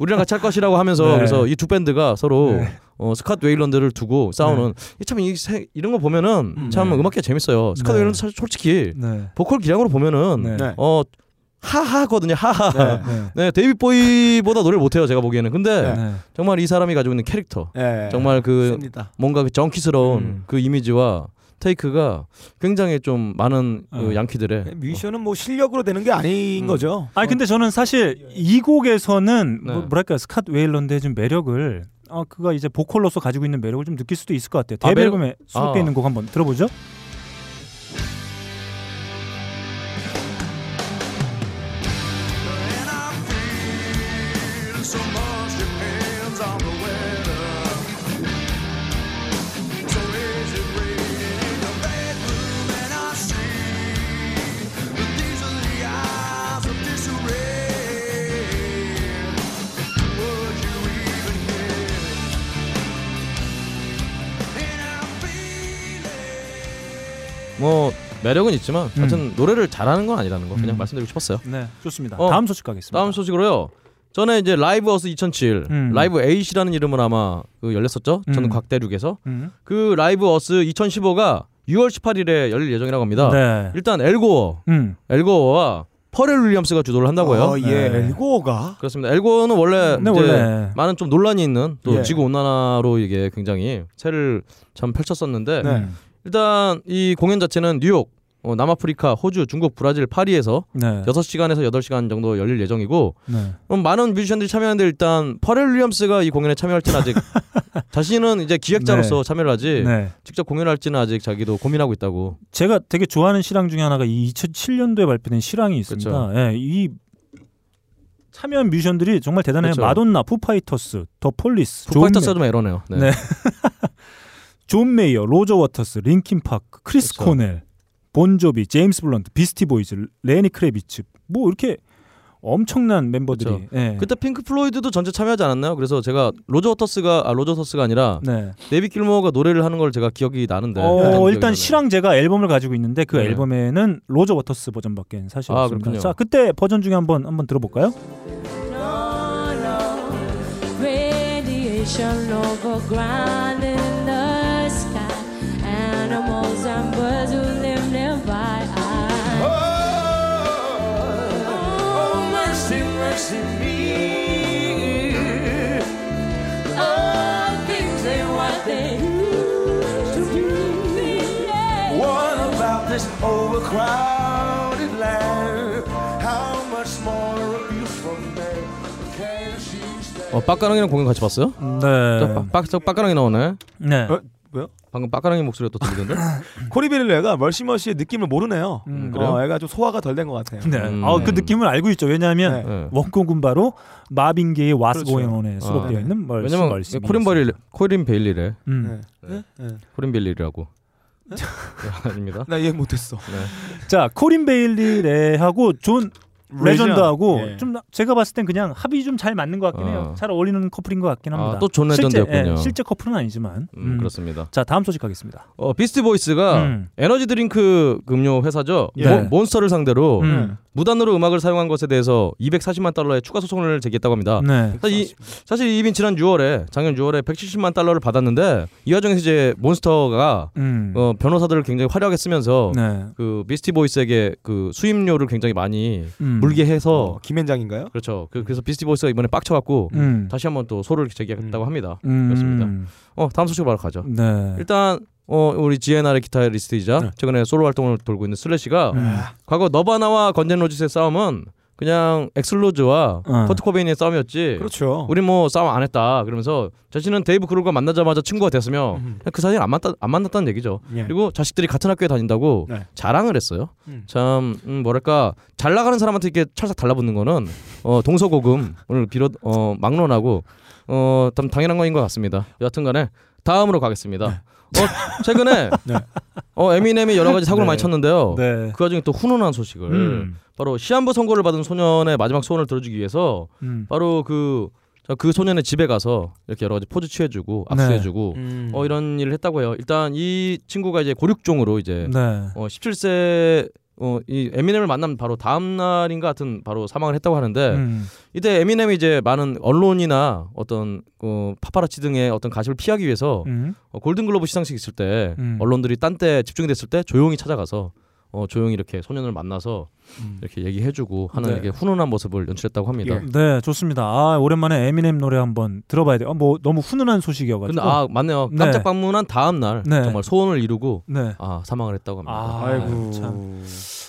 Speaker 3: 우리랑 같이 할 것이라고 하면서
Speaker 1: 네.
Speaker 3: 그래서 이 두 밴드가 서로 어, 스캇 웨일런드를 두고 싸우는 이참 이, 세- 이런 거 보면은 참 음악계 재밌어요. 스캇
Speaker 1: 네.
Speaker 3: 웨일런드 사실 솔직히
Speaker 1: 네.
Speaker 3: 보컬 기량으로 보면은
Speaker 1: 네.
Speaker 3: 어 하하거든요. 하하.
Speaker 1: 네,
Speaker 3: 네,
Speaker 1: 네.
Speaker 3: 데이비 보이보다 노래를 못해요. 제가 보기에는. 근데
Speaker 1: 네.
Speaker 3: 정말 이 사람이 가지고 있는 캐릭터,
Speaker 2: 네.
Speaker 3: 정말 그
Speaker 2: 셉니다.
Speaker 3: 뭔가 그 정키스러운
Speaker 1: 음.
Speaker 3: 그 이미지와 테이크가 굉장히 좀 많은
Speaker 1: 네.
Speaker 3: 그 양키들의
Speaker 1: 어.
Speaker 2: 뮤지션은 뭐 실력으로 되는 게 아닌
Speaker 1: 음.
Speaker 2: 거죠.
Speaker 1: 아니 근데 저는 사실 이 곡에서는 뭐- 뭐랄까 스캇 웨일런드의 좀 매력을 아 그가 이제 보컬로서 가지고 있는 매력을 좀 느낄 수도 있을 것 같아요.
Speaker 3: 아,
Speaker 1: 데뷔
Speaker 3: 매력-
Speaker 1: 앨범에
Speaker 3: 아.
Speaker 1: 수록돼 있는 곡 한번 들어보죠.
Speaker 6: So much depends on the weather. So is it raining in the bedroom? And I see that these are the eyes of disarray.
Speaker 3: 뭐 매력은 있지만
Speaker 1: 음.
Speaker 3: 하여튼 노래를 잘하는 건 아니라는 거 그냥 말씀드리고 싶었어요.
Speaker 1: 네, 좋습니다.
Speaker 3: 어,
Speaker 1: 다음 소식 가겠습니다.
Speaker 3: 다음 소식으로요. 전에 이제 라이브 어스 2007
Speaker 1: 음.
Speaker 3: 라이브 에잇이라는 이름으로 아마 그 열렸었죠.
Speaker 1: 음.
Speaker 3: 저는 곽대륙에서
Speaker 1: 음.
Speaker 3: 그 라이브 어스 2015가 6월 18일에 열릴 예정이라고 합니다.
Speaker 1: 네.
Speaker 3: 일단 엘고어,
Speaker 1: 음.
Speaker 3: 엘고어와 퍼렐 윌리엄스가 주도를 한다고요. 네.
Speaker 2: 어, 예, 엘고어가
Speaker 3: 그렇습니다. 엘고어는 원래,
Speaker 2: 네,
Speaker 3: 이제
Speaker 2: 원래.
Speaker 3: 많은 좀 논란이 있는 또
Speaker 2: 예.
Speaker 3: 지구 온난화로 이게 굉장히 새를 참 펼쳤었는데
Speaker 2: 네.
Speaker 3: 일단 이 공연 자체는 뉴욕, 어, 남아프리카, 호주, 중국, 브라질, 파리에서
Speaker 1: 네.
Speaker 3: 6시간에서 8시간 정도 열릴 예정이고
Speaker 1: 네.
Speaker 3: 그럼 많은 뮤지션들이 참여하는데 일단 퍼렐 윌리엄스가 이 공연에 참여할지는
Speaker 2: *laughs*
Speaker 3: 아직 자신은 이제 기획자로서
Speaker 1: 네.
Speaker 3: 참여를 하지
Speaker 1: 네.
Speaker 3: 직접 공연할지는 아직 자기도 고민하고 있다고
Speaker 1: 제가 되게 좋아하는 실황 중에 하나가 이 2007년도에 발표된 실황이 있습니다.
Speaker 3: 그렇죠.
Speaker 1: 예, 이 참여한 뮤지션들이 정말 대단해요.
Speaker 3: 그렇죠.
Speaker 1: 마돈나, 푸파이터스, 더 폴리스, 존
Speaker 3: 푸파이터스가
Speaker 1: 메-
Speaker 3: 좀 에러네요. 네.
Speaker 1: 존 메이어, 로저 워터스, 링킨 파크, 크리스
Speaker 3: 그렇죠.
Speaker 1: 코넬, 본조비, 제임스 블런트, 비스티 보이즈, 레니 크레비츠 뭐 이렇게 엄청난 멤버들이
Speaker 3: 그렇죠.
Speaker 1: 예.
Speaker 3: 그때 핑크 플로이드도 전체 참여하지 않았나요? 그래서 제가 로저 워터스가 아 로저 워터스가 아니라
Speaker 1: 네.
Speaker 3: 데이비 길모어가 노래를 하는 걸 제가 기억이 나는데.
Speaker 1: 어,
Speaker 3: 기억이
Speaker 1: 일단
Speaker 3: 나네요.
Speaker 1: 실황 제가 앨범을 가지고 있는데 그
Speaker 3: 네.
Speaker 1: 앨범에는 로저 워터스 버전밖에 사실
Speaker 3: 아,
Speaker 1: 없습니다.
Speaker 3: 그렇군요.
Speaker 1: 자, 그때 버전 중에 한번 한번 들어볼까요?
Speaker 12: Radiation overground in the sky. Animals and birds who live nearby.
Speaker 6: Oh, mercy, mercy me.
Speaker 12: Oh, things they what they used to do.
Speaker 6: What about this
Speaker 11: 뭐.
Speaker 6: overcrowded land? How much more abuse from there can she stand?
Speaker 3: 어, 빡가랑이랑 공연 같이 봤어요?
Speaker 1: 네.
Speaker 3: 저 빡, 빡, 저 빡가랑이 나오네.
Speaker 1: 네.
Speaker 2: 어, 뭐요?
Speaker 3: 방금 빡가랑이 목소리가 또
Speaker 1: *laughs*
Speaker 3: 들리던데.
Speaker 2: 코리베릴레가 멀시멀시의 느낌을 모르네요.
Speaker 1: 음, 그래요?
Speaker 2: 어, 애가 좀 소화가 덜 된 것 같아요.
Speaker 1: 네.
Speaker 3: 음.
Speaker 1: 아, 그 느낌을 알고 있죠. 왜냐하면 원곡은 바로 마빈게의 What's
Speaker 2: 그렇죠.
Speaker 1: Going On에 수록되어
Speaker 3: 네. 아.
Speaker 1: 있는 멀
Speaker 3: 왜냐면
Speaker 1: 멀시
Speaker 3: 코린 베일리, 코린 베일리래.
Speaker 1: 음.
Speaker 3: 네.
Speaker 2: 네.
Speaker 3: 코린 베일리라고. *laughs* 네, 아닙니다.
Speaker 2: 나 이해 못했어.
Speaker 1: 네. 자 코린 베일리하고 존
Speaker 3: 레전드.
Speaker 1: 레전드하고
Speaker 2: 네.
Speaker 3: 예.
Speaker 1: 좀 제가 봤을 땐 그냥 합이 좀 잘 맞는 것 같긴 해요.
Speaker 3: 아.
Speaker 1: 잘 어울리는 커플인 것 같긴
Speaker 3: 아,
Speaker 1: 합니다.
Speaker 3: 또존 레전드였군요.
Speaker 1: 실제, 실제 커플은 아니지만.
Speaker 3: 음, 그렇습니다.
Speaker 1: 자 다음 소식 가겠습니다.
Speaker 3: 어, 비스트 보이스가
Speaker 1: 음.
Speaker 3: 에너지 드링크 음료 회사죠.
Speaker 1: 예.
Speaker 3: 몬- 몬스터를 상대로
Speaker 1: 음.
Speaker 3: 무단으로 음악을 사용한 것에 대해서 240만 달러의 추가 소송을 제기했다고 합니다.
Speaker 1: 네.
Speaker 3: 사실, 이, 사실 이빈 지난 6월에 작년 6월에 170만 달러를 받았는데 이 와중에서 이제 몬스터가
Speaker 1: 음.
Speaker 3: 어, 변호사들을 굉장히 화려하게 쓰면서
Speaker 1: 네.
Speaker 3: 그 비스티 보이스에게 그 수임료를 굉장히 많이
Speaker 1: 음.
Speaker 3: 물게 해서
Speaker 2: 어, 김현장인가요?
Speaker 1: 예.
Speaker 3: 그렇죠. 그, 래서 비스티 보이스가 이번에 빡쳐갖고
Speaker 1: 음.
Speaker 3: 다시 한번 또 소를 제기했다고 합니다.
Speaker 1: 음.
Speaker 3: 그렇습니다. 어 다음 소식 바로 가죠.
Speaker 1: 네.
Speaker 3: 일단 어 우리 GNR의 기타리스트이자
Speaker 2: 네.
Speaker 3: 최근에 소로 활동을 돌고 있는 슬래시가
Speaker 1: 음.
Speaker 3: 과거 너바나와 건젠로지스의 싸움은 그냥 엑슬로즈와
Speaker 1: 어.
Speaker 3: 커트 코베인의 싸움이었지.
Speaker 2: 네. 그렇죠.
Speaker 3: 우리 뭐 싸움 안 했다. 그러면서 자신은 데이브 그룹과 만나자마자 친구가 됐으며
Speaker 2: 음.
Speaker 3: 그냥 그 사실 안 만났다 안 만났다는 얘기죠.
Speaker 2: 예.
Speaker 3: 그리고 자식들이 같은 학교에 다닌다고
Speaker 2: 네.
Speaker 3: 자랑을 했어요.
Speaker 2: 음.
Speaker 3: 참 음, 뭐랄까 잘 나가는 사람한테 이렇게 찰싹 달라붙는 거는 어, 동서고금을 비롯 어, 막론하고 어, 참 당연한 거인 것 같습니다. 여하튼간에 다음으로 가겠습니다. 어,
Speaker 2: *laughs*
Speaker 3: 최근에 어, 에미넴이 여러 가지 사고를
Speaker 2: 네.
Speaker 3: 많이 쳤는데요.
Speaker 1: 네.
Speaker 3: 그 와중에 또 훈훈한 소식을
Speaker 1: 음.
Speaker 3: 바로 시한부 선고를 받은 소년의 마지막 소원을 들어주기 위해서
Speaker 1: 음.
Speaker 3: 바로 그. 저 그 소년의 집에 가서 이렇게 여러 가지 포즈 취해주고
Speaker 1: 네.
Speaker 3: 악수해주고
Speaker 1: 음.
Speaker 3: 어 이런 일을 했다고 해요. 일단 이 친구가 이제 고륙종으로 이제
Speaker 1: 네.
Speaker 3: 어 17세 어이 에미넴을 만난 바로 다음 날인가 하여튼 바로 사망을 했다고 하는데
Speaker 1: 음.
Speaker 3: 이때 에미넴이 이제 많은 언론이나 어떤 어 파파라치 등의 어떤 가십을 피하기 위해서
Speaker 1: 음.
Speaker 3: 어, 골든글로브 시상식 있을 때
Speaker 1: 음.
Speaker 3: 언론들이 딴 때 집중이 됐을 때 조용히 찾아가서 어 조용히 이렇게 소년을 만나서 이렇게 얘기해주고 하는
Speaker 1: 음. 네.
Speaker 3: 이렇게 훈훈한 모습을 연출했다고 합니다.
Speaker 1: 네, 좋습니다. 아, 오랜만에 에미넴 노래 한번 들어봐야 돼요. 아, 뭐 너무 훈훈한 소식이어가지고.
Speaker 3: 근데 아 맞네요.
Speaker 1: 네.
Speaker 3: 깜짝 방문한 다음 날
Speaker 1: 네.
Speaker 3: 정말 소원을 이루고
Speaker 1: 네.
Speaker 3: 아 사망을 했다고 합니다.
Speaker 1: 아,
Speaker 2: 아이고.
Speaker 1: 참.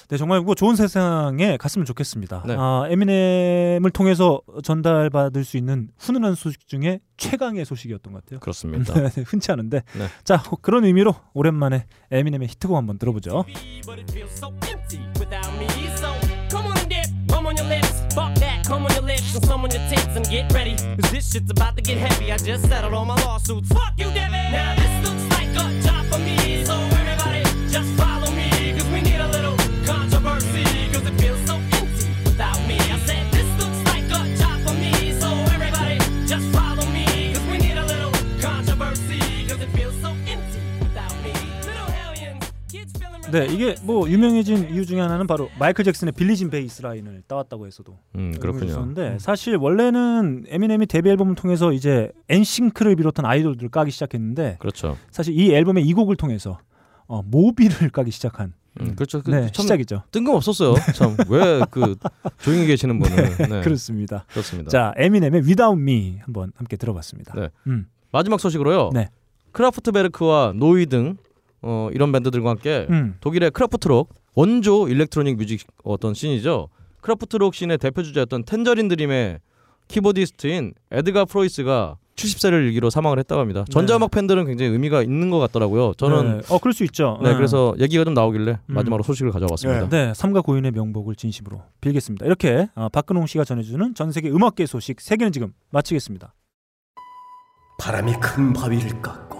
Speaker 1: 네, 정말 뭐 좋은 세상에 갔으면 좋겠습니다.
Speaker 3: 네.
Speaker 1: 아, 에미넴을 통해서 전달받을 수 있는 훈훈한 소식 중에 최강의 소식이었던 것 같아요. *laughs*
Speaker 3: 그렇습니다.
Speaker 1: 네, 흔치 않은데.
Speaker 3: 네.
Speaker 1: 자, 그런 의미로 오랜만에 에미넴의 히트곡 한번 들어보죠.
Speaker 13: but it feels so empty without me. So come on and dip, bum on your lips, fuck that, come on your lips and some on your tits and get ready. Cause this shit's about to get heavy. I just settled all my lawsuits. Fuck you, Devin! Now this looks like a job for me. So everybody just follow me. Cause we need a little controversy. Cause it feels so empty without me. I said this looks like a job for me. So everybody just follow me. Cause we need a little controversy. Cause it feels so empty without me. Little aliens, kids feeling
Speaker 1: 네, 이게 뭐 유명해진 이유 중에 하나는 바로 마이클 잭슨의 빌리진 베이스 라인을 따왔다고 해서도
Speaker 3: 음, 그렇군요.
Speaker 1: 있었는데 사실 원래는 에미넴이 데뷔 앨범을 통해서 이제 엔싱크를 비롯한 아이돌들을 까기 시작했는데
Speaker 3: 그렇죠.
Speaker 1: 사실 이 앨범의 이 곡을 통해서 어, 모비를 *laughs* 까기 시작한
Speaker 3: 음, 그렇죠. 그
Speaker 1: 네,
Speaker 3: 참
Speaker 1: 시작이죠.
Speaker 3: 뜬금없었어요. 참 왜 그 조용히 계시는 분은
Speaker 1: *laughs* 네, 그렇습니다.
Speaker 3: 그렇습니다.
Speaker 1: 자, 에미넴의 Without Me 한번 함께 들어봤습니다.
Speaker 3: 네.
Speaker 1: 음.
Speaker 3: 마지막 소식으로요.
Speaker 1: 네.
Speaker 3: 크라프트베르크와 노이 등 어, 이런 밴드들과 함께
Speaker 1: 음.
Speaker 3: 독일의 크라프트록 원조 일렉트로닉 뮤직 어떤 씬이죠. 크라프트록 씬의 대표 주자였던 텐저린 드림의 키보디스트인 에드가 프로이스가 70세를 일기로 사망을 했다고 합니다. 전자음악 팬들은 굉장히 의미가 있는 것 같더라고요. 저는
Speaker 1: 네. 어, 그럴 수 있죠.
Speaker 3: 네,
Speaker 1: 네.
Speaker 3: 그래서 얘기가 좀 나오길래
Speaker 1: 음.
Speaker 3: 마지막으로 소식을 가져왔습니다.
Speaker 1: 네, 네, 삼가 고인의 명복을 진심으로 빌겠습니다. 이렇게 어, 박근홍 씨가 전해주는 전 세계 음악계 소식 세계는 지금 마치겠습니다.
Speaker 5: 바람이 큰 바위를 깎고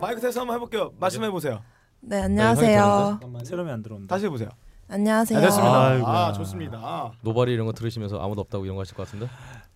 Speaker 2: 마이크 테스트 한번 해볼게요. 말씀해 보세요.
Speaker 14: 네, 안녕하세요.
Speaker 1: 새롬이 안 들어온다.
Speaker 2: 다시 해보세요.
Speaker 6: 네.
Speaker 14: 안녕하세요.
Speaker 2: 아 좋습니다.
Speaker 1: 어,
Speaker 3: 노바리 이런 거 들으시면서 아무도 없다고 이런 거 하실 것 같은데.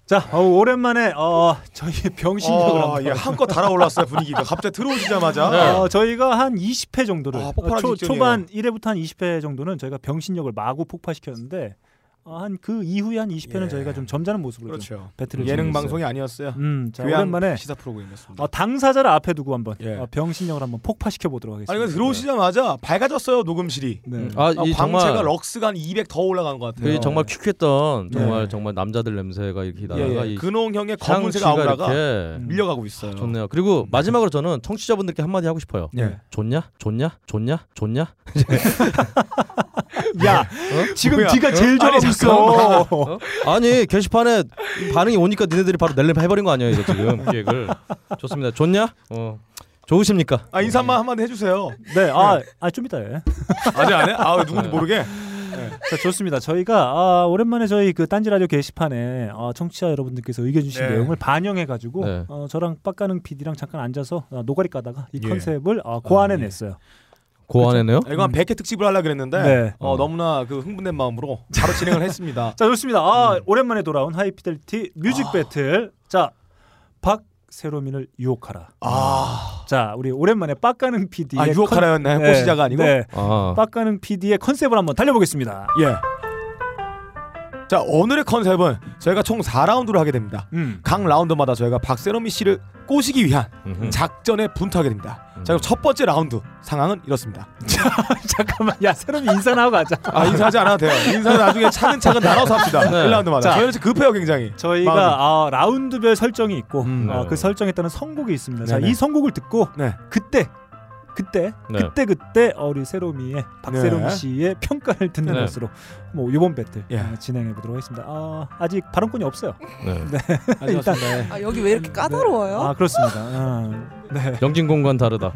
Speaker 1: 자, 어, 오랜만에 어, 저희의 *laughs* 병신력을
Speaker 2: 어,
Speaker 1: 한번
Speaker 2: 예, 한껏 달아올랐어요, 분위기가. 갑자기 들어오시자마자. 네.
Speaker 1: 어, 저희가 한 20회 정도를
Speaker 2: 아, 폭발하기
Speaker 1: 어, 초,
Speaker 2: 직전이에요.
Speaker 1: 초반 1회부터 한 20회 정도는 저희가 병신력을 마구 폭파시켰는데 어, 한그 이후에 한 20회는 저희가 좀 점잖은 모습으로 좀
Speaker 2: 예. 그렇죠.
Speaker 1: 배틀을
Speaker 2: 예능
Speaker 1: 진행했어요.
Speaker 2: 방송이 아니었어요.
Speaker 1: 음, 자,
Speaker 2: 교양
Speaker 1: 오랜만에
Speaker 2: 시사 프로그램이었습니다.
Speaker 1: 어, 당사자를 앞에 두고 한번 어, 병신력을 한번 폭파시켜 보도록 하겠습니다. 네.
Speaker 2: 아니 근데 들어오시자마자 밝아졌어요 녹음실이.
Speaker 3: 네. 아, 이
Speaker 2: 광채가
Speaker 3: 정말-
Speaker 2: 럭스가 한 200 더 올라간 것 같아요.
Speaker 3: 그 정말 큐큐했던 정말
Speaker 2: 네.
Speaker 3: 정말 남자들 냄새가 이렇게
Speaker 2: 예,
Speaker 3: 그 나다가
Speaker 2: 예.
Speaker 3: 이
Speaker 2: 근홍 형의 검은색
Speaker 3: 향취가
Speaker 2: 아우라가
Speaker 3: 이렇게 음.
Speaker 2: 밀려가고 있어요.
Speaker 3: 좋네요. 그리고 마지막으로 저는 청취자분들께 한마디 하고 싶어요.
Speaker 2: 예.
Speaker 3: 좋냐? 좋냐? 좋냐? 좋냐?
Speaker 2: *laughs* 야,
Speaker 1: 지금
Speaker 3: 뭐야?
Speaker 1: 네가 제일
Speaker 3: 어?
Speaker 1: 잘하고
Speaker 3: 아니,
Speaker 1: 있어.
Speaker 3: 잠깐만.
Speaker 2: *laughs*
Speaker 3: 어? 아니 게시판에 반응이 오니까 니네들이 바로 낼름 해버린 거 아니에요 이거 지금
Speaker 2: *laughs*
Speaker 3: 기획을. 좋습니다. 좋냐? 어 좋으십니까?
Speaker 2: 아 인사만 한마디 해주세요.
Speaker 3: *laughs*
Speaker 1: 네,
Speaker 2: 예.
Speaker 1: 아, 아, 좀 이따 해.
Speaker 2: 아직 안 해? 아,
Speaker 1: 네.
Speaker 2: 누군지 모르게.
Speaker 1: 자, 좋습니다. 저희가 아, 오랜만에 저희 그 딴지 라디오 게시판에 아, 청취자 여러분들께서 의견 주신
Speaker 2: 네.
Speaker 1: 내용을 반영해 가지고
Speaker 2: 네.
Speaker 1: 어, 저랑 빡가는 PD랑 잠깐 앉아서 아, 노가리 까다가 이
Speaker 2: 예.
Speaker 1: 컨셉을 아, 고안해 냈어요.
Speaker 3: 고안했네요.
Speaker 2: 아, 이거 한 100회 특집을 하려 그랬는데
Speaker 1: 네.
Speaker 2: 어, 너무나 그 흥분된 마음으로 바로
Speaker 3: *laughs*
Speaker 2: 진행을 했습니다.
Speaker 1: 자, 좋습니다. 아, 오랜만에 돌아온 하이피델티 뮤직 배틀. 자, 박세로민을 유혹하라.
Speaker 2: 아.
Speaker 1: 자, 우리 오랜만에 빡가는 PD의
Speaker 2: 아, 유혹하라였나요? 꽃시자가 아니고?
Speaker 1: 네.
Speaker 3: 아.
Speaker 1: 빡가는 PD의 컨셉을 한번 달려보겠습니다.
Speaker 2: 예. 자 오늘의 컨셉은 저희가 총 4라운드를 하게 됩니다.
Speaker 1: 음.
Speaker 2: 각 라운드마다 저희가 박세롬이 씨를 꼬시기 위한
Speaker 1: 음.
Speaker 2: 작전에 분투하게 됩니다. 자 그럼 첫 번째 라운드 상황은 이렇습니다.
Speaker 1: *laughs* 잠깐만, 야 세롬이 인사나 하고 가자.
Speaker 2: 아 인사하지 않아도 돼요. 인사는 나중에 차근차근 나눠서 합시다.
Speaker 1: 네.
Speaker 2: 1라운드마다.
Speaker 1: 자.
Speaker 2: 저희는 지금 급해요 굉장히.
Speaker 1: 저희가
Speaker 2: 마음이.
Speaker 1: 아, 라운드별 설정이 있고 아,
Speaker 2: 네.
Speaker 1: 그 설정에 따른 선곡이 있습니다. 자,
Speaker 2: 네네.
Speaker 1: 이 선곡을 듣고
Speaker 2: 네.
Speaker 1: 그때 그때
Speaker 2: 네.
Speaker 1: 그때 그때 어, 우리 세로미의 박세롬
Speaker 2: 네.
Speaker 1: 씨의 평가를 듣는
Speaker 2: 네.
Speaker 1: 것으로 뭐 이번 배틀
Speaker 2: 예.
Speaker 1: 어, 진행해 보도록 하겠습니다. 아, 아직 발언권이 없어요.
Speaker 3: 네.
Speaker 14: 아직 없습니다. 아, 여기 왜 이렇게 까다로워요?
Speaker 15: 네.
Speaker 1: 아 그렇습니다. 아, 네.
Speaker 3: 영진 공간 다르다.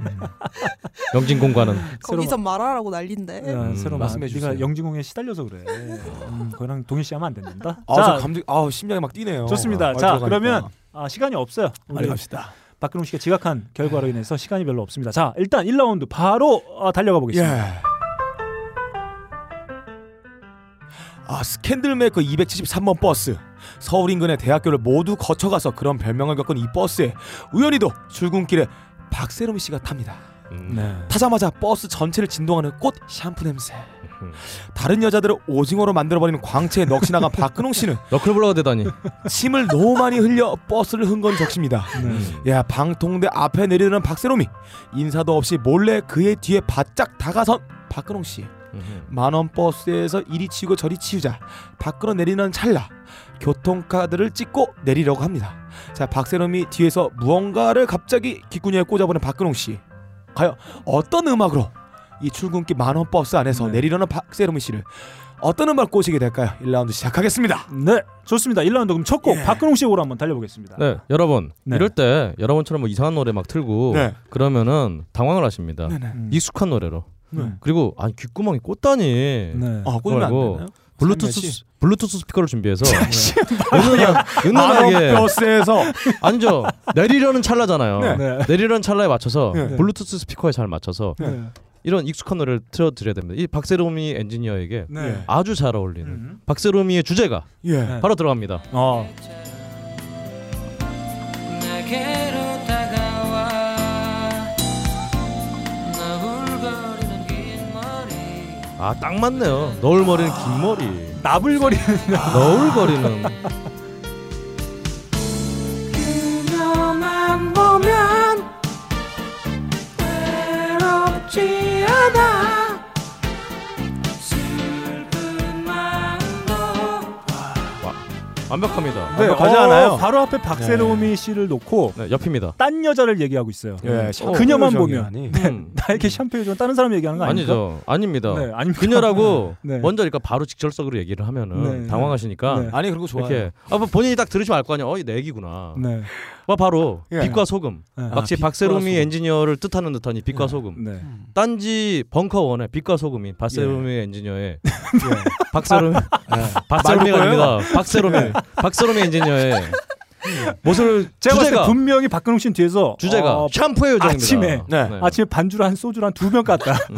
Speaker 3: 영진 공간은
Speaker 14: *laughs*
Speaker 15: 아,
Speaker 14: 거기서 음. 말하라고 난린데.
Speaker 15: 네.
Speaker 1: 야, 새로
Speaker 2: 말씀해 어.
Speaker 1: 말씀해 아, 주세요. 네가 영진공에 시달려서 그래. 음, 그거랑 동일시하면 안 된다.
Speaker 2: 아, 저 감정 아 심장이 막 뛰네요.
Speaker 1: 좋습니다.
Speaker 2: 아,
Speaker 1: 자,
Speaker 2: 들어가니까.
Speaker 1: 그러면 아, 시간이 없어요.
Speaker 2: 빨리 갑시다.
Speaker 1: 박근홍 씨가 지각한 결과로 인해서 시간이 별로 없습니다. 자, 일단 1라운드 바로 아, 달려가
Speaker 2: 예.
Speaker 1: 보겠습니다.
Speaker 2: 아 스캔들 메이커 273번 버스 서울 인근의 대학교를 모두 거쳐가서 그런 별명을 겪은 이 버스에 우연히도 출근길에 박세롬 씨가 탑니다.
Speaker 1: 네.
Speaker 2: 타자마자 버스 전체를 진동하는 꽃 샴푸 냄새. 다른 여자들을 오징어로 만들어버리는 광채에 넋이 나간 박근홍 씨는
Speaker 3: 너클블러가 되다니
Speaker 2: 침을 너무 많이 흘려 버스를 흥건 적십니다. 야 방통대 앞에 내리는 박세롬이 인사도 없이 몰래 그의 뒤에 바짝 다가선 박근홍 씨. 만원 버스에서 이리 치우고 저리 치우자 밖으로 내리는 찰나 교통카드를 찍고 내리려고 합니다 자 박세롬이 뒤에서 무언가를 갑자기 귓구녕에 꽂아보는 박근홍씨 과연 어떤 음악으로 이 출근길 만원 버스 안에서
Speaker 1: 네.
Speaker 2: 내리려는 박세롬 씨를 어떤 음악 꼬시게 될까요 1라운드 시작하겠습니다
Speaker 1: 네 좋습니다 1라운드 그럼 첫 곡 박근홍 씨의 곡으로 한번 달려보겠습니다.
Speaker 3: 네, 여러분
Speaker 1: 네.
Speaker 3: 이럴 때 여러분처럼 뭐 이상한 노래 막 틀고
Speaker 1: 네.
Speaker 3: 그러면은 당황을 하십니다.
Speaker 1: 네네. 음. 네.
Speaker 3: 익숙한 노래로. 그리고 아 귓구멍이 꽃다니.
Speaker 1: 어,
Speaker 2: 아, 꽂으면 안
Speaker 3: 그거
Speaker 2: 되나요? 삼
Speaker 3: 블루투스
Speaker 2: 메시?
Speaker 3: 블루투스 스피커를 준비해서 네.
Speaker 2: 말이야.
Speaker 3: 은은하게
Speaker 2: 마법버스에서.
Speaker 3: 아니죠 내리려는 찰나잖아요.
Speaker 2: 네. 네.
Speaker 3: 내리려는 찰나에 맞춰서
Speaker 2: 네.
Speaker 3: 블루투스 스피커에 잘 맞춰서
Speaker 2: 네.
Speaker 3: 이런 익숙한 노래를 틀어드려야 됩니다. 이 박세롬이 엔지니어에게
Speaker 2: 네.
Speaker 3: 아주 잘 어울리는 박세롬이의 주제가
Speaker 2: 예.
Speaker 3: 바로 들어갑니다.
Speaker 1: 아,
Speaker 16: 내게로 다가와 너울거리는 긴 머리
Speaker 3: 아 딱 맞네요. 너울머리는 긴 머리.
Speaker 1: 나불거리는
Speaker 3: *laughs* 너울거리는
Speaker 16: 그녀만 보면 외롭지 않아 슬픈 마음도
Speaker 3: 와, 완벽합니다.
Speaker 1: 네,
Speaker 3: 완벽하지
Speaker 1: 어,
Speaker 3: 않아요?
Speaker 1: 바로 앞에 박세롬이 씨를 놓고
Speaker 3: 네, 옆입니다.
Speaker 1: 딴 여자를 얘기하고 있어요. 음.
Speaker 3: 예, 샴페인
Speaker 1: 그녀만
Speaker 3: 요정이
Speaker 1: 보면
Speaker 3: 아니.
Speaker 1: 네, *laughs* 나에게 샴페인 좀 다른 사람 얘기하는 거 아니죠?
Speaker 3: 아니죠. 아닙니다.
Speaker 1: 네, 아닙니까?
Speaker 3: 그녀라고
Speaker 1: 네.
Speaker 3: 먼저 그러니까 바로 직설적으로 얘기를 하면은
Speaker 1: 네.
Speaker 3: 당황하시니까
Speaker 2: 네. 아니, 그리고 좋아요.
Speaker 3: 이렇게 아, 뭐 본인이 딱 들으시면 알 거 아니야. 어, 이 내기구나.
Speaker 1: 네.
Speaker 3: 와 바로
Speaker 2: 예.
Speaker 3: 빛과 소금.
Speaker 2: 예.
Speaker 3: 마치
Speaker 2: 아, 빛과
Speaker 3: 박세롬이
Speaker 2: 소금.
Speaker 3: 엔지니어를 뜻하는 듯한 이 빛과
Speaker 1: 네.
Speaker 3: 소금.
Speaker 1: 음.
Speaker 3: 딴지 벙커 원의 빛과 소금이 박세롬이 엔지니어의
Speaker 2: 네.
Speaker 1: 예.
Speaker 3: 박세롬 *laughs* 박세롬이가
Speaker 1: 말로
Speaker 3: 아닙니다.
Speaker 1: 거예요?
Speaker 3: 박세롬이
Speaker 1: 네.
Speaker 3: 박세롬이 엔지니어의 모습을
Speaker 1: 제가 봤을 때
Speaker 3: 주제가
Speaker 1: 분명히 박근홍 씨는 뒤에서
Speaker 3: 주제가 샴푸의 요정입니다.
Speaker 1: 아침에
Speaker 3: 네. 네.
Speaker 1: 어, 아침에 반주를 한 소주를 한 두 병 깠다.
Speaker 3: *laughs*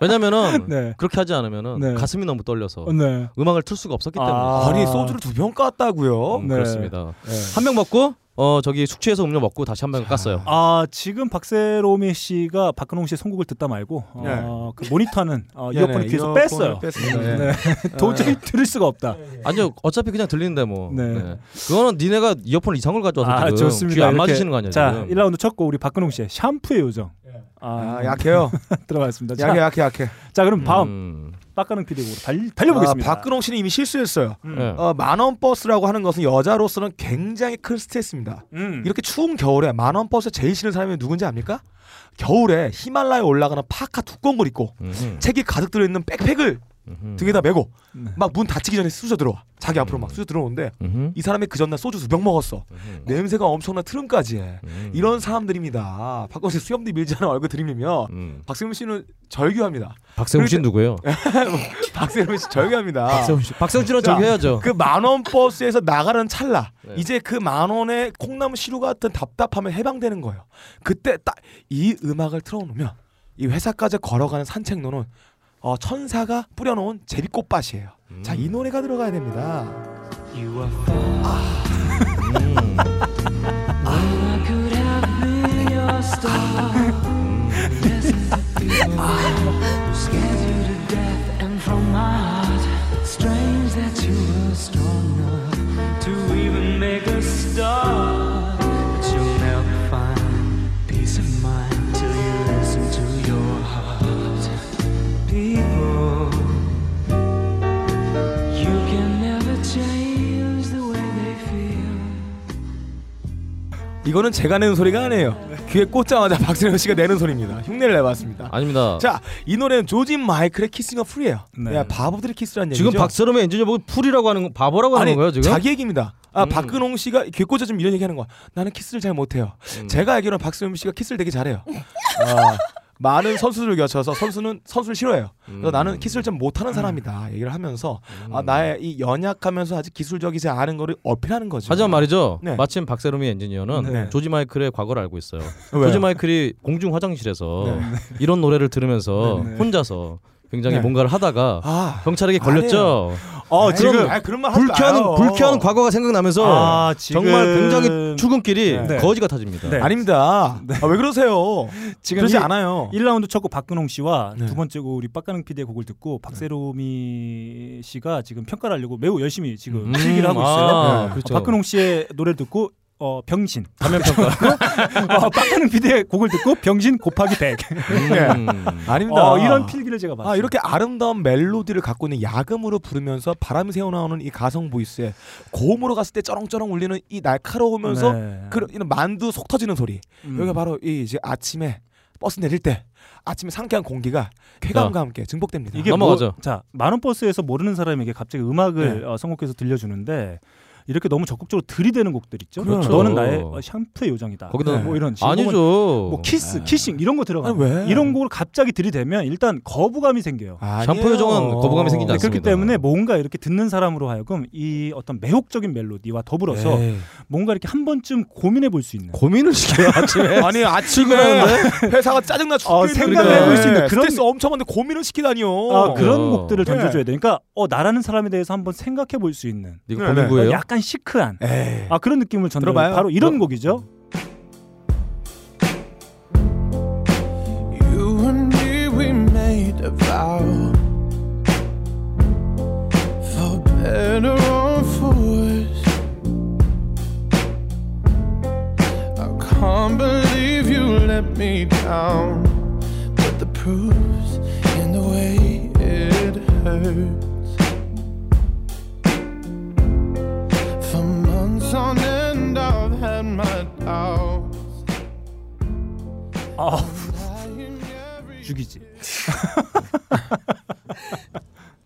Speaker 3: 왜냐면은 그렇게 하지 않으면은
Speaker 1: 네.
Speaker 3: 가슴이 너무 떨려서
Speaker 1: 네.
Speaker 3: 음악을 틀 수가 없었기 때문에
Speaker 1: 아. 아니,
Speaker 2: 소주를 두 병 깠다고요?
Speaker 1: 네.
Speaker 3: 그렇습니다.
Speaker 1: 네.
Speaker 3: 한 병 먹고 어 저기 숙취해서 음료 먹고 다시 한 병 깠어요.
Speaker 1: 아 지금 박세롬이 씨가 박근홍 씨의 선곡을 듣다 말고 어, 그 모니터는 어,
Speaker 3: *laughs* 네,
Speaker 2: 예,
Speaker 1: 이어폰을
Speaker 3: 네,
Speaker 1: 귀에서
Speaker 3: 이어폰을
Speaker 1: 뺐어요.
Speaker 3: 뺐습니다.
Speaker 1: 네.
Speaker 3: 네.
Speaker 1: *laughs* 도저히
Speaker 3: 네.
Speaker 1: 들을 수가 없다.
Speaker 3: 아니요 어차피 그냥 들리는데 뭐
Speaker 1: 네.
Speaker 3: 네. 그거는 니네가 이어폰 을 이상을 가져와서
Speaker 1: 아
Speaker 3: 지금
Speaker 1: 좋습니다.
Speaker 3: 귀안
Speaker 1: 이렇게.
Speaker 3: 맞으시는 거 아니에요?
Speaker 1: 자
Speaker 3: 지금?
Speaker 1: 1라운드 첫 곡 우리 박근홍 씨의 샴푸의 요정.
Speaker 3: 네.
Speaker 1: 아, *laughs*
Speaker 2: 아, 약해요.
Speaker 1: 들어갔습니다. 자,
Speaker 2: 약해 약해 약해.
Speaker 1: 자 그럼 다음 빡가는 피디고 달 달려보겠습니다.
Speaker 2: 아, 박근홍 씨는 이미 실수했어요.
Speaker 1: 음. 네.
Speaker 2: 어, 만원 버스라고 하는 것은 여자로서는 굉장히 큰 스트레스입니다.
Speaker 1: 음.
Speaker 2: 이렇게 추운 겨울에 만원 버스 제일 싫은 사람이 누군지 압니까? 겨울에 히말라야 올라가는 파카 두꺼운 걸 입고
Speaker 3: 음.
Speaker 2: 책이 가득 들어있는 백팩을 등에다 메고
Speaker 3: 네.
Speaker 2: 막 문 닫히기 전에 쑤셔 들어와 자기 앞으로
Speaker 3: 음.
Speaker 2: 막 쑤셔 들어오는데 이 사람이 그 전날 소주 두 병 먹었어 냄새가 엄청난 트름까지 해
Speaker 3: 음.
Speaker 2: 이런 사람들입니다 박근홍 씨 수염도 밀지 않은 얼굴 들이밀며
Speaker 3: 음.
Speaker 2: 박세훈 씨는 절규합니다 *laughs*
Speaker 3: 박세웅
Speaker 2: 그럴 때-
Speaker 3: 씨는 누구예요?
Speaker 2: 박세훈 씨 절규합니다.
Speaker 3: 네. 박세훈 씨- 박세훈 씨랑 절규해야죠. 네.
Speaker 2: 그 만원 버스에서 나가는 찰나 이제 그 만원의 콩나물 시루 같은 답답함에 해방되는 거예요. 그때 딱 이 음악을 틀어놓으면 이 회사까지 걸어가는 산책로는 어, 천사가 뿌려놓은 제비꽃밭이에요.
Speaker 3: 음.
Speaker 2: 자 이 노래가 들어가야 됩니다.
Speaker 16: People, you can never change the way they feel.
Speaker 2: 이거는 제가 내는 소리가 아니에요. 귀에 꽂자마자 박세현 씨가 내는 소리입니다. 흉내를 내봤습니다.
Speaker 3: 아닙니다.
Speaker 2: 자 이 노래는 조진 마이클의 키스가 풀이에요. 그냥 바보들의 키스라는
Speaker 3: 네. 지금
Speaker 2: 얘기죠.
Speaker 3: 박세롬의 엔지니어 보고 풀이라고 하는 거 바보라고 하는
Speaker 2: 아니,
Speaker 3: 거예요 지금? 음.
Speaker 2: 자기 얘기입니다. 아 박근홍 씨가 귀 꽂아주면 이런 얘기하는 거야. 나는 키스를 잘 못해요.
Speaker 3: 음.
Speaker 2: 제가 알기로는 박수현 씨가 키스를 되게 잘해요. 아, 많은 선수들을 겨쳐서 선수는 선수를 싫어해요. 그래서
Speaker 3: 음.
Speaker 2: 나는 키스를 좀 못하는 사람이다 얘기를 하면서 아, 나의 이 연약하면서 아직 기술적이지 않은 거를 어필하는 거죠.
Speaker 3: 하지만 말이죠.
Speaker 2: 네.
Speaker 3: 마침 박세롬이 엔지니어는
Speaker 2: 네.
Speaker 3: 조지 마이클의 과거를 알고 있어요.
Speaker 2: *laughs* 왜요?
Speaker 3: 조지 마이클이 공중 화장실에서
Speaker 2: 네.
Speaker 3: 이런 노래를 들으면서
Speaker 2: 네, 네.
Speaker 3: 혼자서 굉장히
Speaker 2: 네.
Speaker 3: 뭔가를 하다가
Speaker 2: 아,
Speaker 3: 경찰에게 걸렸죠.
Speaker 1: 어,
Speaker 3: 그런
Speaker 1: 지금
Speaker 2: 아이, 그런 말 하지 마요.
Speaker 3: 불쾌한 불쾌한 과거가 생각나면서
Speaker 2: 아, 지금-
Speaker 3: 정말 굉장히 출근길이
Speaker 2: 네.
Speaker 3: 거지가 타집니다.
Speaker 1: 네.
Speaker 2: 아닙니다. 아, 왜 그러세요?
Speaker 1: 지금
Speaker 2: 그러지
Speaker 1: 이-
Speaker 3: 어.
Speaker 2: 않아요.
Speaker 1: 1라운드 첫 곡 박근홍 씨와
Speaker 3: 네.
Speaker 1: 두 번째 곡 우리 빡가능 PD의 곡을 듣고 박세롬이 씨가 지금 평가를 하려고 매우 열심히 지금
Speaker 3: 음,
Speaker 1: 실기를 하고
Speaker 3: 아,
Speaker 1: 있어요.
Speaker 3: 네. 그렇죠.
Speaker 1: 어, 박근홍 씨의 노래를 듣고 어, 병신 단면 평가. *laughs* 어, 빡가능 PD의 곡을 듣고 병신 곱하기 100.
Speaker 3: 음.
Speaker 2: 네. 아닙니다.
Speaker 1: 어, 이런 필기를 제가 봤어요.
Speaker 2: 아, 이렇게 아름다운 멜로디를 갖고 있는 야금으로 부르면서 바람이 새어나오는 이 가성 보이스에 고음으로 갔을 때 쩌렁쩌렁 울리는 이 날카로우면서
Speaker 1: 네.
Speaker 2: 그런 이런 만두 속 터지는 소리.
Speaker 1: 음.
Speaker 2: 여기가 바로 이 이제 아침에 버스 내릴 때 아침에 상쾌한 공기가 쾌감과
Speaker 1: 자.
Speaker 2: 함께 증폭됩니다.
Speaker 3: 네.
Speaker 1: 이게 뭐, 자 만원 버스에서 모르는 사람에게 갑자기 음악을 어, 선곡해서 들려주는데 이렇게 너무 적극적으로 들이대는 곡들 있죠.
Speaker 3: 그렇죠.
Speaker 1: 너는 나의 어, 샴푸의 요정이다.
Speaker 2: 네.
Speaker 3: 거기다
Speaker 1: 뭐 이런
Speaker 3: 아니죠.
Speaker 1: 진공은 뭐 키스, 키싱 이런 거 들어가.
Speaker 3: 아니, 왜?
Speaker 1: 이런 곡을 갑자기 들이대면 일단 거부감이
Speaker 2: 아,
Speaker 1: 생겨요.
Speaker 3: 샴푸 요정은 거부감이 생기지
Speaker 1: 네, 그렇기
Speaker 3: 않습니다.
Speaker 1: 때문에 뭔가 이렇게 듣는 사람으로 하여금 이 어떤 매혹적인 멜로디와
Speaker 2: 그렇죠. 네.
Speaker 1: 더불어서
Speaker 3: 에이.
Speaker 1: 뭔가 이렇게 한 번쯤 고민해 볼 수 있는
Speaker 3: 고민을 시켜요 아침에.
Speaker 2: *laughs* 아니 아침에
Speaker 3: 피곤한데?
Speaker 2: 회사가 짜증나 죽겠는데 네,
Speaker 1: 생각해볼 수 있는 그런-
Speaker 2: 스트레스 엄청 많은데 고민을 시키다니요.
Speaker 1: 아, 그런 곡들을 던져줘야
Speaker 2: 네.
Speaker 1: 되니까 어 나라는 사람에 대해서 한번 생각해 볼 수 있는
Speaker 3: 이거 네, 네. 공부예요?
Speaker 1: 어, 약간 시크한 아 그런 느낌을 전달해
Speaker 2: 네. 들어봐요.
Speaker 1: 바로 이런 곡이죠.
Speaker 16: You and me, we made a vow. For better or for worse. I can't believe you let me down. But the proof's in the way it hurts. For months on end, I've had my doubts.
Speaker 1: 아 죽이지.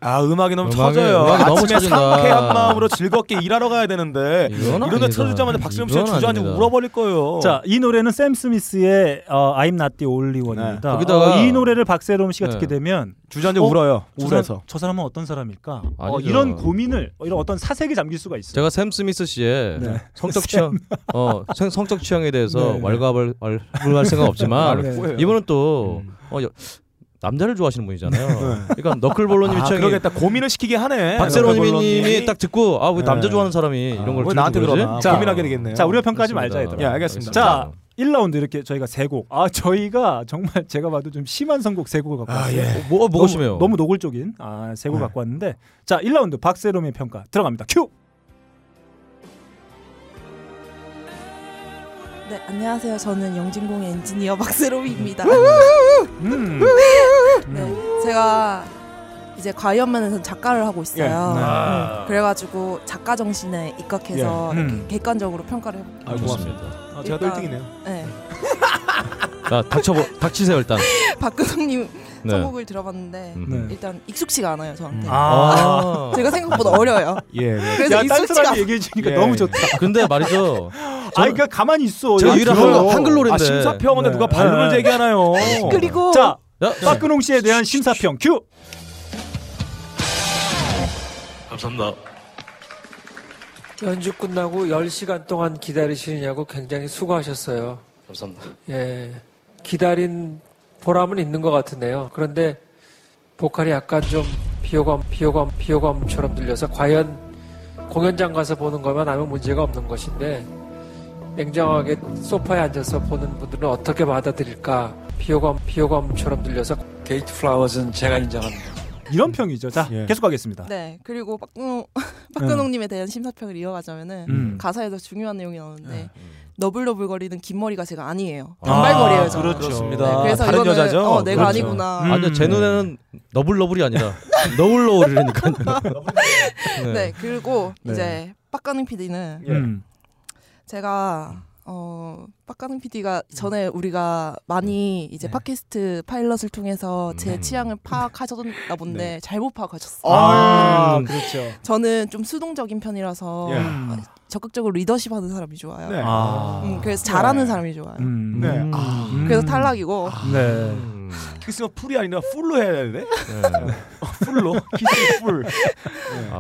Speaker 2: 아 음악이 너무
Speaker 3: 음악이-
Speaker 2: 쳐져요.
Speaker 3: 음악이 너무
Speaker 2: 아침에
Speaker 3: 쳐진다.
Speaker 2: 상쾌한 마음으로 즐겁게 일하러 가야 되는데
Speaker 3: 이건
Speaker 2: 이런데
Speaker 3: 아니다.
Speaker 2: 쳐주자마자 박수영 씨가
Speaker 3: 이건
Speaker 2: 주저앉고
Speaker 3: 아니다.
Speaker 2: 울어버릴 거예요.
Speaker 1: 자, 이 노래는 샘 스미스의 어, I'm Not the Only One입니다.
Speaker 2: 네. 거기다가-
Speaker 1: 어, 이 노래를 박세롬 씨가
Speaker 2: 네.
Speaker 1: 듣게 되면
Speaker 2: 주저앉아 울어요.
Speaker 1: 저
Speaker 2: 우울해서.
Speaker 1: 사람- 저 사람은 어떤 사람일까? 어,
Speaker 3: 아니죠.
Speaker 1: 이런 고민을 어, 이런 어떤 사색에 잠길 수가 있어요.
Speaker 3: 제가 샘 스미스 씨의
Speaker 1: 네.
Speaker 3: 성적
Speaker 1: 샘.
Speaker 3: 취향, 어, 성- 성적 취향에 대해서
Speaker 1: 네, 네.
Speaker 3: 왈가왈 왈할 생각 없지만
Speaker 2: 네, 네.
Speaker 3: 이분은 또 어, 여- 남자를 좋아하시는 분이잖아요. 그러니까 너클볼로님
Speaker 2: 아,
Speaker 3: 취향이
Speaker 2: 그러겠다. 고민을 시키게 하네.
Speaker 3: 박세로님이 딱 듣고 아왜 남자
Speaker 2: 네.
Speaker 3: 좋아하는 사람이 이런 걸
Speaker 2: 왜 나한테
Speaker 3: 들으는 거지?
Speaker 2: 그러나. 고민하게 되겠네요.
Speaker 1: 자, 우리가 평가하지 말자
Speaker 3: 그렇습니다.
Speaker 1: 얘들아.
Speaker 3: 예, 알겠습니다.
Speaker 1: 자, 1라운드 이렇게 저희가 세 곡. 아, 저희가 정말 *laughs* 제가 봐도 좀 심한 선곡 세 곡을 갖고 왔어요.
Speaker 3: 예. 뭐- 뭐가
Speaker 1: 너무,
Speaker 3: 심해요? 네.
Speaker 1: 너무 노골적인 아, 세곡 갖고 왔는데 자, 1라운드 박세롬의 평가 들어갑니다. 큐.
Speaker 14: 네, 안녕하세요. 저는 영진공의 엔지니어 *laughs* 박세롬입니다. *laughs*
Speaker 1: 음.
Speaker 14: 네, 제가 이제 과연만에서 작가를 하고 있어요.
Speaker 1: 예.
Speaker 15: 네.
Speaker 1: 아.
Speaker 14: 음, 그래가지고 작가 정신에 입각해서
Speaker 3: 예. 음.
Speaker 14: 이렇게 객관적으로 평가를 해볼게요.
Speaker 3: 아, 고맙습니다. 아,
Speaker 2: 제가 또
Speaker 14: 일단,
Speaker 2: 1등이네요.
Speaker 14: 네,
Speaker 3: 음. 자, 닥쳐 닥치세요 일단.
Speaker 14: *laughs* 박근홍님
Speaker 3: 네.
Speaker 14: 선곡을 들어봤는데
Speaker 3: 음. 네.
Speaker 14: 일단 익숙치가 않아요 저한테.
Speaker 3: 아.
Speaker 14: 제가 생각보다
Speaker 3: *laughs*
Speaker 14: 어려요.
Speaker 3: 예.
Speaker 14: 그래서
Speaker 1: 야, 딴
Speaker 14: 익숙지가
Speaker 1: 사람이
Speaker 14: 않-
Speaker 1: 얘기해 주니까
Speaker 3: 아,
Speaker 1: 너무 좋다.
Speaker 3: 근데 말이죠.
Speaker 1: 아, 그러니까 가만히 있어.
Speaker 3: 예. 제가 유일한
Speaker 1: 들어요.
Speaker 3: 한글- 한글노래인데.
Speaker 1: 아, 심사평인데
Speaker 3: 네.
Speaker 1: 누가 발음을
Speaker 3: 네.
Speaker 1: 제기하나요?
Speaker 3: 그리고-
Speaker 1: 자,
Speaker 3: 야,
Speaker 1: 박근홍 씨에 대한 심사평 큐.
Speaker 17: 감사합니다. 연주 끝나고 10시간 동안 기다리시느냐고 굉장히 수고하셨어요.
Speaker 18: 감사합니다.
Speaker 17: 예. 기다린 보람은 있는 것 같은데요. 그런데 보컬이 약간 좀 비호감, 비호감, 비호감처럼 들려서 과연 공연장 가서 보는 것만 아무 문제가 없는 것인데 냉정하게 소파에 앉아서 보는 분들은 어떻게 받아들일까? 비호감, 비호감처럼 들려서 게이트 플라워즈는 제가 인정합니다.
Speaker 1: 이런 평이죠. 자,
Speaker 2: 예.
Speaker 1: 계속 가겠습니다.
Speaker 14: 네, 그리고 박근홍 *laughs* 박근홍님에 대한 심사평을 이어가자면은
Speaker 1: 음.
Speaker 14: 가사에서 중요한 내용이
Speaker 3: 네.
Speaker 14: 나오는데 너블너블거리는 긴 머리가 제가 아니에요.
Speaker 3: 아,
Speaker 14: 단발머리예요. 저는.
Speaker 3: 그렇죠. 그렇습니다.
Speaker 14: 네, 그래서
Speaker 3: 다른
Speaker 14: 이거는
Speaker 3: 여자죠?
Speaker 14: 어, 내가
Speaker 3: 그렇죠.
Speaker 14: 아니구나.
Speaker 3: 아니요,
Speaker 1: 음.
Speaker 3: 제 눈에는 너블너블이 아니라
Speaker 14: *laughs*
Speaker 3: 너울너울이라니까요.
Speaker 14: 네. 그리고
Speaker 3: 네.
Speaker 14: 이제 박가능 PD는
Speaker 1: 예.
Speaker 3: 음.
Speaker 14: 제가 어 박가능 PD가 전에 우리가 많이 이제 팟캐스트 파일럿을 통해서
Speaker 1: 음.
Speaker 14: 제
Speaker 3: 음.
Speaker 14: 취향을 파악하셨나 본데 잘못 파악하셨어요.
Speaker 1: 아, 음. 그렇죠.
Speaker 14: 저는 좀 수동적인 편이라서
Speaker 1: 예.
Speaker 14: 적극적으로 리더십 하는 사람이 좋아요.
Speaker 1: 네. 아.
Speaker 14: 음, 그래서 잘하는
Speaker 2: 네.
Speaker 14: 사람이 좋아요.
Speaker 1: 음.
Speaker 2: 네.
Speaker 1: 음.
Speaker 2: 아.
Speaker 14: 그래서 탈락이고
Speaker 1: 네.
Speaker 2: 키스가 풀이 아니라 풀로 해야 되는데. 어, 풀로 *laughs* 키스 풀.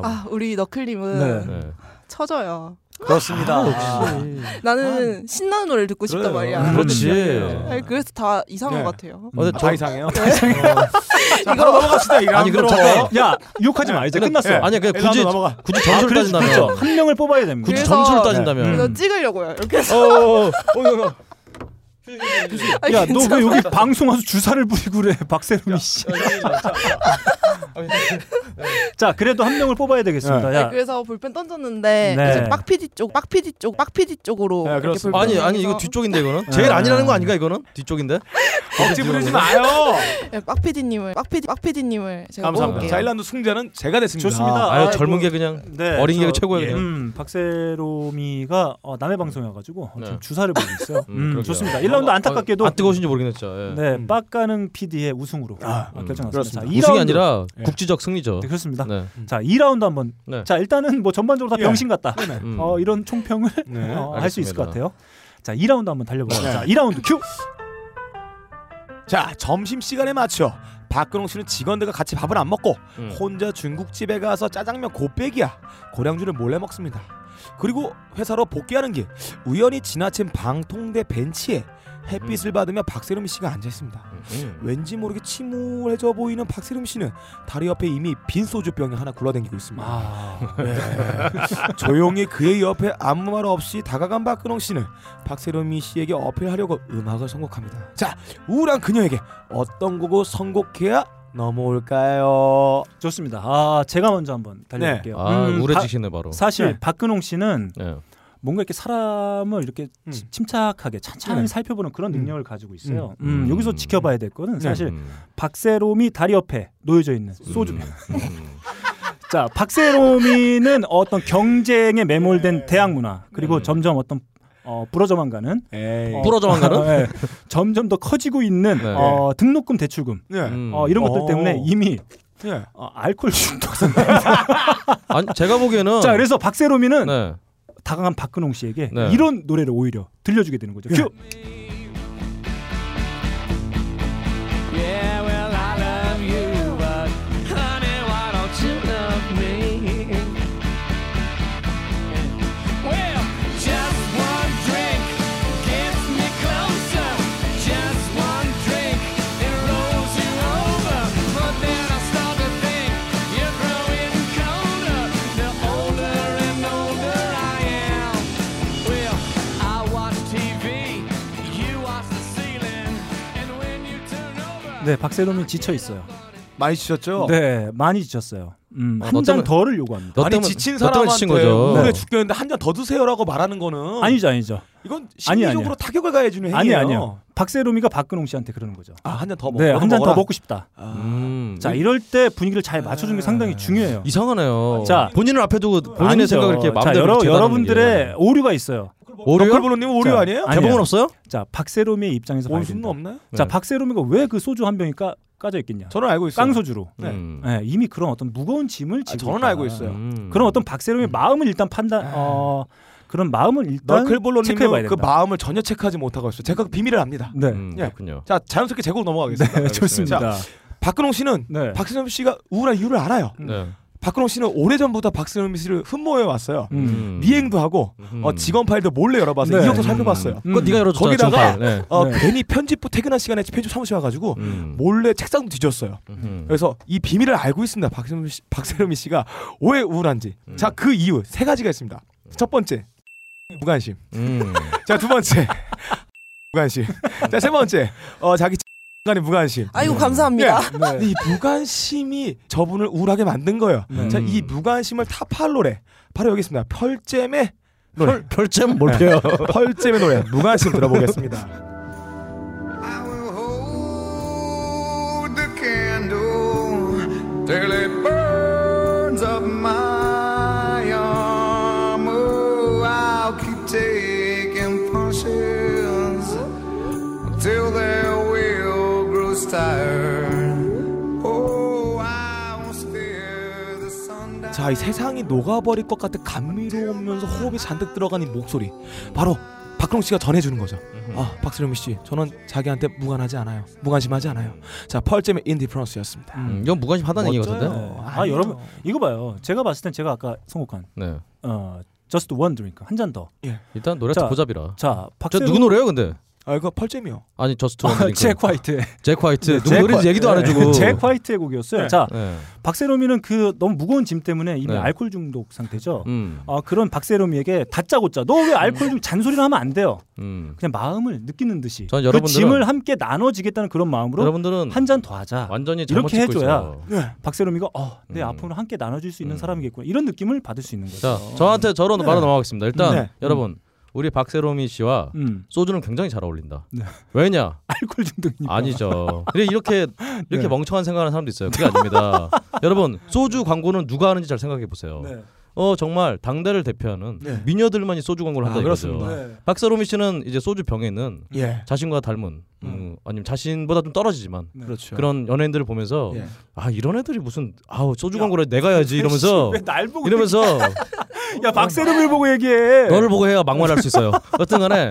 Speaker 14: 아 우리 너클님은
Speaker 2: 네. 네.
Speaker 14: 쳐져요.
Speaker 2: 그렇습니다. 아,
Speaker 3: 역시.
Speaker 10: 아.
Speaker 14: 나는 신나는 노래를 듣고 싶단
Speaker 3: 그래요. *laughs*
Speaker 14: 말이야.
Speaker 3: 그렇지.
Speaker 1: 음.
Speaker 14: 아니, 그래서 다 이상한
Speaker 3: 네.
Speaker 14: 것 같아요.
Speaker 3: 어, 근데
Speaker 2: 아,
Speaker 3: 저-
Speaker 2: 다 이상해요?
Speaker 14: 네.
Speaker 2: 다 이상해요. 자, 바로 넘어갑시다, 이거 네,
Speaker 3: 아니
Speaker 2: 안
Speaker 3: 그럼
Speaker 2: 들어.
Speaker 3: 잠깐.
Speaker 1: 야, 욕하지 마. 이제
Speaker 3: 근데-
Speaker 1: 끝났어.
Speaker 3: 아니 그냥 굳이 굳이 점수를
Speaker 1: 아, 네. 그렇죠.
Speaker 3: 따진다면
Speaker 1: 그렇죠. 한 명을 뽑아야 됩니다.
Speaker 3: 굳이 점수를 따진다면.
Speaker 1: 음.
Speaker 14: 그래서 음. 찍으려고요. 이렇게 해서.
Speaker 3: 어, 어, 어.
Speaker 14: *laughs* 아니,
Speaker 1: 야, 너 왜
Speaker 14: 괜찮아요.
Speaker 1: 여기 방송 와서 주사를 부리고 그래, *laughs* 박세롬이 씨. 자, 그래도 한 명을 뽑아야 되겠습니다.
Speaker 14: 네,
Speaker 1: 야,
Speaker 14: 그래서 볼펜 던졌는데
Speaker 1: 네.
Speaker 14: 이제 빡피디 쪽, 빡피디 쪽, 빡피디 쪽으로
Speaker 10: 네,
Speaker 14: 이렇게
Speaker 3: *laughs*
Speaker 14: 볼펜
Speaker 3: 아니 아니
Speaker 14: 던져서
Speaker 3: 이거 뒤쪽인데
Speaker 1: 네.
Speaker 3: 이거는 제일 아니라는 거 아닌가 이거는 뒤쪽인데
Speaker 2: 억지 부리지 마요.
Speaker 14: 네, 빡피디님을 빡피디 빡피디님을 제가
Speaker 2: 감사합니다.
Speaker 14: 뽑을게요.
Speaker 2: 자, 일란드 승자는 제가 됐습니다.
Speaker 1: 좋습니다.
Speaker 3: 아유, 젊은 게 그냥 어린 게
Speaker 1: 저,
Speaker 3: 최고예요,
Speaker 1: 예.
Speaker 3: 그냥.
Speaker 1: 음, 박세롬이가 어, 남의 방송이어가지고 좀 주사를 보고 있어요.
Speaker 3: 음,
Speaker 1: 음, 어,
Speaker 3: 그러게요.
Speaker 1: 좋습니다. 1라운드 안타깝게도
Speaker 3: 안 뜨거우신지 모르겠네 진짜. 예.
Speaker 1: 네, 빡가는 PD의 우승으로 아, 결정났습니다. 자,
Speaker 3: 우승이
Speaker 1: 2라운드.
Speaker 3: 아니라
Speaker 1: 예.
Speaker 3: 국지적 승리죠.
Speaker 1: 네, 그렇습니다. 자, 2라운드 한번. 자, 일단은 뭐 전반적으로 다
Speaker 3: 예.
Speaker 1: 병신 같다.
Speaker 3: 네네. 음.
Speaker 1: 어, 이런 총평을
Speaker 3: *laughs* 네,
Speaker 1: 어, 할 수 있을 것
Speaker 2: 알겠습니다.
Speaker 1: 같아요. 자, 2라운드 한번 달려보죠.
Speaker 2: 네.
Speaker 1: 자, 2라운드 큐.
Speaker 2: 자 점심 시간에 맞춰 박근홍 씨는 직원들과 같이 밥을 안 먹고 혼자 중국집에 가서 짜장면 곱빼기야 고량주를 몰래 먹습니다. 그리고 회사로 복귀하는 길 우연히 지나친 방통대 벤치에 햇빛을 받으며 박세림 씨가 앉아 있습니다.
Speaker 3: 음.
Speaker 2: 왠지 모르게 침울해져 보이는 박세림 씨는 다리 옆에 이미 빈 소주병이 하나 굴러댕기고 있습니다.
Speaker 1: 아.
Speaker 2: 네. *laughs* 조용히 그의 옆에 아무 말 없이 다가간 박근홍 씨는 박세롬이 씨에게 어필하려고 음악을 선곡합니다. 자, 우울한 그녀에게 어떤 곡을 선곡해야 넘어올까요?
Speaker 1: 좋습니다. 아, 제가 먼저 한번 달려볼게요.
Speaker 3: 아,
Speaker 1: 음,
Speaker 3: 우울해지시네
Speaker 1: 바-
Speaker 3: 바로.
Speaker 1: 사실
Speaker 3: 네.
Speaker 1: 박근홍 씨는
Speaker 3: 네.
Speaker 1: 뭔가 이렇게 사람을 이렇게 치- 침착하게 천천히
Speaker 3: 음. 네.
Speaker 1: 살펴보는 그런 능력을 가지고 있어요.
Speaker 3: 음.
Speaker 1: 음,
Speaker 3: 음.
Speaker 1: 여기서 지켜봐야 될 거는 사실
Speaker 3: 음.
Speaker 1: 박세롬이 다리 옆에 놓여져 있는 소주. 자, 박세롬이는 어떤 경쟁에
Speaker 3: 네.
Speaker 1: 매몰된 대학 문화 그리고
Speaker 3: 음.
Speaker 1: 점점 어떤 어, 부러져만 가는 어,
Speaker 3: 부러져만
Speaker 1: *laughs*
Speaker 3: 가는? 네.
Speaker 1: 예. 점점 더 커지고 있는 어, 등록금 대출금
Speaker 2: 네.
Speaker 1: 어, 이런 것들
Speaker 2: 음.
Speaker 1: 때문에
Speaker 2: 오.
Speaker 1: 이미
Speaker 2: 네.
Speaker 1: 어, 알코올 중독
Speaker 3: 아니 제가 보기에는
Speaker 1: 자 그래서 박세롬이는
Speaker 3: 네.
Speaker 1: 다가간 박근홍 씨에게
Speaker 3: 네.
Speaker 1: 이런 노래를 오히려 들려주게 되는 거죠. 큐.
Speaker 6: Yeah, well, I love you, but honey, why don't you love me? Well, just one drink gets me closer. Just one drink, it rolls you over. But then I start to think you're growing colder. The older and older I am. Well, I watch TV, you watch the ceiling, and when you turn over.
Speaker 1: 네, 박세롬이 지쳐 있어요.
Speaker 2: 많이 지쳤죠?
Speaker 1: 네, 많이 지쳤어요. 음,
Speaker 2: 아, 너
Speaker 1: 한 잔
Speaker 2: 때문에-
Speaker 1: 더를 요구합니다.
Speaker 2: 아니 지친 사람한테 오래 죽겠는데 한 잔 더 드세요라고 말하는 거는
Speaker 1: 아니죠, 아니죠.
Speaker 2: 이건
Speaker 1: 아니,
Speaker 2: 심리적으로
Speaker 1: 아니야.
Speaker 2: 타격을 가해주는 행위예요.
Speaker 1: 아니 아니요. 박세롬이가 박근홍 씨한테 그러는 거죠.
Speaker 2: 아, 한잔더 먹-
Speaker 1: 네,
Speaker 2: 너도
Speaker 1: 한 잔 더
Speaker 2: 먹어라. 아, 네.
Speaker 1: 먹고 싶다. 자, 이럴 때 분위기를 잘 맞춰주는 게 상당히 중요해요.
Speaker 3: 음. 이상하네요.
Speaker 1: 자,
Speaker 3: 본인을 앞에 두고 본인의
Speaker 1: 아니죠.
Speaker 3: 생각을 이렇게
Speaker 1: 자,
Speaker 3: 마음대로
Speaker 1: 여러
Speaker 3: 재단하는
Speaker 1: 여러분들의 오류가 있어요.
Speaker 3: 오류요? 너클볼로님 오류 아니에요? 개봉은 없어요?
Speaker 1: 자, 박세롬이의 입장에서 봐야
Speaker 2: 원수는
Speaker 1: 된다.
Speaker 2: 없나요?
Speaker 1: 자,
Speaker 2: 네.
Speaker 1: 박세롬이가 왜 그 소주 한 병이 까, 까져 있겠냐?
Speaker 2: 저는 알고 있어요.
Speaker 1: 깡소주로.
Speaker 2: 네.
Speaker 1: 음. 네, 이미 그런 어떤 무거운 짐을 지고.
Speaker 2: 저는
Speaker 1: 있다. 음.
Speaker 2: 알고 있어요.
Speaker 3: 음.
Speaker 1: 그런 어떤 박세롬의 마음을 일단 판단. 어, 그런 마음을 일단 체크해봐야
Speaker 2: 너클볼로님은 그
Speaker 1: 된다.
Speaker 2: 마음을 전혀 체크하지 못하고 있어요. 제가 그 비밀을 압니다.
Speaker 1: 네.
Speaker 3: 음.
Speaker 1: *laughs*
Speaker 2: 예.
Speaker 3: 그렇군요.
Speaker 2: 자 자연스럽게 제고로 넘어가겠습니다.
Speaker 1: 네, 좋습니다. 네.
Speaker 2: 자, 박근홍 씨는 박세롬 씨가 우울한 이유를 알아요.
Speaker 1: 음.
Speaker 3: 네.
Speaker 2: 박근홍 씨는 오래전부터 박세롬 씨를 흠모해 왔어요.
Speaker 3: 음.
Speaker 2: 미행도 하고 어, 직원 파일도 몰래 열어봐서
Speaker 3: 네.
Speaker 2: 이력도 살펴봤어요.
Speaker 3: 음. 그거 네가 열어줬잖아,
Speaker 2: 거기다가
Speaker 3: 직원 파일. 네.
Speaker 2: 어,
Speaker 3: 네.
Speaker 2: 괜히 편집부 퇴근한 시간에 편집 사무실 와가지고
Speaker 1: 음.
Speaker 3: 음.
Speaker 1: 뭐-
Speaker 2: 몰래 책상도 뒤졌어요. 그래서 이 비밀을 알고 있습니다. 박세롬, 씨, 박세롬이 씨가 왜 우울한지.
Speaker 1: 음.
Speaker 2: 자 그 이유 세 가지가 있습니다. 첫 번째 무관심. 자 두 번째 *laughs* 무관심. 자 세 번째 어, 자기 간의 무관심.
Speaker 14: 아이고,
Speaker 1: 네.
Speaker 14: 감사합니다.
Speaker 2: 예. 이 무관심이 저분을 우울하게 만든 거예요.
Speaker 1: 음.
Speaker 2: 자, 이 무관심을 타파할 노래 바로 여기 있습니다. 펄잼의 노래.
Speaker 3: 펄, 펄잼
Speaker 1: 네.
Speaker 3: 뭘까요?
Speaker 2: 펄잼의 노래 무관심 들어보겠습니다.
Speaker 16: hold the candle till it burns up my arm. Oh, I'll keep taking punches till their will grows tired. Oh, I won't steer the sun down.
Speaker 2: 자, 이 세상이 녹아버릴 것 같은 감미로우면서 호흡이 잔뜩 들어간 이 목소리. 바로 박근홍 씨가 전해주는 거죠. 아, 박수령 씨, 저는 자기한테 무관하지 않아요. 무관심하지 않아요. 자, 펄잼의 인디프런스였습니다.
Speaker 3: 음, 이건 무관심 하다는 얘기 같은데.
Speaker 1: 네. 아, 여러분 이거 봐요. 제가 봤을 땐 제가 아까 선곡한
Speaker 3: 네.
Speaker 1: 어 Just One Drink 한 잔 더.
Speaker 3: 일단 노래가
Speaker 1: 자,
Speaker 3: 고잡이라.
Speaker 1: 자,
Speaker 3: 저
Speaker 1: 박세롬
Speaker 3: 누구 노래예요, 근데?
Speaker 2: 아, 이거 펄잼이요.
Speaker 3: 아니 저스트
Speaker 1: 아, *laughs* 잭 화이트.
Speaker 3: 잭 화이트.
Speaker 1: 네,
Speaker 3: 누구
Speaker 1: 잭
Speaker 3: 노래인지
Speaker 1: 화이-
Speaker 3: 얘기도 안
Speaker 1: 네.
Speaker 3: 해주고.
Speaker 1: 잭 화이트의 곡이었어요.
Speaker 3: 네.
Speaker 1: 자,
Speaker 3: 네.
Speaker 1: 박세롬이는 그 너무 무거운 짐 때문에 이미
Speaker 3: 네.
Speaker 1: 알코올 중독 상태죠.
Speaker 3: 음.
Speaker 1: 아, 그런 박세롬이에게 다짜고짜 너 왜 알코올 중 잔소리를 하면 안 돼요.
Speaker 3: 음.
Speaker 1: 그냥 마음을 느끼는 듯이
Speaker 3: 전
Speaker 1: 그
Speaker 3: 여러분들은-
Speaker 1: 짐을 함께 나눠지겠다는 그런 마음으로
Speaker 3: 여러분들은
Speaker 1: 한 잔 더 하자.
Speaker 3: 완전히 잘못 음.
Speaker 1: 이렇게
Speaker 3: 찍고
Speaker 1: 해줘야
Speaker 3: 있어요.
Speaker 1: 박세롬이가 어, 내 아픔을 함께
Speaker 3: 음.
Speaker 1: 나눠줄 수 있는 사람이겠구나 이런 느낌을 받을 수 있는 거죠.
Speaker 3: 자, 저한테 저런
Speaker 1: 네.
Speaker 3: 바로 넘어가겠습니다. 일단
Speaker 1: 네. 음.
Speaker 3: 여러분 우리 박세롬이 씨와 소주는 굉장히 잘 어울린다.
Speaker 1: 네.
Speaker 3: 왜냐?
Speaker 1: 알코올 중독이니까.
Speaker 3: 아니죠. 근데 이렇게 이렇게
Speaker 1: 그러니까. 네.
Speaker 3: 멍청한 생각하는 사람도 있어요. 그게
Speaker 1: *laughs*
Speaker 3: 아닙니다. 여러분 소주 광고는 누가 하는지 잘 생각해 보세요.
Speaker 1: 네.
Speaker 3: 어 정말 당대를 대표하는
Speaker 2: 네.
Speaker 3: 미녀들만이 소주 광고를
Speaker 2: 아,
Speaker 3: 한다 이거죠.
Speaker 2: 그렇습니다. 네.
Speaker 3: 박세롬이 씨는 이제 소주 병에는
Speaker 2: 예.
Speaker 3: 자신과 닮은 음, 아니면 자신보다 좀 떨어지지만
Speaker 2: 네. 그렇죠.
Speaker 3: 런 연예인들을 보면서
Speaker 2: 예.
Speaker 3: 아 이런 애들이 무슨 아우 소주 광고를 내가 해야지 이러면서
Speaker 1: 씨, *laughs* 왜날 보고
Speaker 3: 어. 이러면서
Speaker 1: 야 박세롬을 보고 얘기해.
Speaker 3: 너를 보고 해야 막말할 수 있어요.
Speaker 1: *laughs*
Speaker 3: 여튼간에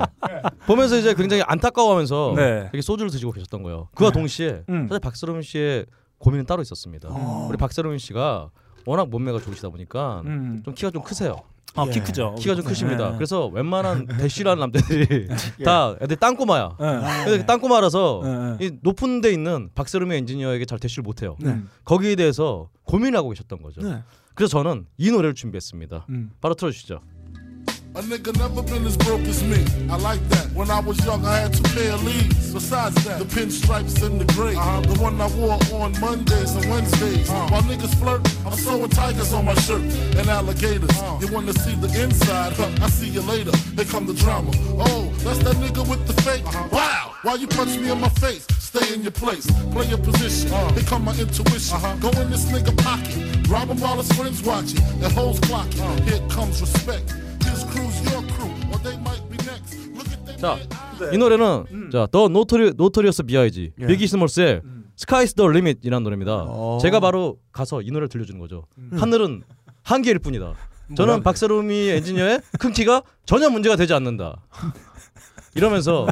Speaker 3: 보면서 이제 굉장히 안타까워하면서
Speaker 1: 네.
Speaker 3: 이렇게 소주를 드시고 계셨던 거예요. 그와 동시에
Speaker 1: 음.
Speaker 3: 사실 박세롬 씨의 고민은 따로 있었습니다.
Speaker 1: 어.
Speaker 3: 우리 박세롬 씨가 워낙 몸매가 좋으시다 보니까
Speaker 1: 음.
Speaker 3: 좀 키가 좀 크세요.
Speaker 1: 아, 키 크죠.
Speaker 3: 키가 좀 크십니다.
Speaker 1: 네.
Speaker 3: 그래서
Speaker 1: *laughs*
Speaker 3: 웬만한 대쉬라는 남자들이
Speaker 1: 예.
Speaker 3: 다 애들 땅꼬마야.
Speaker 1: 네.
Speaker 3: 그래서 땅꼬마라서
Speaker 1: 네.
Speaker 3: 이 높은 데 있는 박세롬의 엔지니어에게 잘 대쉬를 못 해요.
Speaker 1: 네.
Speaker 3: 거기에 대해서 고민을 하고 계셨던 거죠.
Speaker 1: 네.
Speaker 3: 그래서 저는 이 노래를 준비했습니다.
Speaker 1: 음.
Speaker 3: 바로 틀어주시죠.
Speaker 18: A nigga never been as broke as me. I like that. When I was young, I had two pair of leads. Besides that, the pinstripes and the gray. The one I wore on Mondays and Wednesdays. While niggas flirt, I'm sewing tigers on my shirt and alligators. You wanna see the inside? Huh, I see you later. Here come the drama. Oh, that's that nigga with the fake. Wow! Why you punch me in my face? Stay in your place. Play your position. Here come my intuition. Go in this nigga pocket. Rob him while his friends watching. And hoes clocking. Here comes respect. His crew's your crew, or they might be next. Look at them.
Speaker 3: 자, 이 노래는 자, 더 노토리 노토리어스 비아이지.
Speaker 2: 음. 예.
Speaker 3: 비기 스몰스의 스카이스 더 리밋이라는 노래입니다.
Speaker 2: 어.
Speaker 3: 제가 바로 가서 이 노래를 들려주는 거죠.
Speaker 2: 음.
Speaker 3: 하늘은 한 개일 뿐이다.
Speaker 2: 뭐라네.
Speaker 3: 저는 박세롬이 엔지니어의 큰 키가 전혀 문제가 되지 않는다. 이러면서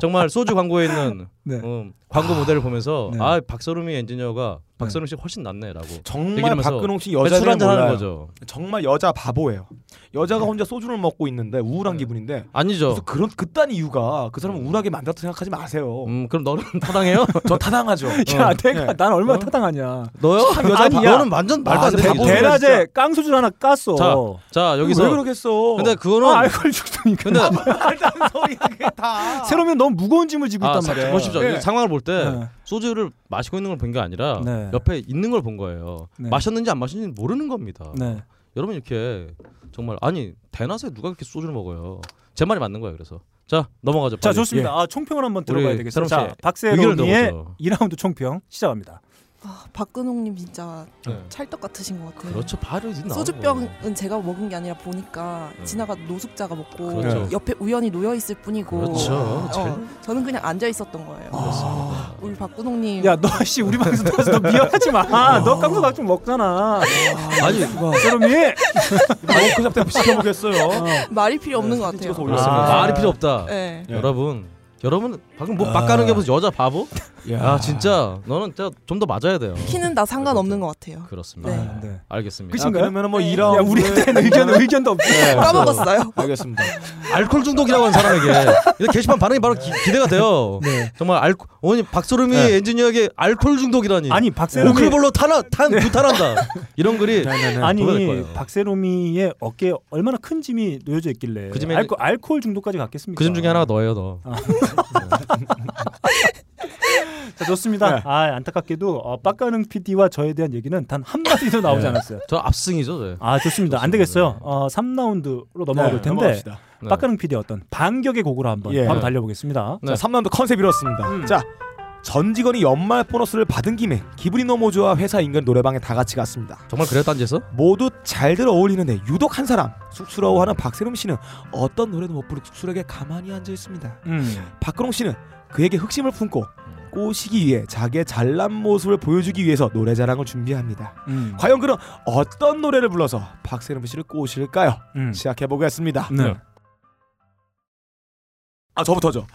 Speaker 3: 정말 소주 광고에 있는
Speaker 2: 네.
Speaker 3: 음, 광고 모델을 보면서
Speaker 2: 네.
Speaker 3: 아 박서롬이 엔지니어가 박서롬 씨 훨씬 낫네라고
Speaker 2: 정말
Speaker 3: 얘기하면서
Speaker 2: 박근홍 씨
Speaker 3: 술
Speaker 2: 여자를
Speaker 3: 한잔
Speaker 2: 몰라요.
Speaker 3: 하는 거죠. 네.
Speaker 2: 정말 여자 바보예요. 여자가 혼자 소주를 먹고 있는데 우울한 기분인데
Speaker 3: 아니죠.
Speaker 2: 그래서 그런 그딴 이유가 그 사람을 우울하게 만들었다 생각하지 마세요.
Speaker 3: 네. 음 그럼 너는 타당해요?
Speaker 2: 저
Speaker 1: *laughs*
Speaker 2: 타당하죠.
Speaker 1: 야,
Speaker 2: 어.
Speaker 1: 내가
Speaker 2: 예.
Speaker 1: 난 얼마나 타당하냐.
Speaker 3: 너요?
Speaker 1: 참 여자
Speaker 3: 아니야.
Speaker 1: 바-
Speaker 3: 너는 완전 말도 안 되는
Speaker 1: 대-
Speaker 3: 얘기죠.
Speaker 1: 대낮에 깡수주 하나 깠어.
Speaker 3: 자, 자 여기서
Speaker 1: 왜 그러겠어?
Speaker 3: 근데 그거는
Speaker 1: 아, 알코올 중독이니까.
Speaker 3: 근데
Speaker 1: 새로면 너무 무거운 짐을 지고
Speaker 3: 아,
Speaker 1: 있단 말이야.
Speaker 3: 보십시오. 이
Speaker 1: 예.
Speaker 3: 상황을 볼 때
Speaker 1: 네.
Speaker 3: 소주를 마시고 있는 걸 본 게 아니라
Speaker 1: 네.
Speaker 3: 옆에 있는 걸 본 거예요.
Speaker 1: 네.
Speaker 3: 마셨는지 안 마셨는지 모르는 겁니다.
Speaker 1: 네.
Speaker 3: 여러분 이렇게 정말 아니 대낮에 누가 그렇게 소주를 먹어요? 제 말이 맞는 거예요. 그래서 자 넘어가죠.
Speaker 1: 자
Speaker 3: 빨리.
Speaker 1: 좋습니다.
Speaker 3: 예.
Speaker 1: 아, 총평을 한번
Speaker 3: 우리
Speaker 1: 들어봐야 되겠어요.
Speaker 3: 새롬
Speaker 1: 자,
Speaker 3: 씨의 의견을
Speaker 1: 박세롬이의
Speaker 3: 들어보죠.
Speaker 1: 2라운드 총평 시작합니다.
Speaker 14: 아, 박근홍님 진짜
Speaker 3: 예.
Speaker 1: 네.
Speaker 14: 찰떡 같으신 것 같아요.
Speaker 1: 그렇죠. 바로 이제 나오는
Speaker 14: 소주병은 제가 먹은 게 아니라 보니까
Speaker 1: 네.
Speaker 14: 지나가 노숙자가 먹고
Speaker 3: 그렇죠.
Speaker 14: 옆에 우연히 놓여 있을 뿐이고.
Speaker 3: 그렇죠.
Speaker 1: 아.
Speaker 14: 어,
Speaker 3: 제일-
Speaker 14: 저는 그냥 앉아 있었던 거예요.
Speaker 2: 아,
Speaker 14: 우리 박근홍님.
Speaker 1: 야, 너 씨 우리 방에서 나와서 너 미워하지 마. 너 깡수 각종 먹잖아.
Speaker 3: 아. 아니, 네.
Speaker 1: 세롬이
Speaker 2: 너무 그 잡대 시켜보겠어요. 네,
Speaker 14: 말이 필요
Speaker 1: 네,
Speaker 14: 없는 것 같아요.
Speaker 3: 아, 말이 필요 없다.
Speaker 1: 예.
Speaker 14: 네.
Speaker 3: 여러분, 여러분 방금
Speaker 1: 아.
Speaker 3: 뭐 막가는 게 무슨 여자 바보? 야, 아, 진짜 너는 진짜 좀 더 맞아야 돼요.
Speaker 1: 네.
Speaker 14: 키는 나 상관없는 것 같아요.
Speaker 3: 그렇습니다. 알겠습니다.
Speaker 2: 끝인가요? 아, 그러면은 뭐 네. 이라운드-
Speaker 1: 야, 우리에 대한 의견 의견도 없고.
Speaker 3: 네.
Speaker 1: *laughs*
Speaker 14: 까먹었어요.
Speaker 2: 알겠습니다.
Speaker 3: 알코올 중독이라고 하는 사람에게 근데 게시판 반응이 바로 기, 대가 돼요. 정말 알코 아니 박소름이
Speaker 2: 네.
Speaker 3: 엔지니어에게 알코올 중독이라니. 아니
Speaker 1: 박소름이-
Speaker 3: 오클볼로 탄화 탄 구탄한다. 이런
Speaker 2: 네,
Speaker 3: 글이 도배될
Speaker 1: 아니
Speaker 3: 거예요.
Speaker 1: 박세롬이의 어깨에 얼마나 큰 짐이 놓여져 있길래
Speaker 3: 그 짐에-
Speaker 1: 알코, 알코올 중독까지 갔겠습니까?
Speaker 3: 그중 중에 하나가 너예요, 너.
Speaker 2: 아.
Speaker 1: 자, 좋습니다.
Speaker 3: 네.
Speaker 1: 아 안타깝게도 어, 빡가능 PD와 저에 대한 얘기는 단 한 마디도 나오지
Speaker 3: 네.
Speaker 1: 않았어요.
Speaker 3: 저 압승이죠, 저.
Speaker 1: 아 좋습니다. 안 되겠어요. 어, 3라운드로 넘어가 볼
Speaker 2: 네,
Speaker 1: 텐데
Speaker 2: 넘어갑시다. 네.
Speaker 1: 빡가능 PD의 어떤 반격의 곡으로 한번
Speaker 2: 예.
Speaker 1: 바로 달려보겠습니다.
Speaker 2: 자, 3라운드 컨셉 이렇습니다.
Speaker 3: 음.
Speaker 2: 자, 전 직원이 연말 보너스를 받은 김에 기분이 너무 좋아 회사 인근 노래방에 다 같이 갔습니다.
Speaker 3: 정말 그랬단지에서?
Speaker 2: 모두 잘 들어 어울리는데 유독 한 사람 쑥스러워하는 박세롬 씨는 어떤 노래도 못 부르고 쑥스럽게 가만히 앉아 있습니다.
Speaker 1: 음,
Speaker 2: 박근홍 씨는 그에게 흑심을 품고 꼬시기 위해 자기의 잘난 모습을 보여주기 위해서 노래 자랑을 준비합니다.
Speaker 1: 음.
Speaker 2: 과연 그는 어떤 노래를 불러서 박세롬 씨를 꼬실까요?
Speaker 1: 음.
Speaker 2: 시작해 보겠습니다.
Speaker 1: 네.
Speaker 2: 아 저부터죠.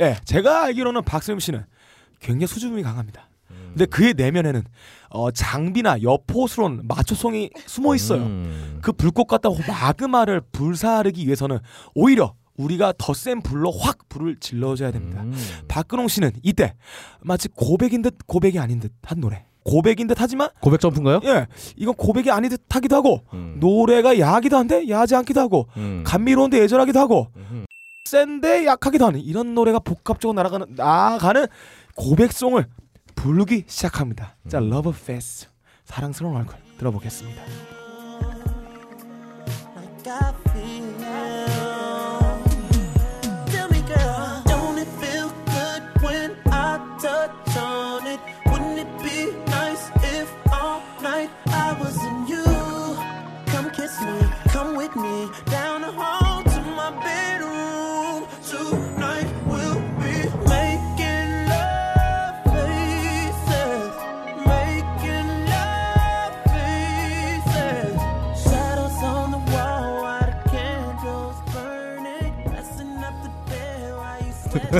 Speaker 2: 예, 제가 알기로는 박세롬 씨는 굉장히 수줍음이 강합니다. 근데 그의 내면에는 어, 장비나 여포스러운 마초성이 숨어 있어요.
Speaker 3: 음.
Speaker 2: 그 불꽃 같다 마그마를 불사르기 위해서는 오히려 우리가 더 센 불로 확 불을 질러줘야 됩니다.
Speaker 3: 음.
Speaker 2: 박근홍 씨는 이때 마치 고백인 듯 고백이 아닌 듯 한 노래. 고백인 듯 하지만
Speaker 3: 고백 점프인가요?
Speaker 2: 예, 이건 고백이 아닌 듯 하기도 하고 노래가 야하기도 한데 야하지 않기도 하고
Speaker 3: 음.
Speaker 2: 감미로운데 예절하기도 하고 센데 약하기도 하는 이런 노래가 복합적으로 날아가는 나아가는 고백송을 부르기 시작합니다. 자, 러브 페스 사랑스러운 얼굴 들어보겠습니다.
Speaker 8: I feel.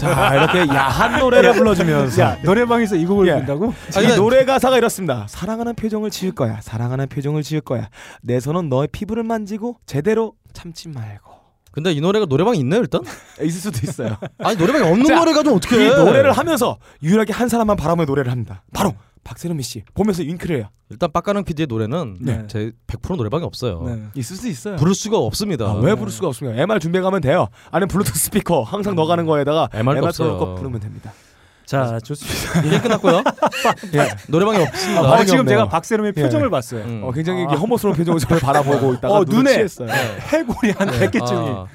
Speaker 2: 자 이렇게 야한 노래를 불러주면서 아,
Speaker 1: 야, 노래방에서 이 곡을 부른다고?
Speaker 2: 이 노래 가사가 이렇습니다. 사랑하는 표정을 지을 거야. 사랑하는 표정을 지을 거야. 내 손은 너의 피부를 만지고 제대로 참지 말고.
Speaker 3: 근데 이 노래가 노래방에 있나요 일단?
Speaker 2: 있을 수도 *laughs* 있어요.
Speaker 3: 아니 노래방에 없는
Speaker 2: 자,
Speaker 3: 노래가 좀 어떻게?
Speaker 2: 이 노래를 하면서 유일하게 한 사람만 바라보며 노래를 합니다. 바로 박세롬이 씨 보면서 윙크를 해요.
Speaker 3: 일단 빡가능 PD의 노래는
Speaker 2: 네.
Speaker 3: 제 100% 노래방에 없어요.
Speaker 1: 네.
Speaker 2: 있을 수 있어요.
Speaker 3: 부를 수가 없습니다.
Speaker 2: 아, 왜 부를 수가 없습니까? MR 준비해 가면 돼요. 아니면 블루투스 스피커 항상 넣어가는 거에다가
Speaker 3: MR 도
Speaker 2: 음. MR
Speaker 3: 없어요.
Speaker 2: 거 부르면 됩니다.
Speaker 1: 자 좋습니다.
Speaker 3: 이게 끝났고요.
Speaker 1: *laughs*
Speaker 3: 예. 노래방에 없습니다.
Speaker 1: 어,
Speaker 3: 없네요.
Speaker 1: 지금
Speaker 3: 음.
Speaker 1: 제가 박세롬의
Speaker 2: 예.
Speaker 1: 표정을 봤어요.
Speaker 2: 어, 굉장히 이게 험오스러운 표정으로 저를 바라보고 있다가
Speaker 1: 어,
Speaker 2: 눈을
Speaker 1: 눈에
Speaker 2: 취했어요.
Speaker 1: 해골이 한
Speaker 3: 네.
Speaker 1: 100개쯤이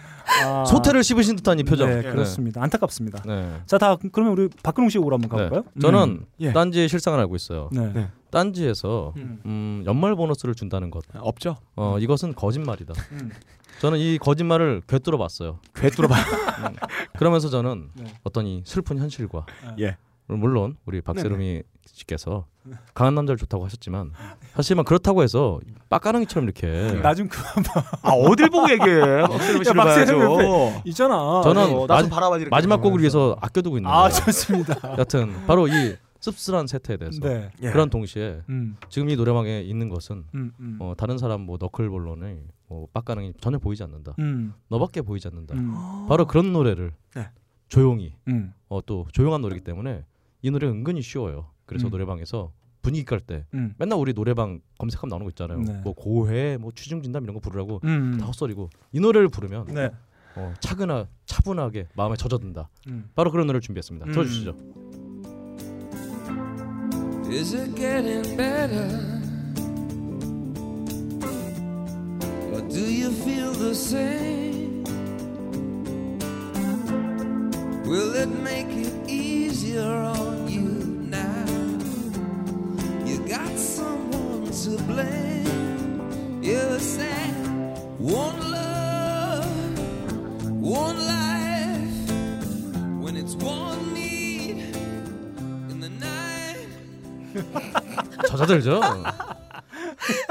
Speaker 3: 아. 소태를 씹으신 듯한 이 표정.
Speaker 1: 네,
Speaker 3: 네.
Speaker 1: 그렇습니다. 안타깝습니다.
Speaker 3: 네.
Speaker 1: 자, 다 그러면 우리 박근홍 씨 오라 한번
Speaker 3: 네.
Speaker 1: 가볼까요?
Speaker 3: 저는
Speaker 1: 음. 예.
Speaker 3: 딴지의 실상을 알고 있어요.
Speaker 1: 네. 네.
Speaker 3: 딴지에서
Speaker 1: 음.
Speaker 3: 음, 연말 보너스를 준다는 것.
Speaker 2: 없죠.
Speaker 3: 어, 이것은 거짓말이다.
Speaker 1: 음.
Speaker 3: 저는 이 거짓말을 꿰뚫어 봤어요.
Speaker 2: 꿰뚫어
Speaker 3: 봤. 그러면서 저는
Speaker 1: *laughs* 네.
Speaker 3: 어떤 이 슬픈 현실과
Speaker 2: 예.
Speaker 3: 물론 우리
Speaker 1: 네,
Speaker 3: 박세롬이 씨께서 강한 남자를 좋다고 하셨지만 사실만 그렇다고 해서 빡가랑이처럼 이렇게
Speaker 1: 나 좀 그만 봐.
Speaker 2: 아 어딜
Speaker 1: *laughs*
Speaker 2: 보고 얘기해? 박세롬 씨를 봐야죠.
Speaker 1: 옆에 있잖아. 네.
Speaker 3: 저는
Speaker 2: 어, 나좀
Speaker 3: 마-
Speaker 2: 바라봐, 이렇게
Speaker 3: 마지막 곡을 위해서 아껴두고 있는
Speaker 1: 아
Speaker 3: 거예요. *laughs*
Speaker 1: 좋습니다.
Speaker 3: 여튼 바로 이 씁쓸한 세태에 대해서
Speaker 1: 네. 예.
Speaker 3: 그런 동시에
Speaker 1: 음.
Speaker 3: 지금 이 노래방에 있는 것은
Speaker 1: 음, 음.
Speaker 3: 어, 다른 사람 뭐 너클볼론의 뭐 빡가능이 전혀 보이지 않는다.
Speaker 1: 음.
Speaker 3: 너밖에 보이지 않는다.
Speaker 1: 음.
Speaker 3: 바로 그런 노래를
Speaker 2: 네.
Speaker 3: 조용히
Speaker 1: 음.
Speaker 3: 어, 또 조용한 노래이기 때문에 이 노래 은근히 쉬워요. 그래서
Speaker 1: 음.
Speaker 3: 노래방에서 분위기 깔 때
Speaker 1: 음.
Speaker 3: 맨날 우리 노래방 검색하면 나오는 거 있잖아요.
Speaker 1: 네.
Speaker 3: 뭐 고해, 뭐 취중진담 이런 거 부르라고
Speaker 1: 음.
Speaker 3: 다 헛소리고 이 노래를 부르면
Speaker 1: 네.
Speaker 3: 어, 차근하 차분하게 마음에 젖어든다.
Speaker 1: 음.
Speaker 3: 바로 그런 노래를 준비했습니다.
Speaker 1: 음.
Speaker 3: 들어주시죠.
Speaker 6: Is it getting better? Or do you feel the same? Will it make it easier on you now? You got someone to blame. You said one love, one life, when it's one need in the night.
Speaker 3: 아, 저자들죠. 어.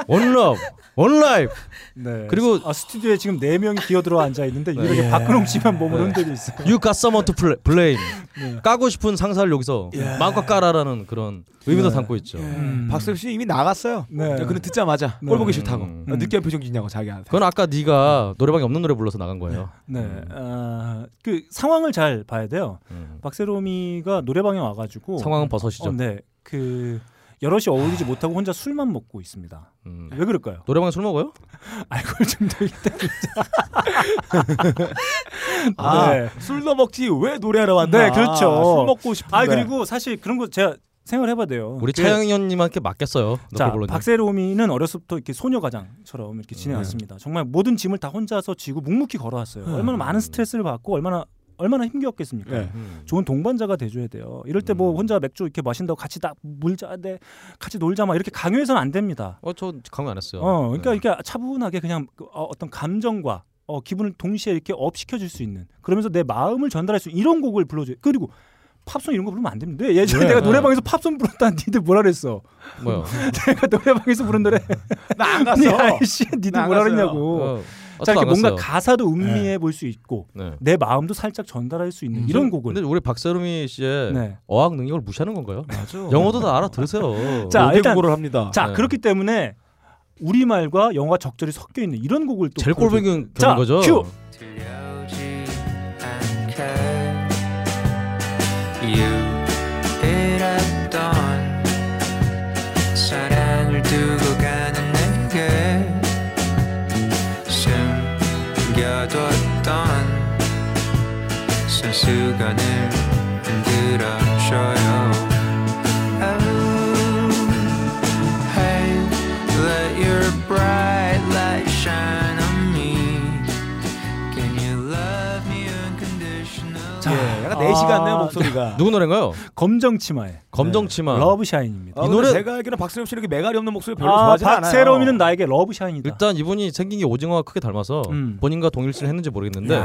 Speaker 3: 원럽, 원라이프.
Speaker 1: 네.
Speaker 3: 그리고
Speaker 1: 아, 스튜디오에 지금 네 명이 기어 들어 앉아 있는데 유일하게
Speaker 3: 예.
Speaker 1: 박근홍 씨만 몸을
Speaker 3: 네.
Speaker 1: 흔들고 있어요.
Speaker 3: You got someone to pla- blame.
Speaker 1: 네.
Speaker 3: 까고 싶은 상사를 여기서
Speaker 1: 예.
Speaker 3: 마음껏 까라라는 그런 의미도
Speaker 2: 네.
Speaker 3: 담고 있죠.
Speaker 2: 음. 박세롬 씨 이미 나갔어요.
Speaker 1: 네.
Speaker 2: 근데 듣자마자
Speaker 1: 네.
Speaker 2: 꼴 보기 싫다고
Speaker 3: 음.
Speaker 2: 어, 느끼한 표정 짓냐고 자기한테.
Speaker 3: 그건 아까 네가 노래방에 없는 노래 불러서 나간 거예요.
Speaker 1: 네. 아, 그 상황을 잘 봐야 돼요. 박세롬이가 노래방에
Speaker 3: 음.
Speaker 1: 와가지고
Speaker 3: 상황은 버섯이죠.
Speaker 1: 네. 어, 네. 그 여럿이 어울리지 못하고 혼자 술만 먹고 있습니다.
Speaker 3: 음.
Speaker 1: 왜 그럴까요?
Speaker 3: 노래방에 술 먹어요?
Speaker 1: 네. *laughs* 알코올 중독일 때.
Speaker 2: 아,
Speaker 1: 네.
Speaker 2: 술도 먹지 왜 노래하러 왔나?
Speaker 1: 네, 그렇죠.
Speaker 2: 술 먹고 싶은데.
Speaker 1: 아 그리고 사실 그런 거 제가 생각을 해봐야 돼요.
Speaker 3: 우리
Speaker 1: 그-
Speaker 3: 차영현님한테 맡겼어요.
Speaker 1: 자,
Speaker 3: 너클볼로님.
Speaker 1: 박세롬이는 어렸을 때부터 이렇게 소녀가장처럼 이렇게 지내왔습니다. 정말 모든 짐을 다 혼자서 지고 묵묵히 걸어왔어요.
Speaker 2: 음.
Speaker 1: 얼마나 많은 스트레스를 받고 얼마나 얼마나 힘겹겠습니까?
Speaker 2: 네.
Speaker 3: 음.
Speaker 1: 좋은 동반자가 돼줘야 돼요. 이럴 때 뭐 혼자 맥주 이렇게 마신다고 같이 딱 물자, 네, 같이 놀자 막 이렇게 강요해서는 안 됩니다.
Speaker 3: 어, 저 강요 안 했어요.
Speaker 1: 어, 그러니까 이렇게 차분하게 그냥 그, 어, 어떤 감정과 어, 기분을 동시에 이렇게 업시켜줄 수 있는 그러면서 내 마음을 전달할 수 있는 이런 곡을 불러줘요. 그리고 팝송 이런 거 부르면 안 됩니다. 예전에
Speaker 3: 왜?
Speaker 1: 내가
Speaker 3: 네.
Speaker 1: 노래방에서 팝송 불렀다 니들 뭐라 그랬어? *laughs*
Speaker 3: 뭐요?
Speaker 1: 내가 노래방에서 부른 노래 *laughs*
Speaker 2: 나안
Speaker 1: 아니, 아이씨, 니들 뭐라 그랬냐고.
Speaker 3: 어,
Speaker 1: 자, 이렇게
Speaker 3: 어떤
Speaker 1: 뭔가
Speaker 3: 나갔어요?
Speaker 1: 가사도 음미해 볼 수 있고
Speaker 3: 네.
Speaker 1: 내 마음도 살짝 전달할 수
Speaker 3: 음.
Speaker 1: 있는 이런 곡을.
Speaker 3: 근데 우리 박세롬이 씨의
Speaker 1: 네.
Speaker 3: 어학 능력을 무시하는 건가요?
Speaker 2: 맞아.
Speaker 3: 영어도 다 알아들으세요.
Speaker 1: *laughs* 자,
Speaker 2: 오대
Speaker 1: 일단
Speaker 2: 국어를 합니다.
Speaker 1: 자,
Speaker 3: 네.
Speaker 1: 그렇기 때문에 우리 말과 영어가 적절히 섞여 있는 이런 곡을 또
Speaker 3: 제일
Speaker 1: 보여줘-
Speaker 3: 꼴보기
Speaker 1: 자,
Speaker 3: 견인 거죠.
Speaker 1: 큐.
Speaker 6: 들려오지 않게 유일했던 사랑을 두고 가는 내게 숨겨뒀던 순수건을 흔들어줘요 Oh, hey, let your bright light shine on me Can you love me unconditionally?
Speaker 1: 자,
Speaker 2: 예, 약간 내시간 내
Speaker 1: 아,
Speaker 2: 목소리가.
Speaker 3: 누구 노래인가요?
Speaker 1: 검정 치마에
Speaker 3: 검정 치마.
Speaker 1: 네, 러브 샤인입니다.
Speaker 2: 아,
Speaker 3: 이
Speaker 2: 노래
Speaker 3: 노래-
Speaker 2: 제가 알기로는 박세롬 씨는 이렇게 메가리 없는 목소리 별로
Speaker 1: 아,
Speaker 2: 좋아하지 않아요.
Speaker 1: 박세롬이는 나에게 러브 샤인이다.
Speaker 3: 일단 이분이 생긴 게 오징어와 크게 닮아서
Speaker 1: 음.
Speaker 2: 네.
Speaker 3: 본인과 동일시를 했는지 모르겠는데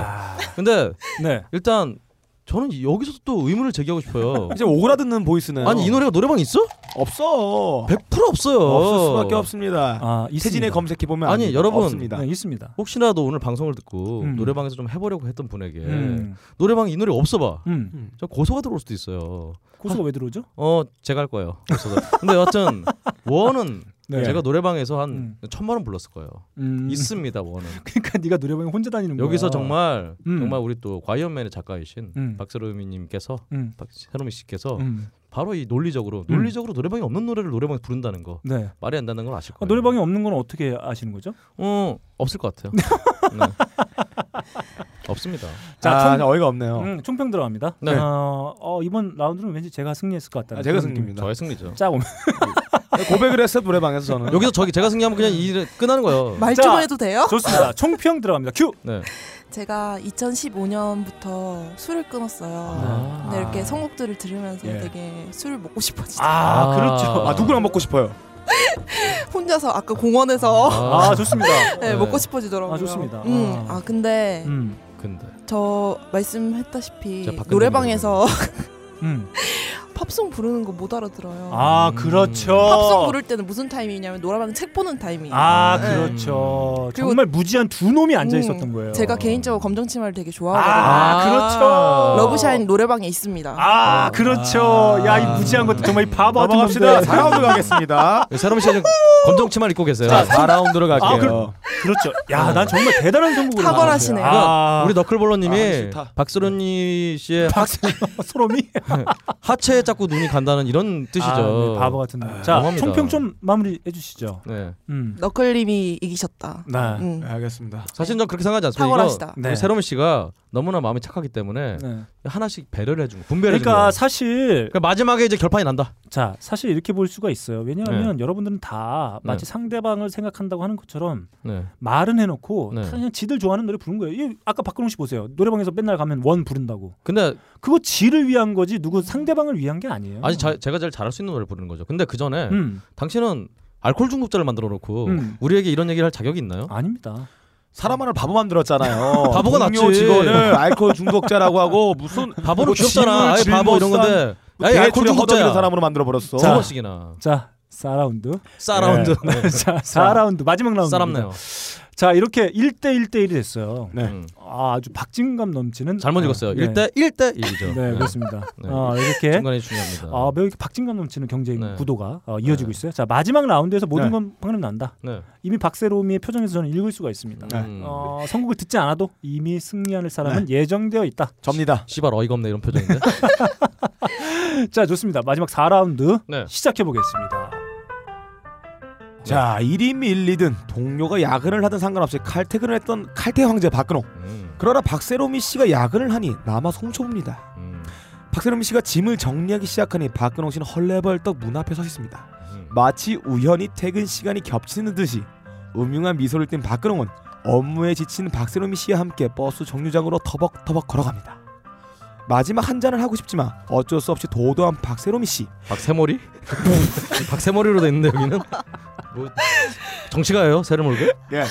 Speaker 3: 근데
Speaker 1: 네.
Speaker 3: 일단 저는 여기서 또 의문을 제기하고
Speaker 1: *laughs*
Speaker 3: 싶어요.
Speaker 2: 이제 오그라드는 보이스는
Speaker 3: 아니 이 노래가 노래방 있어?
Speaker 2: 없어.
Speaker 3: 100% 없어요.
Speaker 2: 없을 수밖에 없습니다.
Speaker 1: 아, 있습니다.
Speaker 2: 태진에 검색해 보면
Speaker 3: 아니 여러분
Speaker 2: 없습니다.
Speaker 1: 네, 있습니다.
Speaker 3: 혹시라도 오늘 방송을 듣고
Speaker 1: 음.
Speaker 3: 노래방에서 좀 해보려고 했던 분에게
Speaker 1: 음.
Speaker 3: 노래방 이 노래 없어봐.
Speaker 1: 음.
Speaker 3: 저 고소가 들어올 수도 있어요.
Speaker 1: 고소가 왜 들어오죠?
Speaker 3: 어 제가 할 거예요. 고소가. *laughs* 근데 여하튼 원은
Speaker 1: 네.
Speaker 3: 제가 노래방에서 한 천만 원 불렀을 거예요.
Speaker 1: 음.
Speaker 3: 있습니다 원은.
Speaker 1: *laughs* 그러니까 네가 노래방에 혼자 다니는
Speaker 3: 여기서
Speaker 1: 거야.
Speaker 3: 정말
Speaker 1: 음.
Speaker 3: 정말 우리 또 과이언맨의 작가이신
Speaker 1: 음.
Speaker 3: 박세롬이님께서
Speaker 1: 음.
Speaker 3: 박세롬이 씨께서
Speaker 1: 음.
Speaker 3: 바로 이 논리적으로 논리적으로 노래방에 없는 노래를 노래방에 부른다는 거
Speaker 1: 네.
Speaker 3: 말이 안 되는 걸 아실
Speaker 1: 아,
Speaker 3: 거예요.
Speaker 1: 노래방에 없는 건 어떻게 아시는 거죠?
Speaker 3: 어 없을 것
Speaker 1: *laughs*
Speaker 3: 같아요. 네. 없습니다.
Speaker 2: 아, 어이가 없네요.
Speaker 1: 음, 총평 들어갑니다.
Speaker 3: 네.
Speaker 1: 어, 어, 이번 라운드는 왠지 제가 승리했을 것 같다.
Speaker 2: 아, 제가 승리입니다.
Speaker 3: 저의 승리죠.
Speaker 1: 짜 오면
Speaker 2: 고백을 했어 노래방에서 저는.
Speaker 3: 여기서 저기 제가 승리하면 그냥 이 일을 끝나는 거예요.
Speaker 14: 말 좀 해도 돼요?
Speaker 1: 좋습니다. 총평 들어갑니다. 큐.
Speaker 3: 네.
Speaker 14: 제가 2015년부터 술을 끊었어요.
Speaker 2: 아.
Speaker 14: 근데 이렇게 선곡들을 들으면서
Speaker 2: 예.
Speaker 14: 되게 술을 먹고 싶어지죠.
Speaker 2: 아, 그렇죠. 아 누구랑 먹고 싶어요?
Speaker 14: *laughs* 혼자서 아까 공원에서
Speaker 2: 아, 좋습니다.
Speaker 14: *laughs* 네,
Speaker 2: 네.
Speaker 14: 먹고 싶어지더라고요.
Speaker 1: 아, 좋습니다.
Speaker 14: 음,
Speaker 1: 아.
Speaker 14: 아 근데
Speaker 3: 근데
Speaker 14: 저 말씀했다시피
Speaker 1: 제가 밖에
Speaker 14: 노래방에서
Speaker 1: 음.
Speaker 14: *laughs* 팝송 부르는 거 못 알아들어요.
Speaker 1: 아 그렇죠.
Speaker 14: 팝송 부를 때는 무슨 타이밍이냐면 노래방 책 보는 타이밍.
Speaker 1: 아 그렇죠. 정말 무지한 두 놈이 앉아 있었던 거예요.
Speaker 14: 제가 개인적으로 검정 치마를 되게
Speaker 1: 아,
Speaker 14: 좋아하거든요.
Speaker 1: 그렇죠.
Speaker 14: 러브샤인 노래방에 있습니다.
Speaker 1: 아 그렇죠. 야 이 무지한 것도 정말 이 바보 같은
Speaker 2: 넘어갑시다.
Speaker 1: 건데.
Speaker 3: *laughs*
Speaker 2: 4라운드 가겠습니다.
Speaker 3: 새롬 씨는 검정 치마를 입고 계세요.
Speaker 2: 자, 4라운드로 갈게요.
Speaker 1: 아, 그, 그렇죠. 야, 난 정말 대단한 선곡을
Speaker 2: 탁월하시네요.
Speaker 3: 그러니까
Speaker 2: 아.
Speaker 3: 우리
Speaker 2: 아,
Speaker 3: 너클볼러님이
Speaker 2: 싫다.
Speaker 3: 박수련이 씨의
Speaker 1: *laughs* 소롬이
Speaker 3: 하체에 자꾸 눈이 간다는 이런 뜻이죠.
Speaker 1: 아, 네, 바보 같은 놈. 자,
Speaker 3: 너무합니다.
Speaker 1: 총평 좀 마무리 해주시죠. 음.
Speaker 3: 네.
Speaker 14: 너클님이 이기셨다.
Speaker 1: 네.
Speaker 14: 음.
Speaker 2: 알겠습니다.
Speaker 3: 사실 전 그렇게 생각하지 않습니다.
Speaker 14: 탁월하시다.
Speaker 3: 이거
Speaker 1: 네.
Speaker 3: 우리 새롬 씨가 너무나 마음이 착하기 때문에
Speaker 1: 네.
Speaker 3: 하나씩 배려를 해준 거, 분배를 해준
Speaker 1: 그러니까
Speaker 3: 거.
Speaker 1: 사실
Speaker 3: 마지막에 이제 결판이 난다.
Speaker 1: 자, 사실 이렇게 볼 수가 있어요. 왜냐하면 여러분들은 다 마치
Speaker 3: 네.
Speaker 1: 상대방을 생각한다고 하는 것처럼
Speaker 3: 네.
Speaker 1: 말은 해놓고
Speaker 3: 네.
Speaker 1: 다 그냥 지들 좋아하는 노래 부른 거예요. 이 아까 박근홍 씨 보세요. 노래방에서 맨날 가면 원 부른다고.
Speaker 3: 근데
Speaker 1: 그거 지를 위한 거지 누구 상대방을 위한 게 아니에요.
Speaker 3: 아니 자- 제가 제일 잘할 수 있는 노래를 부르는 거죠. 근데 그 전에
Speaker 1: 음.
Speaker 3: 당신은 알코올 중독자를 만들어 놓고
Speaker 1: 음.
Speaker 3: 우리에게 이런 얘기를 할 자격이 있나요?
Speaker 1: 아닙니다.
Speaker 2: 사람 하나를 바보 만들었잖아요.
Speaker 3: *laughs* 바보가
Speaker 2: 동료
Speaker 3: 낫지.
Speaker 2: 직원을 알코올 중독자라고 하고 무슨
Speaker 3: 바보는
Speaker 2: 뭐
Speaker 3: 귀엽잖아. 아이,
Speaker 2: 짐을
Speaker 3: 바보 이런
Speaker 2: 싼
Speaker 3: 건데.
Speaker 2: 뭐
Speaker 3: 아이,
Speaker 2: 대출에
Speaker 3: 알코올 중독자야.
Speaker 2: 허덕이는 사람으로 만들어
Speaker 3: 자,
Speaker 2: 버렸어.
Speaker 3: 두 번씩이나.
Speaker 1: 자,
Speaker 3: *laughs*
Speaker 1: 4라운드.
Speaker 3: 사라운드. 네.
Speaker 1: 자, 4라운드 마지막 라운드.
Speaker 3: 사람네요.
Speaker 1: 자, 이렇게 1대 1대 1이 됐어요.
Speaker 2: 네.
Speaker 3: 음.
Speaker 1: 아, 아주 박진감 넘치는
Speaker 3: 잘못 읽었어요.
Speaker 1: 네.
Speaker 3: 일 대 일 대일이죠
Speaker 1: 네,
Speaker 3: 네.
Speaker 1: 그렇습니다.
Speaker 3: 네.
Speaker 1: 어, 이렇게
Speaker 3: 중간이 중요합니다.
Speaker 1: 아, 매우 이렇게 박진감 넘치는 경제
Speaker 3: 네.
Speaker 1: 구도가 어, 이어지고 있어요. 자, 마지막 라운드에서 모든
Speaker 3: 네.
Speaker 1: 건 방금 난다.
Speaker 3: 네.
Speaker 1: 이미 박세롬이의 표정에서 저는 읽을 수가 있습니다.
Speaker 3: 네.
Speaker 1: 어, 선곡을 듣지 않아도 이미 승리하는 사람은 예정되어 있다.
Speaker 2: 접니다.
Speaker 3: 씨발 어이가 없네 이런 표정인데.
Speaker 1: *laughs* 자, 좋습니다. 마지막 4라운드
Speaker 3: 네.
Speaker 1: 시작해 보겠습니다.
Speaker 2: 자, 1임 1리든 동료가 야근을 하든 상관없이 칼퇴근을 했던 칼퇴 황제 박근홍.
Speaker 3: 음.
Speaker 2: 그러나 박세롬이 씨가 야근을 하니 남아 송초봅니다.
Speaker 3: 음.
Speaker 2: 박세롬이 씨가 짐을 정리하기 시작하니 박근홍 씨는 헐레벌떡 문 앞에 서 있습니다.
Speaker 3: 음.
Speaker 2: 마치 우연히 퇴근 시간이 겹치는 듯이 음흉한 미소를 띤 박근홍은 업무에 지친 박세롬이 씨와 함께 버스 정류장으로 터벅터벅 걸어갑니다. 마지막 한 잔을 하고 싶지만 어쩔 수 없이 도도한 박세롬이 씨.
Speaker 3: 박세머리? *laughs* 박세머리로 돼 있는데 여기는 뭐 정치가예요? 새를 몰고? 네.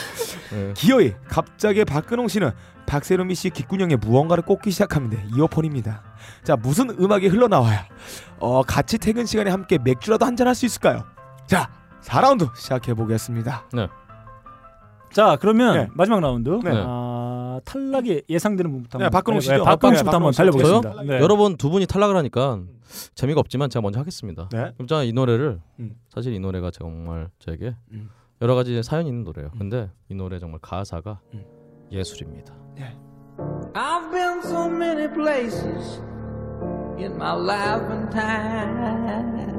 Speaker 2: 예. 기어이 갑자기 박근홍 씨는 박세롬이 씨 귓구녕에 무언가를 꽂기 시작합니다. 이어폰입니다. 자 무슨 음악이 흘러나와요? 어 같이 퇴근 시간에 함께 맥주라도 한 잔 할 수 있을까요? 자 4라운드 시작해 보겠습니다.
Speaker 3: 네.
Speaker 1: 자, 그러면
Speaker 2: 네.
Speaker 1: 마지막 라운드.
Speaker 2: 네.
Speaker 1: 아, 탈락이 예상되는 분부터
Speaker 2: 네,
Speaker 1: 한번
Speaker 2: 박근홍 씨죠.
Speaker 1: 박근홍
Speaker 2: 네,
Speaker 1: 씨부터
Speaker 2: 박근홍
Speaker 1: 한번
Speaker 2: 씨.
Speaker 1: 달려보겠습니다.
Speaker 2: 저요?
Speaker 1: 네.
Speaker 3: 여러분 두 분이 탈락을 하니까 재미가 없지만 제가 먼저 하겠습니다.
Speaker 2: 네.
Speaker 3: 그럼 저는 이 노래를
Speaker 2: 음.
Speaker 3: 사실 이 노래가 정말 저에게
Speaker 2: 음.
Speaker 3: 여러 가지 사연이 있는 노래예요. 근데 이 노래 정말 가사가
Speaker 2: 음.
Speaker 3: 예술입니다.
Speaker 8: I've been so many places in my life and time.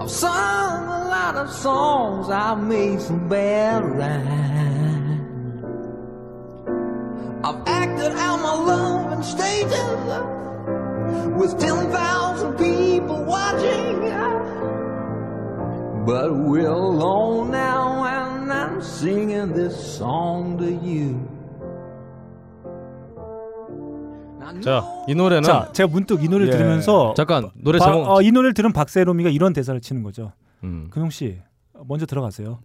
Speaker 8: I've sung a lot of songs, I've made some bad rhymes. I've acted out my love in stages with 10,000 people watching. But we're alone now, and I'm singing this song to you.
Speaker 3: 자, 이 노래는
Speaker 1: 자, 제가 문득 이 노래를
Speaker 3: 예.
Speaker 1: 들으면서 어,
Speaker 3: 잠깐, 노래
Speaker 1: 바-
Speaker 3: 제목-
Speaker 1: 어, 이 노래를 들은 박세롬이가 이런 대사를 치는 거죠.
Speaker 3: 음.
Speaker 1: 근홍 씨, 어, 먼저 들어가세요.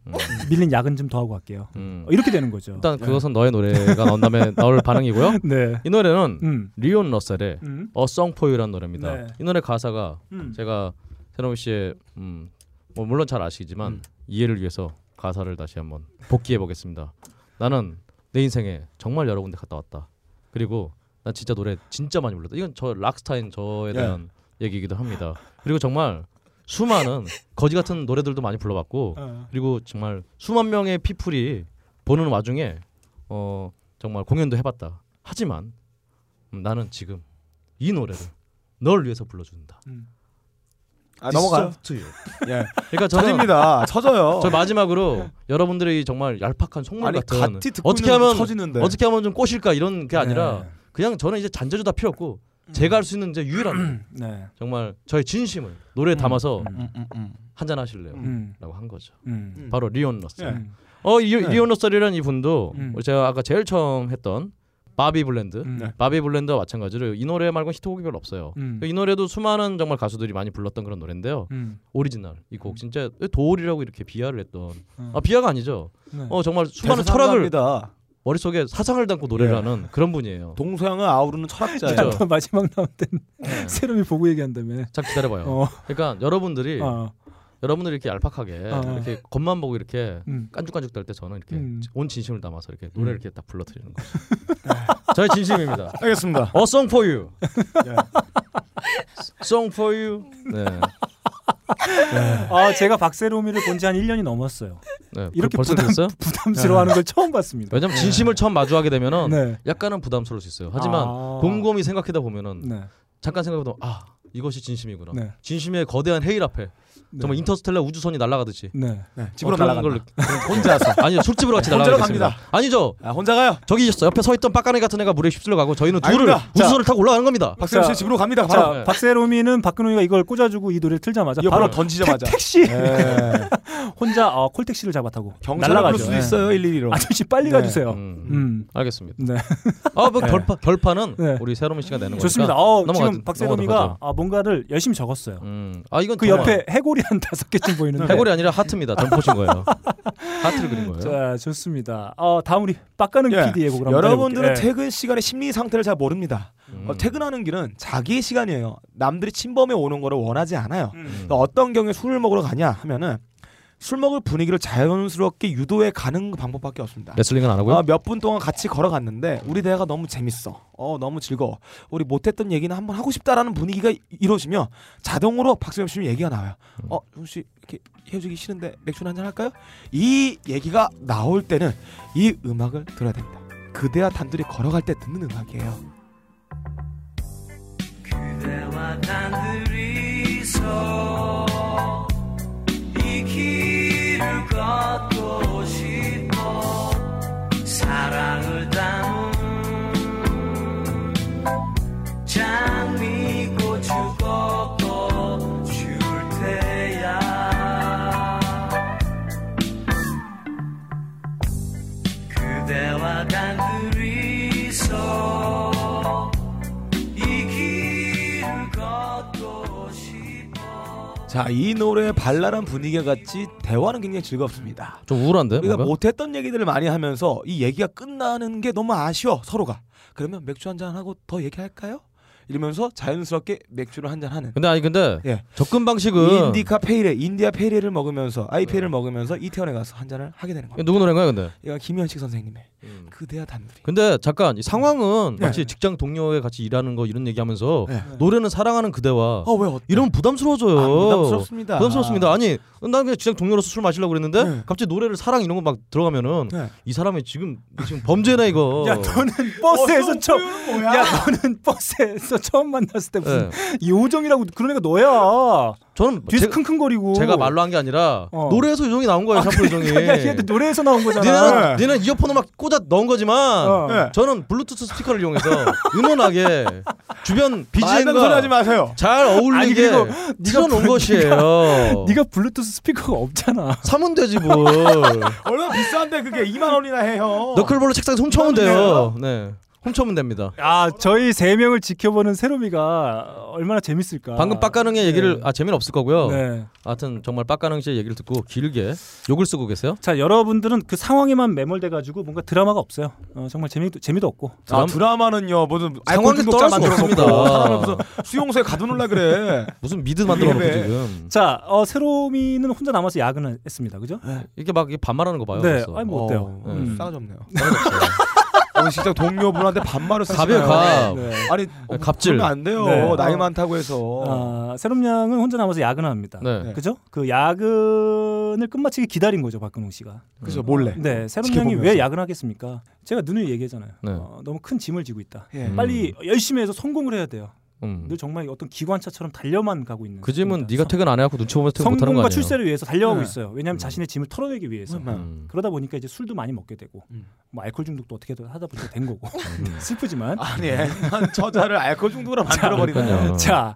Speaker 1: 밀린 야근 좀 더 하고 갈게요. 어, 이렇게 되는 거죠.
Speaker 3: 일단 그것은 너의 노래가 나온 다음에 나올 반응이고요.
Speaker 1: 네.
Speaker 3: 이 노래는
Speaker 1: 음.
Speaker 3: 리온 러셀의
Speaker 1: 음.
Speaker 3: A Song for You라는 노래입니다.
Speaker 1: 네.
Speaker 3: 이 노래 가사가
Speaker 1: 음.
Speaker 3: 제가 새로운 씨의 음, 뭐 물론 잘 아시지만 이해를 위해서 가사를 다시 한번 복기해 보겠습니다. 나는 내 인생에 정말 여러 군데 갔다 왔다. 그리고 난 진짜 노래 진짜 많이 불렀다. 이건 저 락스타인 저에
Speaker 2: 예.
Speaker 3: 대한 얘기이기도 합니다. 그리고 정말 수많은 거지 같은 노래들도 많이 불러봤고
Speaker 2: 어.
Speaker 3: 그리고 정말 수만 명의 피플이 보는 와중에 어 정말 공연도 해봤다. 하지만 음, 나는 지금 이 노래를 널 위해서 불러준다.
Speaker 2: 아,
Speaker 3: This
Speaker 2: 넘어가요.
Speaker 3: song to you.
Speaker 2: 예.
Speaker 3: 그러니까 저는
Speaker 2: 처집니다. *laughs* 처져요.
Speaker 3: 저 마지막으로 여러분들의 이 정말 얄팍한 속물
Speaker 2: 아니,
Speaker 3: 같은
Speaker 2: 같이 듣고
Speaker 3: 어떻게
Speaker 2: 있는데도
Speaker 3: 하면
Speaker 2: 처지는데. 네.
Speaker 3: 어떻게 하면 좀 꼬실까 이런
Speaker 1: 네.
Speaker 3: 게 아니라 그냥 저는 이제 잔재주 다 필요 없고 제가 할 수 있는 이제 유일한
Speaker 1: 네.
Speaker 3: 정말 저의 진심을 노래에 담아서
Speaker 1: 음, 음, 음.
Speaker 3: 한잔 하실래요?라고
Speaker 1: 음.
Speaker 3: 한 거죠.
Speaker 1: 음.
Speaker 3: 바로 리온 러셀.
Speaker 1: 예.
Speaker 3: 어 이,
Speaker 1: 네.
Speaker 3: 리온 러셀이라는 이분도
Speaker 1: 음.
Speaker 3: 제가 아까 제일 처음 했던 바비 블랜드,
Speaker 1: 네.
Speaker 3: 바비 블랜드와 마찬가지로 이 노래 말고 는 히트곡이 별로 없어요.
Speaker 1: 음.
Speaker 3: 그 이 노래도 수많은 정말 가수들이 많이 불렀던 그런 노래인데요.
Speaker 1: 음. 음.
Speaker 3: 오리지널 이 곡 진짜 도올이라고 이렇게 비하를 했던 아 비하가 아니죠.
Speaker 2: 네.
Speaker 3: 어 정말 수많은
Speaker 2: 대사
Speaker 3: 철학을
Speaker 2: 상가합니다.
Speaker 3: 머릿속에 사상을 담고 노래를
Speaker 2: 예.
Speaker 3: 하는 그런 분이에요.
Speaker 2: 동서양을 아우르는 철학자예요.
Speaker 3: 그죠.
Speaker 1: 마지막 나올 땐
Speaker 3: 네.
Speaker 1: *laughs* 세롬이 보고 얘기한다며.
Speaker 3: 잠 기다려봐요.
Speaker 1: 어.
Speaker 3: 그러니까 여러분들이
Speaker 1: 어.
Speaker 3: 여러분들이 이렇게 얄팍하게
Speaker 1: 어.
Speaker 3: 이렇게 겉만 보고 이렇게
Speaker 1: 음.
Speaker 3: 깐죽깐죽 될 때 저는 이렇게
Speaker 1: 음.
Speaker 3: 온 진심을 담아서 이렇게 노래를 이렇게 딱 불러드리는 거죠.
Speaker 1: *laughs* 네.
Speaker 3: 저의 진심입니다.
Speaker 2: 알겠습니다.
Speaker 3: A song for you.
Speaker 1: 예.
Speaker 3: song for you. 네.
Speaker 1: 아 제가 박세롬이를 본 지 한 1년이 넘었어요. *laughs*
Speaker 3: 네,
Speaker 1: 이렇게
Speaker 3: 벌써
Speaker 1: 부담,
Speaker 3: 됐어요? 네.
Speaker 1: 부담스러워하는 걸 처음 봤습니다.
Speaker 3: 왜냐면
Speaker 1: 네.
Speaker 3: 진심을 처음 마주하게 되면은
Speaker 1: 네.
Speaker 3: 약간은 부담스러울 수 있어요. 하지만
Speaker 1: 아.
Speaker 3: 곰곰이 생각하다 보면은
Speaker 1: 네.
Speaker 3: 잠깐 생각해도 아 이것이 진심이구나.
Speaker 1: 네.
Speaker 3: 진심의 거대한 헤일 앞에
Speaker 1: 네.
Speaker 3: 정말 인터스텔라 우주선이 날아가듯이
Speaker 1: 네.
Speaker 2: 어,
Speaker 1: 네, 집으로
Speaker 3: 그런 그런-
Speaker 1: 날아간다. *laughs*
Speaker 2: 혼자서.
Speaker 3: 아니요 술집으로 같이
Speaker 2: 혼자로
Speaker 3: 날아가겠습니다.
Speaker 2: 갑니다.
Speaker 3: 아니죠.
Speaker 2: 혼자 가요.
Speaker 3: 저기 옆에 서 있던 빡가네 같은 애가 물에 휩쓸려 가고 저희는 둘을
Speaker 1: 아닙니다. 자,
Speaker 3: 우주선을 타고 올라가는 겁니다.
Speaker 1: 자, 자, 박세롬이는 박근홍이가 이걸 꽂아주고 이 노래 틀자마자
Speaker 3: 네. 이거
Speaker 1: 바로
Speaker 3: 바로 던지자마자.
Speaker 1: 택, 택시
Speaker 3: 예.
Speaker 1: 혼자 어, 콜택시를 잡아타고
Speaker 3: 경찰을
Speaker 1: 날아가죠. 네.
Speaker 3: 부를 수도 있어요, 112로.
Speaker 1: 예. 아저씨 빨리
Speaker 3: 네.
Speaker 1: 가주세요.
Speaker 3: 음.
Speaker 1: 음.
Speaker 3: 알겠습니다.
Speaker 1: 네.
Speaker 3: 아, 뭐
Speaker 1: 네.
Speaker 3: 결파, 결판은
Speaker 1: 네.
Speaker 3: 우리 세롬이 씨가 내는 거니까.
Speaker 1: 좋습니다. 어,
Speaker 3: 넘어가-
Speaker 1: 지금 박세롬이가
Speaker 3: 넘어가죠.
Speaker 1: 아, 뭔가를 열심히 적었어요.
Speaker 3: 아, 이건
Speaker 1: 그
Speaker 3: 정말-
Speaker 1: 옆에 네. 해골이 한 다섯 개쯤
Speaker 3: *laughs*
Speaker 1: 보이는데
Speaker 3: 해골이 아니라 하트입니다. 점포신
Speaker 1: *laughs*
Speaker 3: 거예요. 하트를 그린 거예요.
Speaker 1: 자, 좋습니다. 어, 다음 우리 빡가는
Speaker 2: 예.
Speaker 1: PD의 곡을 한번
Speaker 2: 여러분들은
Speaker 1: 해볼게요. 예.
Speaker 2: 퇴근 시간의 심리 상태를 잘 모릅니다. 어, 퇴근하는 길은 자기의 시간이에요. 남들이 침범해 오는 거를 원하지 않아요. 그러니까 어떤 경우에 술을 먹으러 가냐 하면은 술 먹을 분위기를 자연스럽게 유도해 가는 방법밖에 없습니다.
Speaker 3: 레슬링은 안 하고요?
Speaker 2: 어,
Speaker 1: 아,
Speaker 2: 몇 분 동안 같이 걸어갔는데 우리 대화가 너무 재밌어. 어 너무 즐거워. 우리 못했던 얘기는 한번 하고 싶다라는 분위기가 이- 이루어지면 자동으로 박수영 씨 얘기가 나와요.
Speaker 3: 음.
Speaker 2: 어 혹시 이렇게 헤어지기 싫은데 맥주나 한잔 할까요? 이 얘기가 나올 때는 이 음악을 들어야 됩니다. 그대와 단둘이 걸어갈 때 듣는 음악이에요.
Speaker 6: 그대와 단둘이서 이 길을 걷고 싶어 사랑을 담은 장미꽃을 걷고 줄 테야 그대와 단둘이서 이길 걷고 싶어
Speaker 2: 자, 이 노래의 발랄한 분위기와 같이 대화는 굉장히 즐겁습니다.
Speaker 3: 좀 우울한데?
Speaker 2: 우리가
Speaker 3: 뭔가?
Speaker 1: 뭐
Speaker 2: 못했던 얘기들을 많이 하면서 이 얘기가 끝나는 게 너무 아쉬워 서로가. 그러면 맥주 한 잔 하고 더 얘기할까요? 이러면서 자연스럽게 맥주를 한 잔 하는.
Speaker 3: 근데 아니 근데
Speaker 1: 예.
Speaker 3: 접근 방식은
Speaker 2: 인디카 페일에 인디아 페일을 먹으면서 아이페일을 먹으면서 이태원에 가서 한 잔을 하게 되는 겁니다.
Speaker 3: 이거 누구 노래인가요, 근데?
Speaker 2: 이거 김현식 선생님의 그대와 단둘이.
Speaker 3: 근데 잠깐 이 상황은 마치 직장 동료에 같이 일하는 거 이런 얘기하면서 노래는 사랑하는 그대와
Speaker 2: 어, 왜, 어때?
Speaker 3: 이러면 부담스러워져요.
Speaker 2: 아, 부담스럽습니다.
Speaker 3: 부담스럽습니다. 아니 난 그냥 직장 동료로서 술 마시려고 그랬는데 갑자기 노래를 사랑 이런 거 막 들어가면은 이 사람이 지금 지금 범죄네 이거.
Speaker 1: 야 너는 예. 버스에서 처음 야 너는 버스에서 처음 만났을 때 무슨 요정이라고 그런 애가 너야.
Speaker 3: 예. 저는
Speaker 1: 뒤에서
Speaker 3: 뭐 제가-
Speaker 1: 킁킁거리고
Speaker 3: 제가
Speaker 1: *laughs*
Speaker 3: 말로 한 게 아니라
Speaker 1: 뭐. 어.
Speaker 3: 노래에서 요정이 나온 거예요. 샤프 요정이.
Speaker 1: 야 얘도 노래에서 나온 거잖아. 예.
Speaker 3: 니는 니는 이어폰을 막 꽂아 넣은 거지만
Speaker 1: 네. 어. 네.
Speaker 3: 저는 블루투스 스피커를 이용해서 음원하게 주변
Speaker 1: 말도 소리
Speaker 3: BGM과
Speaker 1: 하지 마세요.
Speaker 3: 잘
Speaker 1: 아니,
Speaker 3: 어울리게
Speaker 1: 그리고 네가
Speaker 3: 틀어놓은
Speaker 1: 블루-
Speaker 3: 것이에요.
Speaker 1: 네가- 네가 블루투스 스피커가 없잖아.
Speaker 3: 사면 되지 뭘.
Speaker 2: 아, 얼마 비싼데 그게 2만 원이나 해요.
Speaker 1: 어.
Speaker 3: 너클볼로 책상에서 훔쳐오면 돼요. 네. 훔쳐오면 됩니다.
Speaker 1: 아 저희 세 명을 지켜보는 세롬이가 얼마나 재밌을까.
Speaker 3: 방금 빡가능의 얘기를 아 재미는 없을 거고요.
Speaker 1: 네.
Speaker 3: 하여튼 정말 빡가능 씨의 얘기를 듣고 길게 욕을 쓰고 계세요.
Speaker 1: 자 여러분들은 그 상황에만 매몰돼 가지고 뭔가 드라마가 없어요. 어, 정말 재미도 재미도 없고.
Speaker 2: 아, 드라마는요 무슨
Speaker 1: 상황에
Speaker 2: 알코올 중독자
Speaker 1: 떠날 수가
Speaker 2: 만들어 놓고
Speaker 1: 없습니다.
Speaker 2: 사람을 무슨 수용소에 가둬놓으려 그래
Speaker 3: 무슨 미드
Speaker 1: 네.
Speaker 3: 만들어 놓고
Speaker 2: 예.
Speaker 3: 지금.
Speaker 1: 자 어, 세롬이는 혼자 남아서 야근을 했습니다. 그죠?
Speaker 3: 이렇게 막 이게 반말하는 거 봐요.
Speaker 1: 네.
Speaker 3: 벌써.
Speaker 1: 아니 뭐 어때요?
Speaker 3: 어,
Speaker 1: 음.
Speaker 2: 싸가지 없네요. 오늘 진짜 동료분한테 반말을 쓰시나요?
Speaker 3: 갑이에요, 갑.
Speaker 2: 아니
Speaker 3: 네, 갑질.
Speaker 2: 그러면 안 돼요.
Speaker 1: 네.
Speaker 2: 나이
Speaker 1: 어.
Speaker 2: 많다고 해서.
Speaker 1: 아, 세롬 양은 혼자 남아서 야근을 합니다.
Speaker 2: 네.
Speaker 1: 그죠? 그 야근을 끝마치게 기다린 거죠 박근홍 씨가.
Speaker 2: 그죠, 몰래.
Speaker 1: 네, 세롬 양이
Speaker 2: 지켜보면서.
Speaker 1: 왜 야근하겠습니까? 제가 누누이 얘기했잖아요.
Speaker 3: 네.
Speaker 1: 어, 너무 큰 짐을 지고 있다.
Speaker 3: 예.
Speaker 1: 빨리 열심히 해서 성공을 해야 돼요.
Speaker 3: 음.
Speaker 1: 늘 정말 어떤 기관차처럼 달려만 가고 있는.
Speaker 3: 그 짐은 네가 퇴근 안 해갖고 눈치 보면서 퇴근 못하는 거
Speaker 1: 음. 성공과
Speaker 3: 아니에요?
Speaker 1: 출세를 위해서 달려가고
Speaker 3: 네.
Speaker 1: 있어요. 왜냐하면 자신의 짐을 털어내기 위해서.
Speaker 3: 음.
Speaker 1: 그러다 보니까 이제 술도 많이 먹게 되고, 뭐 알코올 중독도 어떻게든 하다 보니까
Speaker 3: *laughs*
Speaker 1: 된 거고
Speaker 3: 음.
Speaker 1: *laughs* 슬프지만.
Speaker 3: 어.
Speaker 2: 아니 애만 저자를 알코올 중독으로 만들어버리네요.
Speaker 1: *laughs* 그러니까요. 자,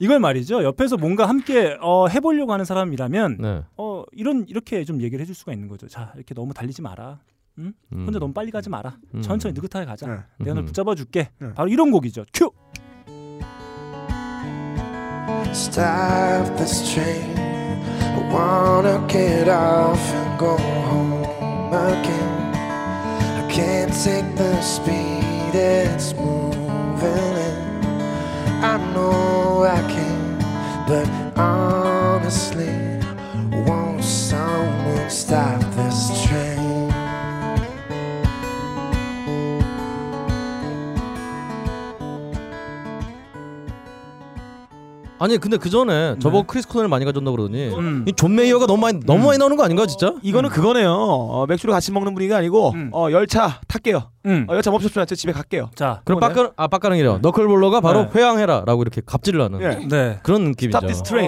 Speaker 1: 이걸 말이죠. 옆에서 뭔가 함께 어, 해보려고 하는 사람이라면
Speaker 3: 네.
Speaker 1: 어, 이런 이렇게 좀 얘기를 해줄 수가 있는 거죠. 자, 이렇게 너무 달리지 마라. 응?
Speaker 3: 음.
Speaker 1: 혼자 너무 빨리 가지 마라.
Speaker 3: 음.
Speaker 1: 천천히 느긋하게 가자. 내가 널
Speaker 3: 음.
Speaker 1: 붙잡아 줄게. 바로 이런 곡이죠. 큐.
Speaker 16: Stop this train. I wanna get off and go home again. I can't take the speed it's moving in. I know I can, but honestly, won't someone stop this train?
Speaker 3: 아니 근데 그
Speaker 1: 네.
Speaker 3: 전에 저보고 크리스 코넬 많이 가졌나 그러더니
Speaker 1: 음.
Speaker 3: 이 존 메이어가 너무 많이 너무 많이 나오는 거 아닌가 진짜?
Speaker 2: 이거는 그거네요. 어, 맥주를 같이 먹는 분위기가 아니고 어, 열차 탈게요. 어, 열차 멈췄으면 저 집에 갈게요.
Speaker 1: 음. 자
Speaker 3: 아, 그럼 빡가는 아 빡가는이래요. 너클볼러가 바로
Speaker 1: 네.
Speaker 3: 회양해라라고 이렇게 갑질을 하는
Speaker 1: 예. 네.
Speaker 3: 그런 느낌이죠.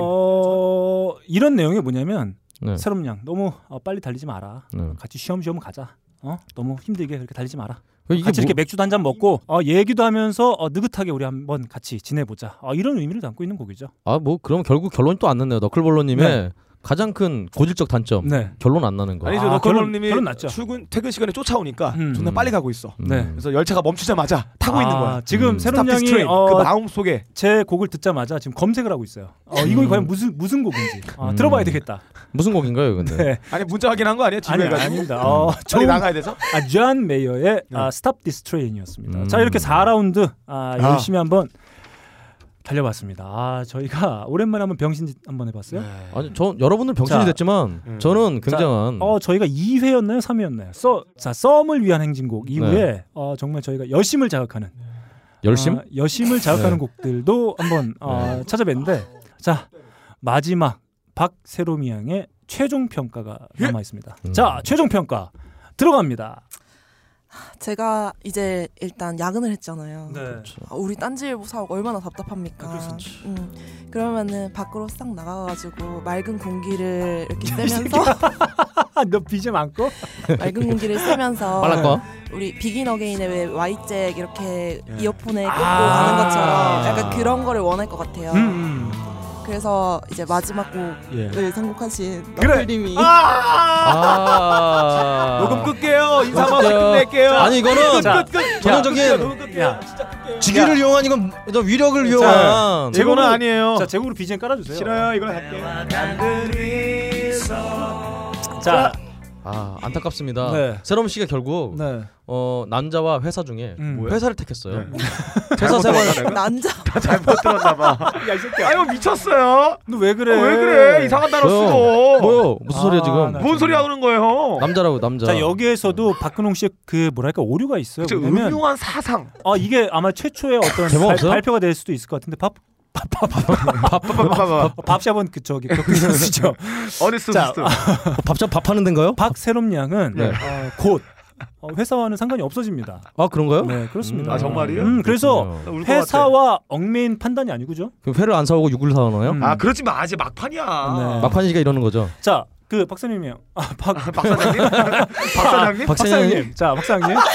Speaker 1: 어, 이런 내용이 뭐냐면
Speaker 3: 네.
Speaker 1: 새롬 양 너무 어, 빨리 달리지 마라.
Speaker 3: 네.
Speaker 1: 같이 쉬엄쉬엄 가자. 어? 너무 힘들게 그렇게 달리지 마라.
Speaker 3: 이게
Speaker 1: 같이 이렇게
Speaker 3: 뭐-
Speaker 1: 맥주도 한 잔 먹고 어, 얘기도 하면서 어, 느긋하게 우리 한번 같이 지내보자. 어, 이런 의미를 담고 있는 곡이죠.
Speaker 3: 아 뭐 그럼 결국 결론이 또 안 났네요. 너클볼러님의
Speaker 1: 네.
Speaker 3: 가장 큰 고질적 단점
Speaker 2: 음.
Speaker 1: 네.
Speaker 3: 결론 안 나는 거.
Speaker 2: 아니죠.
Speaker 3: 아,
Speaker 2: 너클볼님이
Speaker 1: 결론 났죠.
Speaker 2: 출근 퇴근 시간에 쫓아오니까 존나 빨리 가고 있어.
Speaker 3: 음.
Speaker 1: 네.
Speaker 2: 그래서 열차가 멈추자마자 타고
Speaker 1: 아,
Speaker 2: 있는 거야.
Speaker 1: 지금 새롬
Speaker 2: Stop this
Speaker 1: 양이
Speaker 2: train.
Speaker 1: 어,
Speaker 2: 그 마음 속에
Speaker 1: 제 곡을 듣자마자 지금 검색을 하고 있어요. 어, 이거
Speaker 2: 음.
Speaker 1: 과연 무슨 무슨 곡인지 아,
Speaker 2: 음.
Speaker 1: 들어봐야 되겠다.
Speaker 3: 무슨 곡인가요, 근데?
Speaker 1: 네.
Speaker 2: 아니 문자 확인한 거 아니에요?
Speaker 1: 아니
Speaker 2: 그 집에 가지고. 음.
Speaker 1: 아닙니다. 어,
Speaker 2: 빨리
Speaker 1: 좋은-
Speaker 2: 나가야 네. 돼서.
Speaker 1: 아, 존 메이어의 아, Stop This Train이었습니다.
Speaker 3: 음.
Speaker 1: 자 이렇게 4라운드 아,
Speaker 3: 아.
Speaker 1: 열심히 한번 달려봤습니다. 아 저희가 *laughs* 오랜만에 한번 병신짓 한번 해봤어요.
Speaker 3: 아니 저 여러분들 병신이
Speaker 1: 자, 음.
Speaker 3: 됐지만 저는 굉장한
Speaker 1: 자, 어 저희가 2회였나요, 3회였나요? 써, 자 썸을 위한 행진곡 이후에
Speaker 3: 네.
Speaker 1: 어, 정말 저희가 여심을 자극하는
Speaker 3: 열심?
Speaker 1: 아, 여심을 자극하는
Speaker 3: 네.
Speaker 1: 곡들도 한번 어, 찾아뵀는데 자 마지막 박세롬이 양의 최종 평가가 남아 있습니다.
Speaker 3: 음.
Speaker 1: 자 최종 평가 들어갑니다.
Speaker 14: 제가 이제 일단 야근을 했잖아요.
Speaker 1: 네.
Speaker 14: 아, 우리 딴지일보 사옥 얼마나 답답합니까. 음, 그러면은 밖으로 싹 나가가지고 맑은 공기를 이렇게 쐬면서
Speaker 1: 아, 너 비지 않고
Speaker 14: *laughs* 맑은 공기를 쐬면서
Speaker 1: 빨랐고?
Speaker 14: 우리 비긴 어게인의 왜 Y잭 이렇게
Speaker 1: 예.
Speaker 14: 이어폰에 꽂고
Speaker 1: 아.
Speaker 14: 가는 것처럼 약간 그런 거를 원할 것 같아요.
Speaker 1: 음.
Speaker 14: 그래서 이제 마지막 곡을
Speaker 2: 예.
Speaker 14: 선곡하신
Speaker 2: 그래.
Speaker 14: 너클님이
Speaker 3: 아.
Speaker 2: *laughs* 녹음 끌게요. 인사만 하고
Speaker 3: 맞아요.
Speaker 2: 끝낼게요.
Speaker 3: 자, 아니 이거는
Speaker 2: 끝, 끝, 끝. 야, 녹음
Speaker 3: 전형적인
Speaker 1: 야,
Speaker 3: 직위를 이용한 이건 좀 위력을
Speaker 2: 자,
Speaker 3: 이용한
Speaker 2: 제거는 아니에요.
Speaker 1: 자 제곡으로 BGM 깔아주세요. 네.
Speaker 2: 싫어요. 이걸
Speaker 1: *laughs*
Speaker 2: 할게요.
Speaker 1: 자,
Speaker 3: 아 안타깝습니다.
Speaker 1: 네.
Speaker 3: 세롬 씨가 결국
Speaker 1: 네.
Speaker 3: 어 남자와 회사 중에
Speaker 1: 음. 뭐야?
Speaker 3: 회사를 택했어요.
Speaker 1: 네.
Speaker 3: *laughs* 회사
Speaker 1: 잘못 들었나,
Speaker 3: 생활
Speaker 1: 내가? 남자.
Speaker 2: 나 잘못 들었나 봐. 야, 이 새끼야. 아유, 미쳤어요.
Speaker 1: 너 왜 그래? 아,
Speaker 2: 어, 왜 그래? 이상한 단어
Speaker 3: 뭐요?
Speaker 2: 쓰고.
Speaker 3: 뭐요? 무슨 소리야 지금?
Speaker 1: 네.
Speaker 2: 뭔
Speaker 1: 음.
Speaker 2: 소리 하는 거예요?
Speaker 3: 남자라고 남자. 음.
Speaker 1: 자 여기에서도 박근홍 씨의 그 뭐랄까 오류가 있어요.
Speaker 2: 그쵸,
Speaker 1: 왜냐면
Speaker 2: 음흉한 사상.
Speaker 1: 아 이게 아마 최초의 어떤
Speaker 3: *coughs* 제목
Speaker 1: 발,
Speaker 3: 없어요?
Speaker 1: 발표가 될 수도 있을 것 같은데 밥. 밥샵은 그 저기 그
Speaker 3: *laughs* 네.
Speaker 1: 교수죠. *laughs*
Speaker 2: 어리스
Speaker 1: 자,
Speaker 2: 부스.
Speaker 3: 밥샵 밥하는 데인가요?
Speaker 1: 박세롬 양은
Speaker 3: 네.
Speaker 1: 어, 곧 어, 회사와는 상관이 없어집니다.
Speaker 3: 아 그런가요?
Speaker 1: 네 그렇습니다.
Speaker 3: 음, 아, 정말이에요?
Speaker 1: 음, 그래서
Speaker 3: 그렇군요. 나울것
Speaker 1: 회사와 얽매인 판단이 아니고죠.
Speaker 3: 그럼 회를 안 사오고 육을 사오나요?
Speaker 1: 아,
Speaker 2: 그러지 마. 아직 막판이야.
Speaker 1: 네.
Speaker 3: 막판이 씨가 이러는 거죠.
Speaker 1: 자, 그 박사님이요. 아, 박
Speaker 2: *laughs*
Speaker 1: *laughs*
Speaker 2: 박사장님? 박사장님?
Speaker 1: 박사장님. 자, 박사장님. *laughs*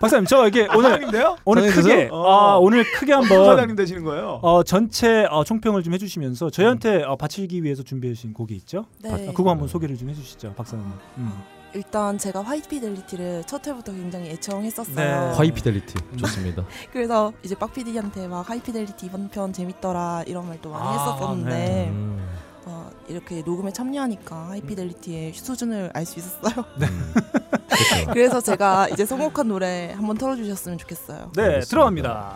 Speaker 1: 박사님, 저 이게 오늘
Speaker 2: 박사님인데요?
Speaker 1: 오늘
Speaker 2: 박사님
Speaker 1: 크게
Speaker 2: 되세요?
Speaker 3: 어.
Speaker 1: 아, 오늘 크게
Speaker 2: 박사장님
Speaker 1: 한번
Speaker 2: 되시는 거예요?
Speaker 1: 어, 전체 어, 총평을 좀 해주시면서 저희한테 어, 바치기 위해서 준비해 주신 곡이 있죠.
Speaker 14: 네.
Speaker 1: 아, 그거 한번 소개를 좀 해주시죠, 박사님. 음.
Speaker 14: 일단 제가 화이피델리티를 첫 회부터 굉장히 애청했었어요.
Speaker 3: 화이피델리티 좋습니다.
Speaker 14: 그래서 이제 빡피디한테 막 하이피델리티 이번 편 재밌더라 이런 말도 많이
Speaker 3: 아,
Speaker 14: 했었었는데
Speaker 3: 네. 음.
Speaker 14: 어, 이렇게 녹음에 참여하니까 하이피델리티의 수준을 알 수 있었어요. 그래서 제가 이제 선곡한 노래 한번 틀어주셨으면 좋겠어요.
Speaker 1: 네, 들어갑니다.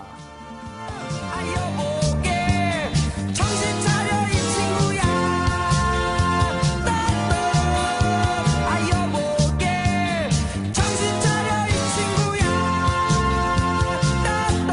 Speaker 6: 정신 차려 이 친구야 따뜻 아여보게 정신 차려 이 친구야 따뜻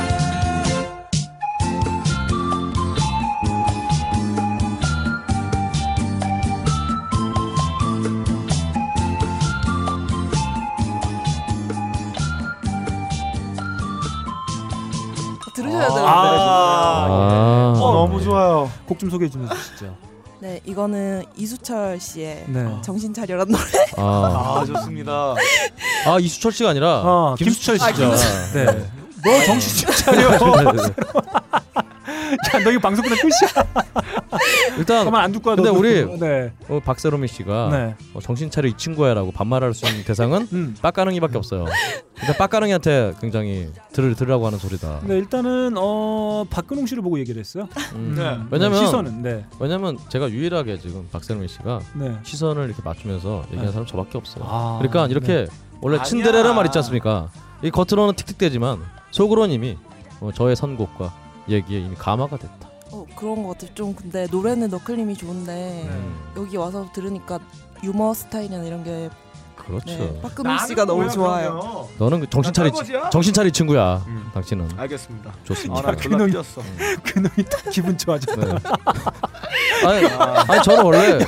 Speaker 14: 들으셔야 되는데.
Speaker 2: 아, 네, 예.
Speaker 1: 아,
Speaker 3: 아,
Speaker 1: 어,
Speaker 3: 네.
Speaker 1: 너무 좋아요. 곡 좀 소개해 주면 주시죠.
Speaker 14: 네, 이거는 이수철 씨의
Speaker 1: 네.
Speaker 14: 정신 차려란 노래.
Speaker 3: 아.
Speaker 2: 아 좋습니다.
Speaker 3: 아 이수철 씨가 아니라
Speaker 1: 아, 김수철 씨죠. 네. 어. 너 정신 좀 차려.
Speaker 3: 네.
Speaker 1: 야, 너 이거 방송 끝나 끝이야.
Speaker 3: 일단
Speaker 1: 가만 안둘 거야,
Speaker 3: 근데
Speaker 1: 너도.
Speaker 3: 우리
Speaker 1: 네.
Speaker 3: 어, 박세롬이 씨가
Speaker 1: 네. 음.
Speaker 3: 어, 정신 차려 이 친구야라고 반말할 수 있는 대상은 빡가능이밖에 없어요. 일단 빡가능이한테 굉장히 들을 들으라고 하는 소리다.
Speaker 1: 네, 일단은 어 박근홍 씨를 보고 얘기를 했어요.
Speaker 3: 음.
Speaker 1: 네.
Speaker 3: 왜냐면
Speaker 1: 시선은 네.
Speaker 3: 왜냐면 제가 유일하게 지금 박세롬이 씨가
Speaker 1: 네.
Speaker 3: 시선을 이렇게 맞추면서 얘기하는
Speaker 1: 네.
Speaker 3: 사람 저밖에 없어요.
Speaker 1: 아,
Speaker 3: 그러니까 이렇게
Speaker 1: 네.
Speaker 3: 원래
Speaker 1: 아니야.
Speaker 3: 츤데레라 말 있지 않습니까? 이 겉으로는 틱틱대지만 속으로는 이미 어, 저의 선곡과 얘기에 이미 감화가 됐다.
Speaker 14: 어, 그런 것 같아요. 좀 근데 노래는 너클림이 좋은데 여기 와서 들으니까 유머 스타일이나 이런 게
Speaker 3: 그렇죠.
Speaker 14: 네, 박근홍 씨가 너무 좋아요.
Speaker 3: 너는 그 정신 차리
Speaker 2: 할아버지야?
Speaker 3: 정신 차리 친구야.
Speaker 2: 음.
Speaker 3: 당신은
Speaker 2: 알겠습니다.
Speaker 3: 좋습니다.
Speaker 2: 아, 나 졸라
Speaker 1: 그놈이-
Speaker 2: 뛰었어.
Speaker 1: 그놈이 또 *laughs* 기분 좋아졌다.
Speaker 3: 네. 아니, 아니, 저는 원래-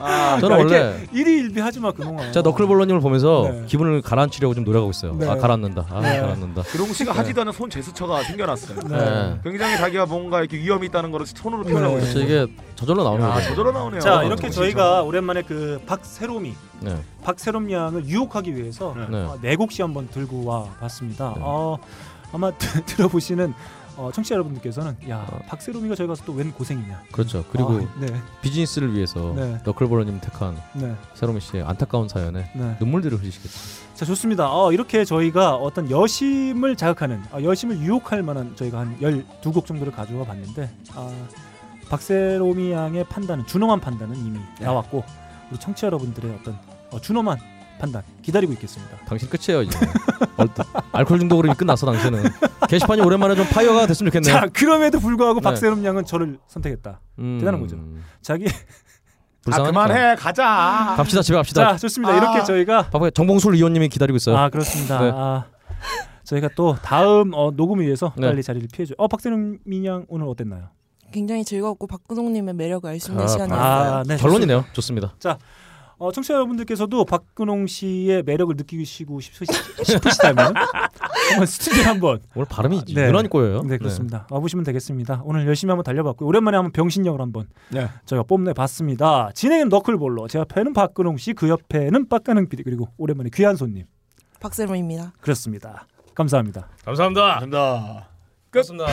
Speaker 1: 아,
Speaker 3: 저는 원래-
Speaker 1: 일희일비 하지 마 그놈아.
Speaker 3: 제가 너클볼러님을 보면서
Speaker 1: 네.
Speaker 3: 기분을 가라앉히려고 좀 노력하고 있어요.
Speaker 1: 네.
Speaker 3: 아 가라앉는다. 아
Speaker 1: 네.
Speaker 3: 가라앉는다.
Speaker 2: 그동 씨가
Speaker 3: 네.
Speaker 2: 하지도 않은 손 제스처가 생겨났어요.
Speaker 3: 네.
Speaker 2: 굉장히 자기가 뭔가 이렇게 위험이 있다는 걸 손으로 표현하고
Speaker 3: 그렇죠.
Speaker 2: 있어요.
Speaker 3: 이게 저절로 나오는
Speaker 1: 아,
Speaker 2: 야,
Speaker 3: 거죠.
Speaker 2: 저절로 나오네요. 어,
Speaker 1: 자 이렇게
Speaker 2: 정신
Speaker 1: 저희가 오랜만에 그 박세롬이
Speaker 3: 네.
Speaker 1: 박세롬 양을 유혹하기 위해서
Speaker 3: 네.
Speaker 1: 어, 네 곡씩 한번 들고 와 봤습니다. 어, 아마 *laughs* 드- 들어보시는 어, 청취자 여러분들께서는 야 박세롬이가 저희 가서 또 웬 고생이냐.
Speaker 3: 어. 그렇죠. 그리고
Speaker 1: 아, 네.
Speaker 3: 비즈니스를 위해서
Speaker 1: 네.
Speaker 3: 너클볼러님 택한
Speaker 1: 네.
Speaker 3: 세로미 씨의 안타까운 사연에
Speaker 1: 네.
Speaker 3: 눈물들을 흘리시겠죠.
Speaker 1: 자 좋습니다. 어, 이렇게 저희가 어떤 여심을 자극하는 어, 여심을 유혹할 만한 저희가 한 12곡 정도를 가져와 봤는데 아, 박세롬이 양의 판단은 준엄한 판단은 이미
Speaker 3: 네.
Speaker 1: 나왔고 우리 청취자 여러분들의 어떤 어, 준엄한 판단 기다리고 있겠습니다.
Speaker 3: 당신 끝이에요
Speaker 1: *laughs*
Speaker 3: 이제. 얼뜻. 알코올 중독으로 이미 끝났어 당신은. 게시판이 오랜만에 좀 파이어가 됐으면 좋겠네요.
Speaker 1: 자 그럼에도
Speaker 3: 네.
Speaker 1: 불구하고 박세롬 양은 저를 선택했다.
Speaker 3: 음.
Speaker 1: 대단한 거죠. 자기
Speaker 3: 불쌍하니까.
Speaker 2: 그만해 가자.
Speaker 3: 갑시다 집에 갑시다.
Speaker 1: 자 좋습니다. 이렇게 저희가
Speaker 3: 바보야 정봉술 의원님이 기다리고 있어요.
Speaker 1: 아 그렇습니다.
Speaker 3: 아. 네.
Speaker 1: 아, 저희가 또 다음 어, 녹음을 위해서
Speaker 3: 네.
Speaker 1: 빨리 자리를 피해줘. 어 박세롬 양 오늘 어땠나요?
Speaker 14: 굉장히 즐거웠고 박근홍님의 매력을 알 수 있는
Speaker 3: 아,
Speaker 14: 시간이었어요.
Speaker 1: 아, 네,
Speaker 3: 결론이네요. 좋습니다.
Speaker 1: 자, 어, 청취자 여러분들께서도 박근홍 씨의 매력을 느끼시고 싶으시,
Speaker 3: *laughs*
Speaker 1: 싶으시다면 한번 스튜디오 한번
Speaker 3: 오늘 발음이
Speaker 1: 네.
Speaker 3: 아, 유난히 꼬여요.
Speaker 1: 네 그렇습니다. 와보시면 되겠습니다. 오늘 열심히 한번 달려봤고요. 오랜만에 한번 병신력을 한번
Speaker 2: 네.
Speaker 1: 저희가 뽐내봤습니다. 진행은 너클볼로, 제 앞에는 박근홍 씨, 그 옆에는 빡가능 PD 그리고 오랜만에 귀한 손님
Speaker 14: 박세롬입니다.
Speaker 1: 그렇습니다. 감사합니다.
Speaker 3: 네. 감사합니다.
Speaker 2: 감사합니다.
Speaker 3: 끝. 습니다